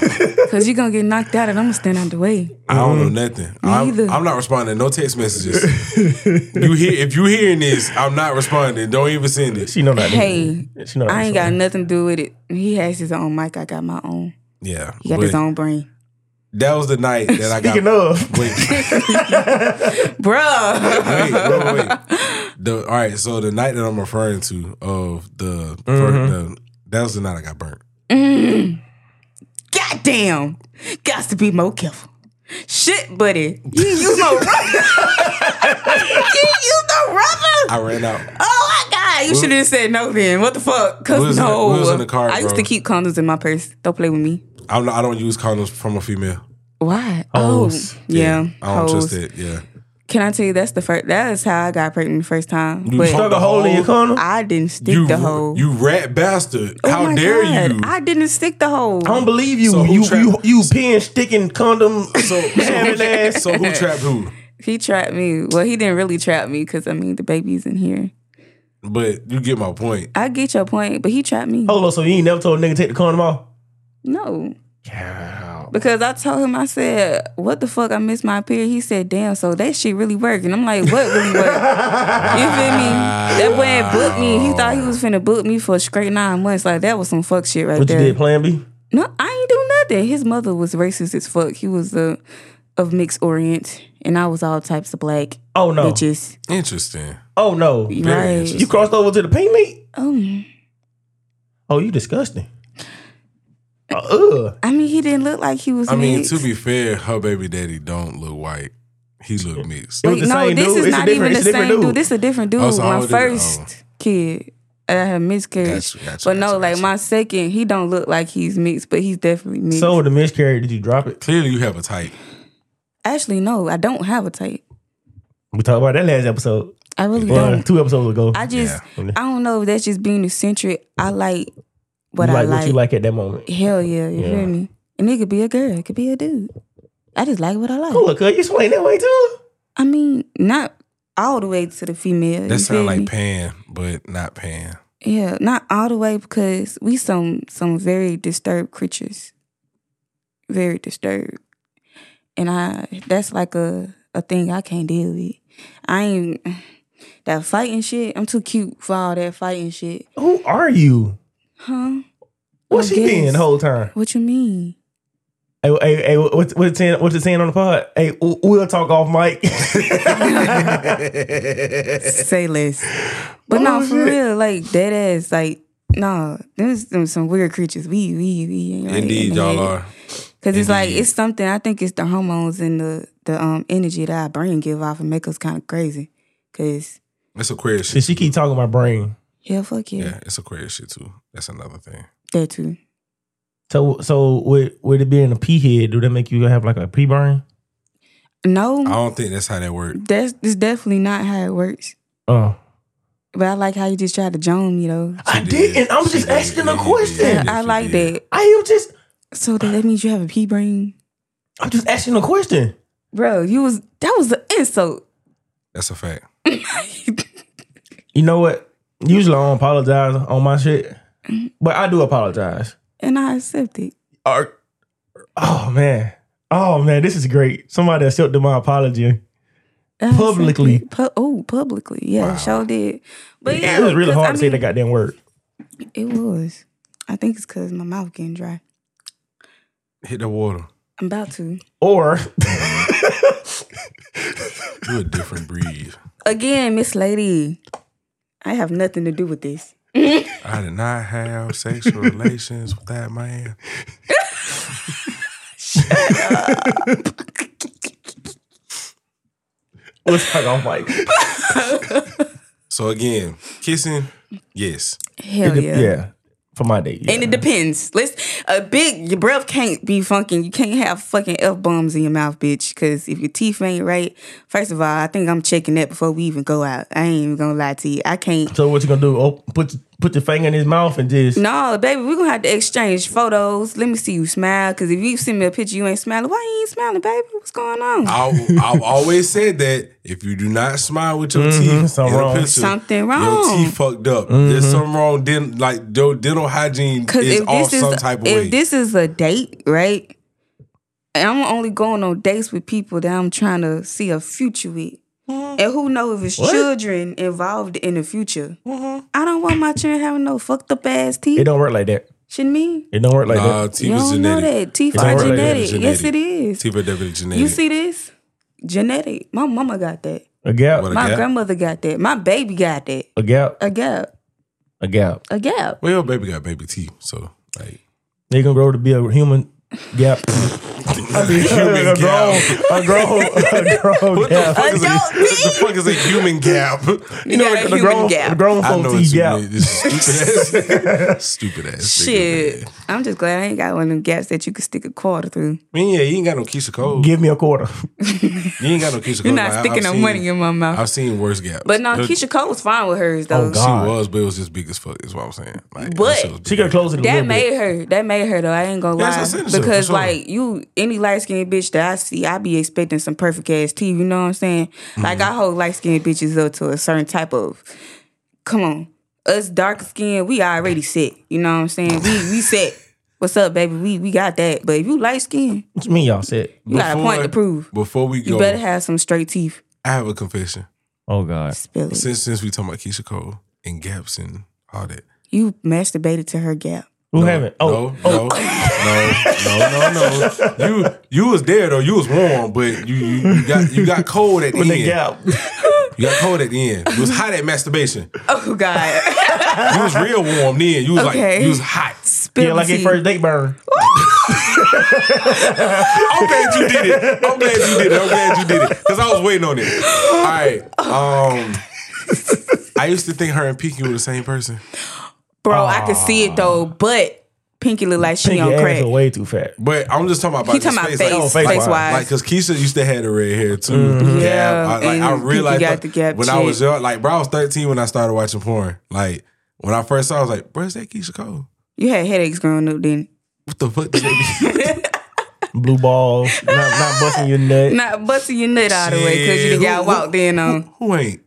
Speaker 4: Cause you're gonna get knocked out and I'm gonna stand out the way.
Speaker 1: I don't know nothing. I'm,
Speaker 4: Mm-hmm. either.
Speaker 1: I'm not responding. No text messages. you hear if you hearing this, I'm not responding. Don't even send it.
Speaker 3: she know that.
Speaker 4: Hey,
Speaker 3: she know that.
Speaker 4: I ain't got nothing to do with it. He has his own mic. I got my own.
Speaker 1: Yeah,
Speaker 4: He got
Speaker 1: but
Speaker 4: his own brain.
Speaker 1: that was the night that I got.
Speaker 3: Speaking of,
Speaker 1: Wait, wait,
Speaker 4: Bruh.
Speaker 1: wait, wait, wait. The all right. So the night that I'm referring to of the, fir-
Speaker 4: Mm-hmm.
Speaker 1: the that was the night I got burnt.
Speaker 4: goddamn, got to be more careful. Shit, buddy, you ain't use no rubber. you ain't use no rubber.
Speaker 1: I ran out.
Speaker 4: Oh my god, you should have said no then. What the fuck?
Speaker 1: We
Speaker 4: Cause
Speaker 1: was in the-
Speaker 4: no,
Speaker 1: we was in the car,
Speaker 4: I used
Speaker 1: bro.
Speaker 4: to keep condoms in my purse. Don't play with me.
Speaker 1: I'm not, I don't use condoms from a female.
Speaker 4: Why? Oh,
Speaker 3: Hoes.
Speaker 4: yeah,
Speaker 1: I don't
Speaker 4: hoes.
Speaker 1: trust it. Yeah,
Speaker 4: Can I tell you that's the first? That is how I got pregnant the first time.
Speaker 1: You
Speaker 4: But
Speaker 1: fuck-
Speaker 3: stuck a hole in your condom. I
Speaker 4: I didn't stick
Speaker 1: you
Speaker 4: the hole.
Speaker 1: you rat bastard.
Speaker 4: Oh
Speaker 1: How
Speaker 4: my
Speaker 1: dare
Speaker 4: God,
Speaker 1: you?
Speaker 4: I didn't stick the hole.
Speaker 3: don't believe you.
Speaker 1: So who
Speaker 3: you,
Speaker 1: tra-
Speaker 3: you you pin sticking condom.
Speaker 1: so,
Speaker 3: Having
Speaker 1: so,
Speaker 3: ass.
Speaker 1: so who trapped who?
Speaker 4: He trapped me. Well, he didn't really trap me because I mean the baby's in here.
Speaker 1: But you get my point.
Speaker 4: I get your point, but he trapped
Speaker 1: Oh.
Speaker 4: me.
Speaker 3: Hold on, so you ain't never told a nigga take the condom off?
Speaker 4: No. Because I told him, I said, "What the fuck? I missed my period." He said, "Damn, so that shit really worked." And I'm like, "What really worked?" you feel me? That boy had booked me. He thought he was finna book me for a straight nine months. Like that was some fuck shit right
Speaker 3: What you
Speaker 4: there.
Speaker 3: did, Plan B?
Speaker 4: No, I ain't do nothing. His mother was racist as fuck. He was a of mixed orient, and I was all types of black
Speaker 3: Oh no.
Speaker 4: bitches.
Speaker 1: Interesting.
Speaker 3: Oh no.
Speaker 1: Very
Speaker 4: right.
Speaker 1: interesting.
Speaker 3: You crossed over to the pink meat?
Speaker 4: Um,
Speaker 3: Oh, you disgusting. Uh, ugh.
Speaker 4: I mean, he didn't look like he was.
Speaker 1: I mean,
Speaker 4: mixed.
Speaker 1: to be fair, her baby daddy don't look white. He look mixed.
Speaker 3: It was
Speaker 4: Wait,
Speaker 3: the
Speaker 4: no,
Speaker 3: same
Speaker 4: this
Speaker 3: dude.
Speaker 4: is
Speaker 3: It's a
Speaker 4: not
Speaker 3: different-
Speaker 4: even
Speaker 3: it's
Speaker 4: the
Speaker 3: a
Speaker 4: same
Speaker 3: different
Speaker 4: dude.
Speaker 3: dude.
Speaker 4: This a different dude.
Speaker 1: Oh, so all
Speaker 4: my
Speaker 1: different-
Speaker 4: first kid. I had miscarriage.
Speaker 1: Gotcha, gotcha,
Speaker 4: but no,
Speaker 1: gotcha,
Speaker 4: like
Speaker 1: gotcha.
Speaker 4: my second, he don't look like he's mixed, but he's definitely mixed.
Speaker 3: So with the miscarriage, did you drop it?
Speaker 1: Clearly, you have a type.
Speaker 4: actually, no, I don't have a type.
Speaker 3: We talked about that last episode.
Speaker 4: I really
Speaker 3: Well,
Speaker 4: don't.
Speaker 3: two episodes ago.
Speaker 4: I just
Speaker 3: Yeah.
Speaker 4: I don't know if that's just being eccentric. I like what
Speaker 3: you
Speaker 4: I
Speaker 3: like,
Speaker 4: like.
Speaker 3: what you like at that moment.
Speaker 4: Hell yeah, you
Speaker 3: Yeah.
Speaker 4: hear me? And it could be a girl, it could be a dude. I just like what I like.
Speaker 3: Oh, look, uh, you swing that way too.
Speaker 4: I mean, not all the way to the female.
Speaker 1: That
Speaker 4: you feel
Speaker 1: sound like
Speaker 4: me?
Speaker 1: Pan, but not Pan.
Speaker 4: Yeah, not all the way because we some some very disturbed creatures. Very disturbed. And I that's like a a thing I can't deal with. I ain't that fighting shit, I'm too cute for all that fighting shit.
Speaker 3: Who are you?
Speaker 4: Huh?
Speaker 3: What's
Speaker 4: I
Speaker 3: she being
Speaker 4: guess.
Speaker 3: the whole time?
Speaker 4: What you mean?
Speaker 3: Hey, hey, hey what's what's saying? What's it saying on the pod? Hey, w- we'll talk off mic.
Speaker 4: Say less.
Speaker 1: Oh,
Speaker 4: But no, for real, like dead ass, like nah, there's some, some weird creatures. We we we ain't right in
Speaker 1: Indeed,
Speaker 4: the
Speaker 1: y'all
Speaker 4: head.
Speaker 1: are.
Speaker 4: Cause it's like
Speaker 1: Indeed.
Speaker 4: it's something. I think it's the hormones and the the um energy that our brain give off and make us kind of crazy. Cause
Speaker 1: That's Aquarius
Speaker 3: Did
Speaker 1: shit.
Speaker 3: she keep talking my brain?
Speaker 4: yeah, fuck yeah,
Speaker 1: Yeah, it's Aquarius shit too. That's another thing.
Speaker 4: that too.
Speaker 3: So, so with with it being a pea head, do that make you have like a pea brain?
Speaker 1: I
Speaker 4: No,
Speaker 1: don't think that's how that works.
Speaker 4: that's it's definitely not how it works.
Speaker 3: Oh,
Speaker 4: But I like how you just tried to joan me though.
Speaker 3: I
Speaker 1: did.
Speaker 3: didn't. I'm
Speaker 1: She
Speaker 3: just
Speaker 1: did.
Speaker 3: asking
Speaker 1: Yeah,
Speaker 3: a
Speaker 1: you
Speaker 3: question.
Speaker 1: did.
Speaker 4: I
Speaker 1: she
Speaker 4: like
Speaker 1: did.
Speaker 4: that.
Speaker 3: I am just.
Speaker 4: So that, that means you have a pea brain,
Speaker 3: I'm just asking a question.
Speaker 4: bro. You was that was an insult.
Speaker 1: That's a fact.
Speaker 3: You know what? Usually I don't apologize on my shit,
Speaker 4: Mm-hmm.
Speaker 3: but I do apologize.
Speaker 4: and I accept it.
Speaker 3: Or, oh man, oh man, this is great. Somebody accepted my apology.
Speaker 4: I accept
Speaker 3: Publicly.
Speaker 4: it. Pu- oh, publicly. Yeah, sure did. But yeah,
Speaker 3: it was really
Speaker 4: 'cause
Speaker 3: hard
Speaker 4: I
Speaker 3: to say
Speaker 4: mean-
Speaker 3: that goddamn word.
Speaker 4: It was. I think it's cause my mouth getting dry.
Speaker 1: Hit the water.
Speaker 4: I'm about to.
Speaker 3: Or
Speaker 1: You a different breed.
Speaker 4: Again, Miss Lady, I have nothing to do with this.
Speaker 1: I did not have sexual relations with that man.
Speaker 3: let's talk off mic.
Speaker 1: So again, kissing, yes.
Speaker 4: Hell
Speaker 3: It de-
Speaker 4: Oh, yeah.
Speaker 3: for my date. yeah.
Speaker 4: And it depends. Let's a big your breath can't be funking. You can't have fucking f bombs in your mouth, bitch. Cause if your teeth ain't right, first of all, I think I'm checking that before we even go out. I ain't even gonna lie to you. I can't.
Speaker 3: so what you gonna do? Oh, put put your finger in his mouth and just.
Speaker 4: No, baby, we gonna have to exchange photos. Let me see you smile. Cause if you send me a picture, you ain't smiling. Why you ain't smiling, baby? What's going on?
Speaker 1: I, I've always said that if you do not smile with your teeth
Speaker 3: Mm-hmm.
Speaker 1: in
Speaker 3: something
Speaker 1: a
Speaker 3: wrong. Mm-hmm.
Speaker 1: picture,
Speaker 4: Something
Speaker 1: Your
Speaker 4: wrong.
Speaker 1: teeth fucked up. There's something wrong. Dent, like your dental hygiene
Speaker 4: Because
Speaker 1: is
Speaker 4: if
Speaker 1: off
Speaker 4: this is
Speaker 1: some type of
Speaker 4: if
Speaker 1: way.
Speaker 4: this is a date, right? And I'm only going on dates with people that I'm trying to see a future with. And who know if it's
Speaker 3: What?
Speaker 4: children involved in the future? I don't want my children having no fucked up ass
Speaker 3: It
Speaker 4: teeth.
Speaker 3: don't work like that.
Speaker 4: Shouldn't me?
Speaker 3: It don't work like
Speaker 1: nah,
Speaker 3: that.
Speaker 1: Uh, teeth
Speaker 4: You
Speaker 1: is
Speaker 4: don't know
Speaker 1: genetic.
Speaker 4: that teeth
Speaker 3: It's
Speaker 4: are
Speaker 3: already
Speaker 4: genetic.
Speaker 1: genetic.
Speaker 4: Yes, it is.
Speaker 1: Teeth are definitely genetic.
Speaker 4: You see this? Genetic. My mama got that.
Speaker 3: A gap.
Speaker 1: What A
Speaker 4: My
Speaker 1: gap?
Speaker 4: grandmother got that. My baby got that.
Speaker 3: A gap.
Speaker 4: A gap.
Speaker 3: A gap.
Speaker 4: A gap.
Speaker 1: Well, your baby got baby teeth, so like
Speaker 3: They gonna grow to be a human gap.
Speaker 1: I mean, human
Speaker 3: a grown,
Speaker 1: gap.
Speaker 3: a grown, a grown
Speaker 1: What the
Speaker 3: gap.
Speaker 1: fuck, is a,
Speaker 4: Adult
Speaker 1: what the fuck is a human gap?
Speaker 4: You know, got a
Speaker 3: The
Speaker 4: human
Speaker 3: grown,
Speaker 4: gap.
Speaker 3: the grown
Speaker 1: I
Speaker 3: folks
Speaker 1: know
Speaker 3: eat
Speaker 1: it's
Speaker 3: gap.
Speaker 1: human- this is stupid ass, stupid ass. nigga,
Speaker 4: Shit.
Speaker 1: man.
Speaker 4: I'm just glad I ain't got one of them gaps that you could stick a quarter through.
Speaker 1: I mean, yeah, you ain't got no Keisha Cole.
Speaker 3: Give me a quarter.
Speaker 1: You ain't got no Keisha Cole.
Speaker 4: You're not
Speaker 1: Like, I-
Speaker 4: sticking
Speaker 1: I've
Speaker 4: no
Speaker 1: seen-
Speaker 4: money in my mouth.
Speaker 1: I've seen worse gaps.
Speaker 4: but no,
Speaker 1: Her-
Speaker 4: Keisha Cole was fine with hers though.
Speaker 3: God.
Speaker 1: She was, but it was just big as fuck. Is what I'm saying. Like,
Speaker 4: But-
Speaker 1: that shit was
Speaker 3: She
Speaker 1: big.
Speaker 3: could close it a
Speaker 4: That
Speaker 3: little bit.
Speaker 4: made her. That made her though. I ain't gonna
Speaker 1: That's
Speaker 4: lie.
Speaker 1: essential, for
Speaker 4: because
Speaker 1: sure.
Speaker 4: like you, any light skinned bitch that I see, I be expecting some perfect ass teeth. You know what I'm saying? Like I hold light skinned bitches up to a certain type of. Come on, us dark skinned, we already set. You know what I'm saying? We we set. What's up, baby? We we got that. But if you light skinned,
Speaker 3: What you mean y'all said?
Speaker 4: you got a point to prove.
Speaker 1: Before we
Speaker 4: You
Speaker 1: go,
Speaker 4: better have some straight teeth.
Speaker 1: I have a confession.
Speaker 3: Oh God.
Speaker 4: Spill it.
Speaker 1: Since since we talking about Keisha Cole and gaps and all that,
Speaker 4: You masturbated to her gap.
Speaker 3: Who haven't? Oh,
Speaker 1: no, no, no, no, no, no. You you was there though. You was warm, but you you, you got you got cold at the
Speaker 3: when
Speaker 1: end.
Speaker 3: they got
Speaker 1: You got cold at the end. You was hot at masturbation.
Speaker 4: Oh God.
Speaker 1: You was real warm then. You was like
Speaker 4: Okay.
Speaker 1: you was hot.
Speaker 4: Spill
Speaker 3: yeah, like
Speaker 4: the
Speaker 3: a
Speaker 4: tea.
Speaker 3: first date burn.
Speaker 4: Oh,
Speaker 1: I'm glad you did it. I'm glad you did it. I'm glad you did it because I was waiting on it. All right. Um, I used to think her and Pinky were the same person.
Speaker 4: Bro, I could see it though, but Pinky look like she
Speaker 3: Pinky
Speaker 4: on
Speaker 3: ass
Speaker 4: crack.
Speaker 3: is way too fat.
Speaker 1: But I'm just talking about, about
Speaker 4: He
Speaker 1: the
Speaker 4: talking about
Speaker 1: space,
Speaker 4: face,
Speaker 1: like,
Speaker 3: oh,
Speaker 4: face,
Speaker 3: face
Speaker 4: wise.
Speaker 3: wise.
Speaker 1: like because Keisha used to have the red hair too. Gab.
Speaker 4: Yeah,
Speaker 1: I, like, I
Speaker 4: and
Speaker 1: realized
Speaker 4: Pinky got the gap
Speaker 1: when I
Speaker 4: check.
Speaker 1: was young, like bro, I was 13 when I started watching porn. Like when I first saw, it, I was like, bro, is that Keisha Cole?
Speaker 4: you had headaches growing up, then.
Speaker 1: What the fuck did that be?
Speaker 3: Blue balls, not, not busting your nut.
Speaker 4: Not busting your nut out of the way because you
Speaker 1: Shit,
Speaker 4: done got
Speaker 1: who-
Speaker 4: walked in on.
Speaker 1: Who ain't?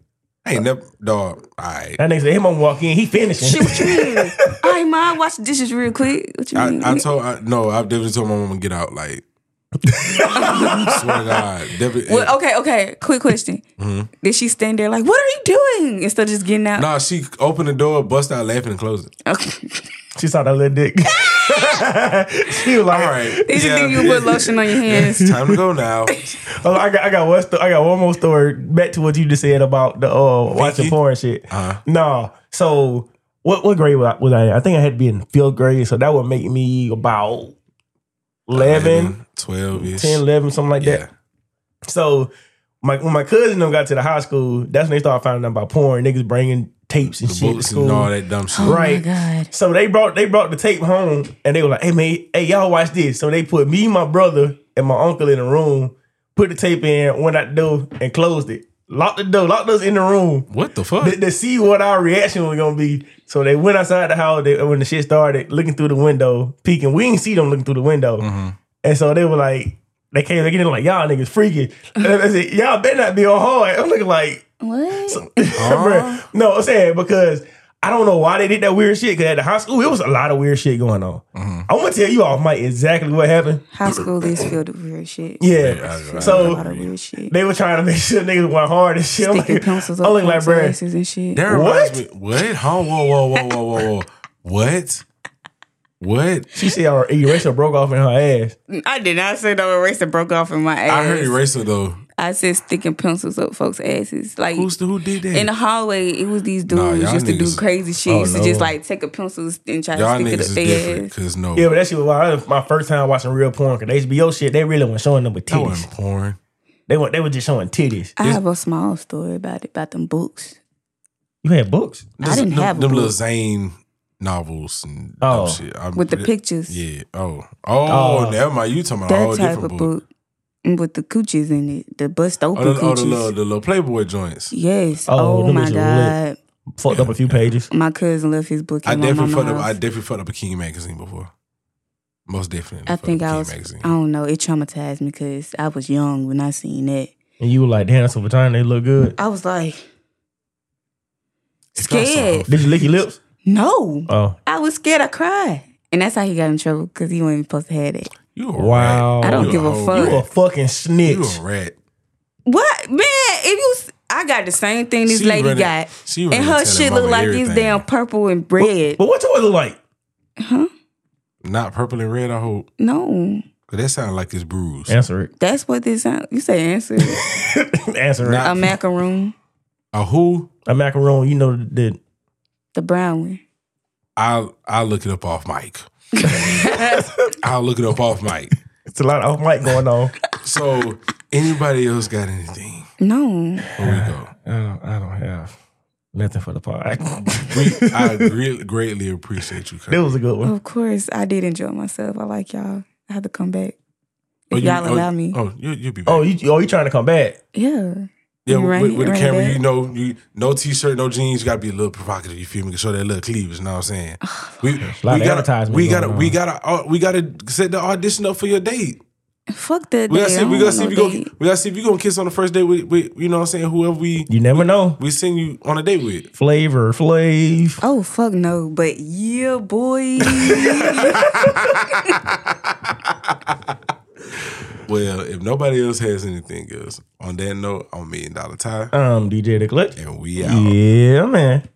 Speaker 1: I ain't never dog. All right.
Speaker 3: That nigga said, him on walk in, he finishing.
Speaker 4: Shit, what you mean? All right, ma, I wash the dishes real quick. What you mean?
Speaker 1: I, I told I, no, I've definitely told my mama get out. Like, swear to God, definitely.
Speaker 4: well, okay, okay. Quick question. Did she stand there like, what are you doing? Instead of just getting out.
Speaker 1: Nah, she opened the door, bust out laughing, and closed it.
Speaker 4: Okay.
Speaker 3: She saw that little dick. she was like,
Speaker 1: All right,
Speaker 4: Did you
Speaker 1: yeah.
Speaker 4: think you put lotion on your hands?
Speaker 1: Time to go now.
Speaker 3: Oh, I got, I got one. Sto- I got one more story. Back to what you just said about the uh, watching porn shit.
Speaker 1: Uh-huh.
Speaker 3: No, so what? What grade was I, was I? in? I think I had to be in fifth grade, so that would make me about 11,
Speaker 1: 12 ish.
Speaker 3: 10, 11, something like
Speaker 1: Yeah.
Speaker 3: that. So my when my cousin them got to the high school, that's when they started finding out about porn. Niggas bringing tapes and
Speaker 1: The
Speaker 3: shit to
Speaker 1: books and
Speaker 3: school.
Speaker 1: all that dumb shit.
Speaker 3: Right.
Speaker 4: God.
Speaker 3: So they brought they brought the tape home and they were like, hey man, hey y'all watch this. So they put me, my brother, and my uncle in the room, put the tape in, went out the door, and closed it. Locked the door, locked us in the room
Speaker 1: What the fuck?
Speaker 3: to, to see what our reaction was gonna be. So they went outside the house they, when the shit started, looking through the window, peeking. We didn't see them looking through the window, and so they were like, they came, they get in like, y'all niggas freaky. And I said, y'all better not be on hard. I'm looking like,
Speaker 4: What?
Speaker 1: Uh-huh.
Speaker 3: Bruh, no, I'm saying because I don't know why they did that weird shit. Because at the high school, it was a lot of weird shit going on.
Speaker 1: Mm-hmm.
Speaker 3: I'm gonna tell you all, Mike, exactly what happened.
Speaker 4: High school is filled with weird shit.
Speaker 3: Yeah.
Speaker 1: I- I-
Speaker 4: A
Speaker 3: so
Speaker 4: lot of weird shit.
Speaker 3: they were trying to make sure niggas went hard and shit. I'm
Speaker 4: Sticking
Speaker 3: like,
Speaker 4: pencils
Speaker 3: I'm
Speaker 4: up
Speaker 3: looking like,
Speaker 4: pencil
Speaker 3: bruh,
Speaker 4: laces and shit.
Speaker 1: That reminds
Speaker 3: What?
Speaker 1: me. What? Huh? Whoa, whoa, whoa, whoa, whoa, whoa. What? What?
Speaker 3: she said our eraser broke off in her ass.
Speaker 4: I did not say no eraser broke off in my ass.
Speaker 1: I heard eraser though.
Speaker 4: I said sticking pencils up folks' asses. Like
Speaker 1: Who's the, who did that?
Speaker 4: in the hallway, it was these dudes
Speaker 1: Nah, y'all
Speaker 4: used to do
Speaker 1: niggas-
Speaker 4: crazy shit.
Speaker 3: Oh,
Speaker 4: used to
Speaker 3: no.
Speaker 4: just like take a pencil and try
Speaker 1: Y'all
Speaker 4: to
Speaker 1: niggas
Speaker 4: stick it
Speaker 1: is
Speaker 4: up their
Speaker 1: different.
Speaker 4: ass.
Speaker 1: Cause no,
Speaker 3: Yeah, but that shit was wild. That was my first time watching real porn because HBO shit, they really weren't showing them with
Speaker 1: that
Speaker 3: titties.
Speaker 1: wasn't porn.
Speaker 3: They were, they were just showing titties.
Speaker 4: I have a small story about it, about them books.
Speaker 3: You had books?
Speaker 4: I didn't
Speaker 1: them,
Speaker 4: have a
Speaker 1: them little
Speaker 4: book.
Speaker 1: Zane novels and
Speaker 3: Oh.
Speaker 1: dumb shit. I'm-
Speaker 4: With the pictures.
Speaker 1: Yeah. Oh. Oh,
Speaker 3: Oh.
Speaker 1: never mind. You talking about a
Speaker 4: That
Speaker 1: whole
Speaker 4: type
Speaker 1: different
Speaker 4: of
Speaker 1: book.
Speaker 4: book. And With the coochies in it. The bust open
Speaker 1: Oh, the, oh,
Speaker 4: coochies.
Speaker 1: the little the little Playboy joints.
Speaker 4: Yes.
Speaker 3: Oh,
Speaker 4: Oh,
Speaker 3: them bitches
Speaker 4: my
Speaker 3: lit.
Speaker 4: God.
Speaker 3: Fucked up a few pages.
Speaker 4: My cousin left his book in
Speaker 1: I
Speaker 4: my
Speaker 1: definitely
Speaker 4: mama's
Speaker 1: fucked up.
Speaker 4: house.
Speaker 1: I definitely fucked up a King magazine before. Most definitely.
Speaker 4: I
Speaker 1: fucked
Speaker 4: think
Speaker 1: up a
Speaker 4: I
Speaker 1: King
Speaker 4: was. um,
Speaker 1: magazine.
Speaker 4: I don't know. It traumatized me because I was young when I seen that.
Speaker 3: And you were like, damn, that's a vagina. They look good.
Speaker 4: I was like
Speaker 1: If y'all saw
Speaker 4: scared.
Speaker 1: her-
Speaker 3: Did you lick your lips?
Speaker 4: No,
Speaker 3: Oh.
Speaker 4: I was scared. I cried, and that's how he got in trouble because he wasn't supposed to have that.
Speaker 1: You a
Speaker 3: Wow.
Speaker 1: Rat.
Speaker 4: I don't
Speaker 1: You
Speaker 4: give a
Speaker 1: whole
Speaker 4: fuck.
Speaker 3: You a
Speaker 1: rat.
Speaker 3: fucking snitch.
Speaker 1: You a rat.
Speaker 4: What man? If you, s- I got the same thing this
Speaker 1: She
Speaker 4: lady
Speaker 1: running-
Speaker 4: got,
Speaker 1: she
Speaker 4: and
Speaker 1: running
Speaker 4: her
Speaker 1: telling
Speaker 4: shit
Speaker 1: mama
Speaker 4: look like it's
Speaker 1: everything.
Speaker 4: damn purple and red.
Speaker 3: But what yours look like?
Speaker 1: Not purple and red, I hope.
Speaker 4: no,
Speaker 1: Cause that sounds like it's bruised.
Speaker 3: Answer
Speaker 4: that's what this sound. You say answer
Speaker 3: it. Answer it.
Speaker 4: a macaroon,
Speaker 1: A who?
Speaker 3: A macaron, you know that
Speaker 4: the brown one.
Speaker 1: I I'll look it up off mic. I'll look it up off mic.
Speaker 3: it's a lot of mic going on.
Speaker 1: So anybody else got anything?
Speaker 4: No,
Speaker 1: Here we go.
Speaker 3: I, don't, I don't have nothing for the pod.
Speaker 1: We, I gre- greatly appreciate you.
Speaker 3: that
Speaker 1: Kurt.
Speaker 3: was a good one.
Speaker 4: of course I did enjoy myself. I like y'all. I have to come back.
Speaker 1: Oh,
Speaker 4: If
Speaker 1: you-
Speaker 4: y'all
Speaker 1: oh,
Speaker 4: allow me,
Speaker 1: Oh, you, you'll be back.
Speaker 3: Oh, you oh you trying to come back?
Speaker 4: yeah.
Speaker 1: Yeah,
Speaker 4: You
Speaker 1: with,
Speaker 4: ran
Speaker 1: with,
Speaker 4: it-
Speaker 1: with the
Speaker 4: ran it
Speaker 1: camera,
Speaker 4: back?
Speaker 1: you know, you no t-shirt, no jeans. You gotta be a little provocative. You feel me? Show that little cleavage. You know what I'm saying? We,
Speaker 3: lot
Speaker 1: we
Speaker 3: of
Speaker 1: gotta,
Speaker 3: advertisement
Speaker 1: we
Speaker 3: going
Speaker 1: gotta, we
Speaker 3: on.
Speaker 1: gotta, uh, we gotta set the audition up for your date.
Speaker 4: Fuck that.
Speaker 1: We gotta
Speaker 4: day.
Speaker 1: see,
Speaker 4: I
Speaker 1: we
Speaker 4: don't
Speaker 1: gotta
Speaker 4: want
Speaker 1: see if
Speaker 4: no
Speaker 1: you gonna,
Speaker 4: date.
Speaker 1: we gotta see if you gonna kiss on the first date with, with you know what I'm saying? Whoever we
Speaker 3: You never know.
Speaker 1: we send you on a date with.
Speaker 3: Flavor, flav.
Speaker 4: Oh fuck no, but yeah, boy.
Speaker 1: Well, if nobody else has anything
Speaker 3: Um,
Speaker 1: else, on that note, I'm Million Dollar Tie,
Speaker 3: I'm DJ the Clutch.
Speaker 1: and we out.
Speaker 3: Yeah, man.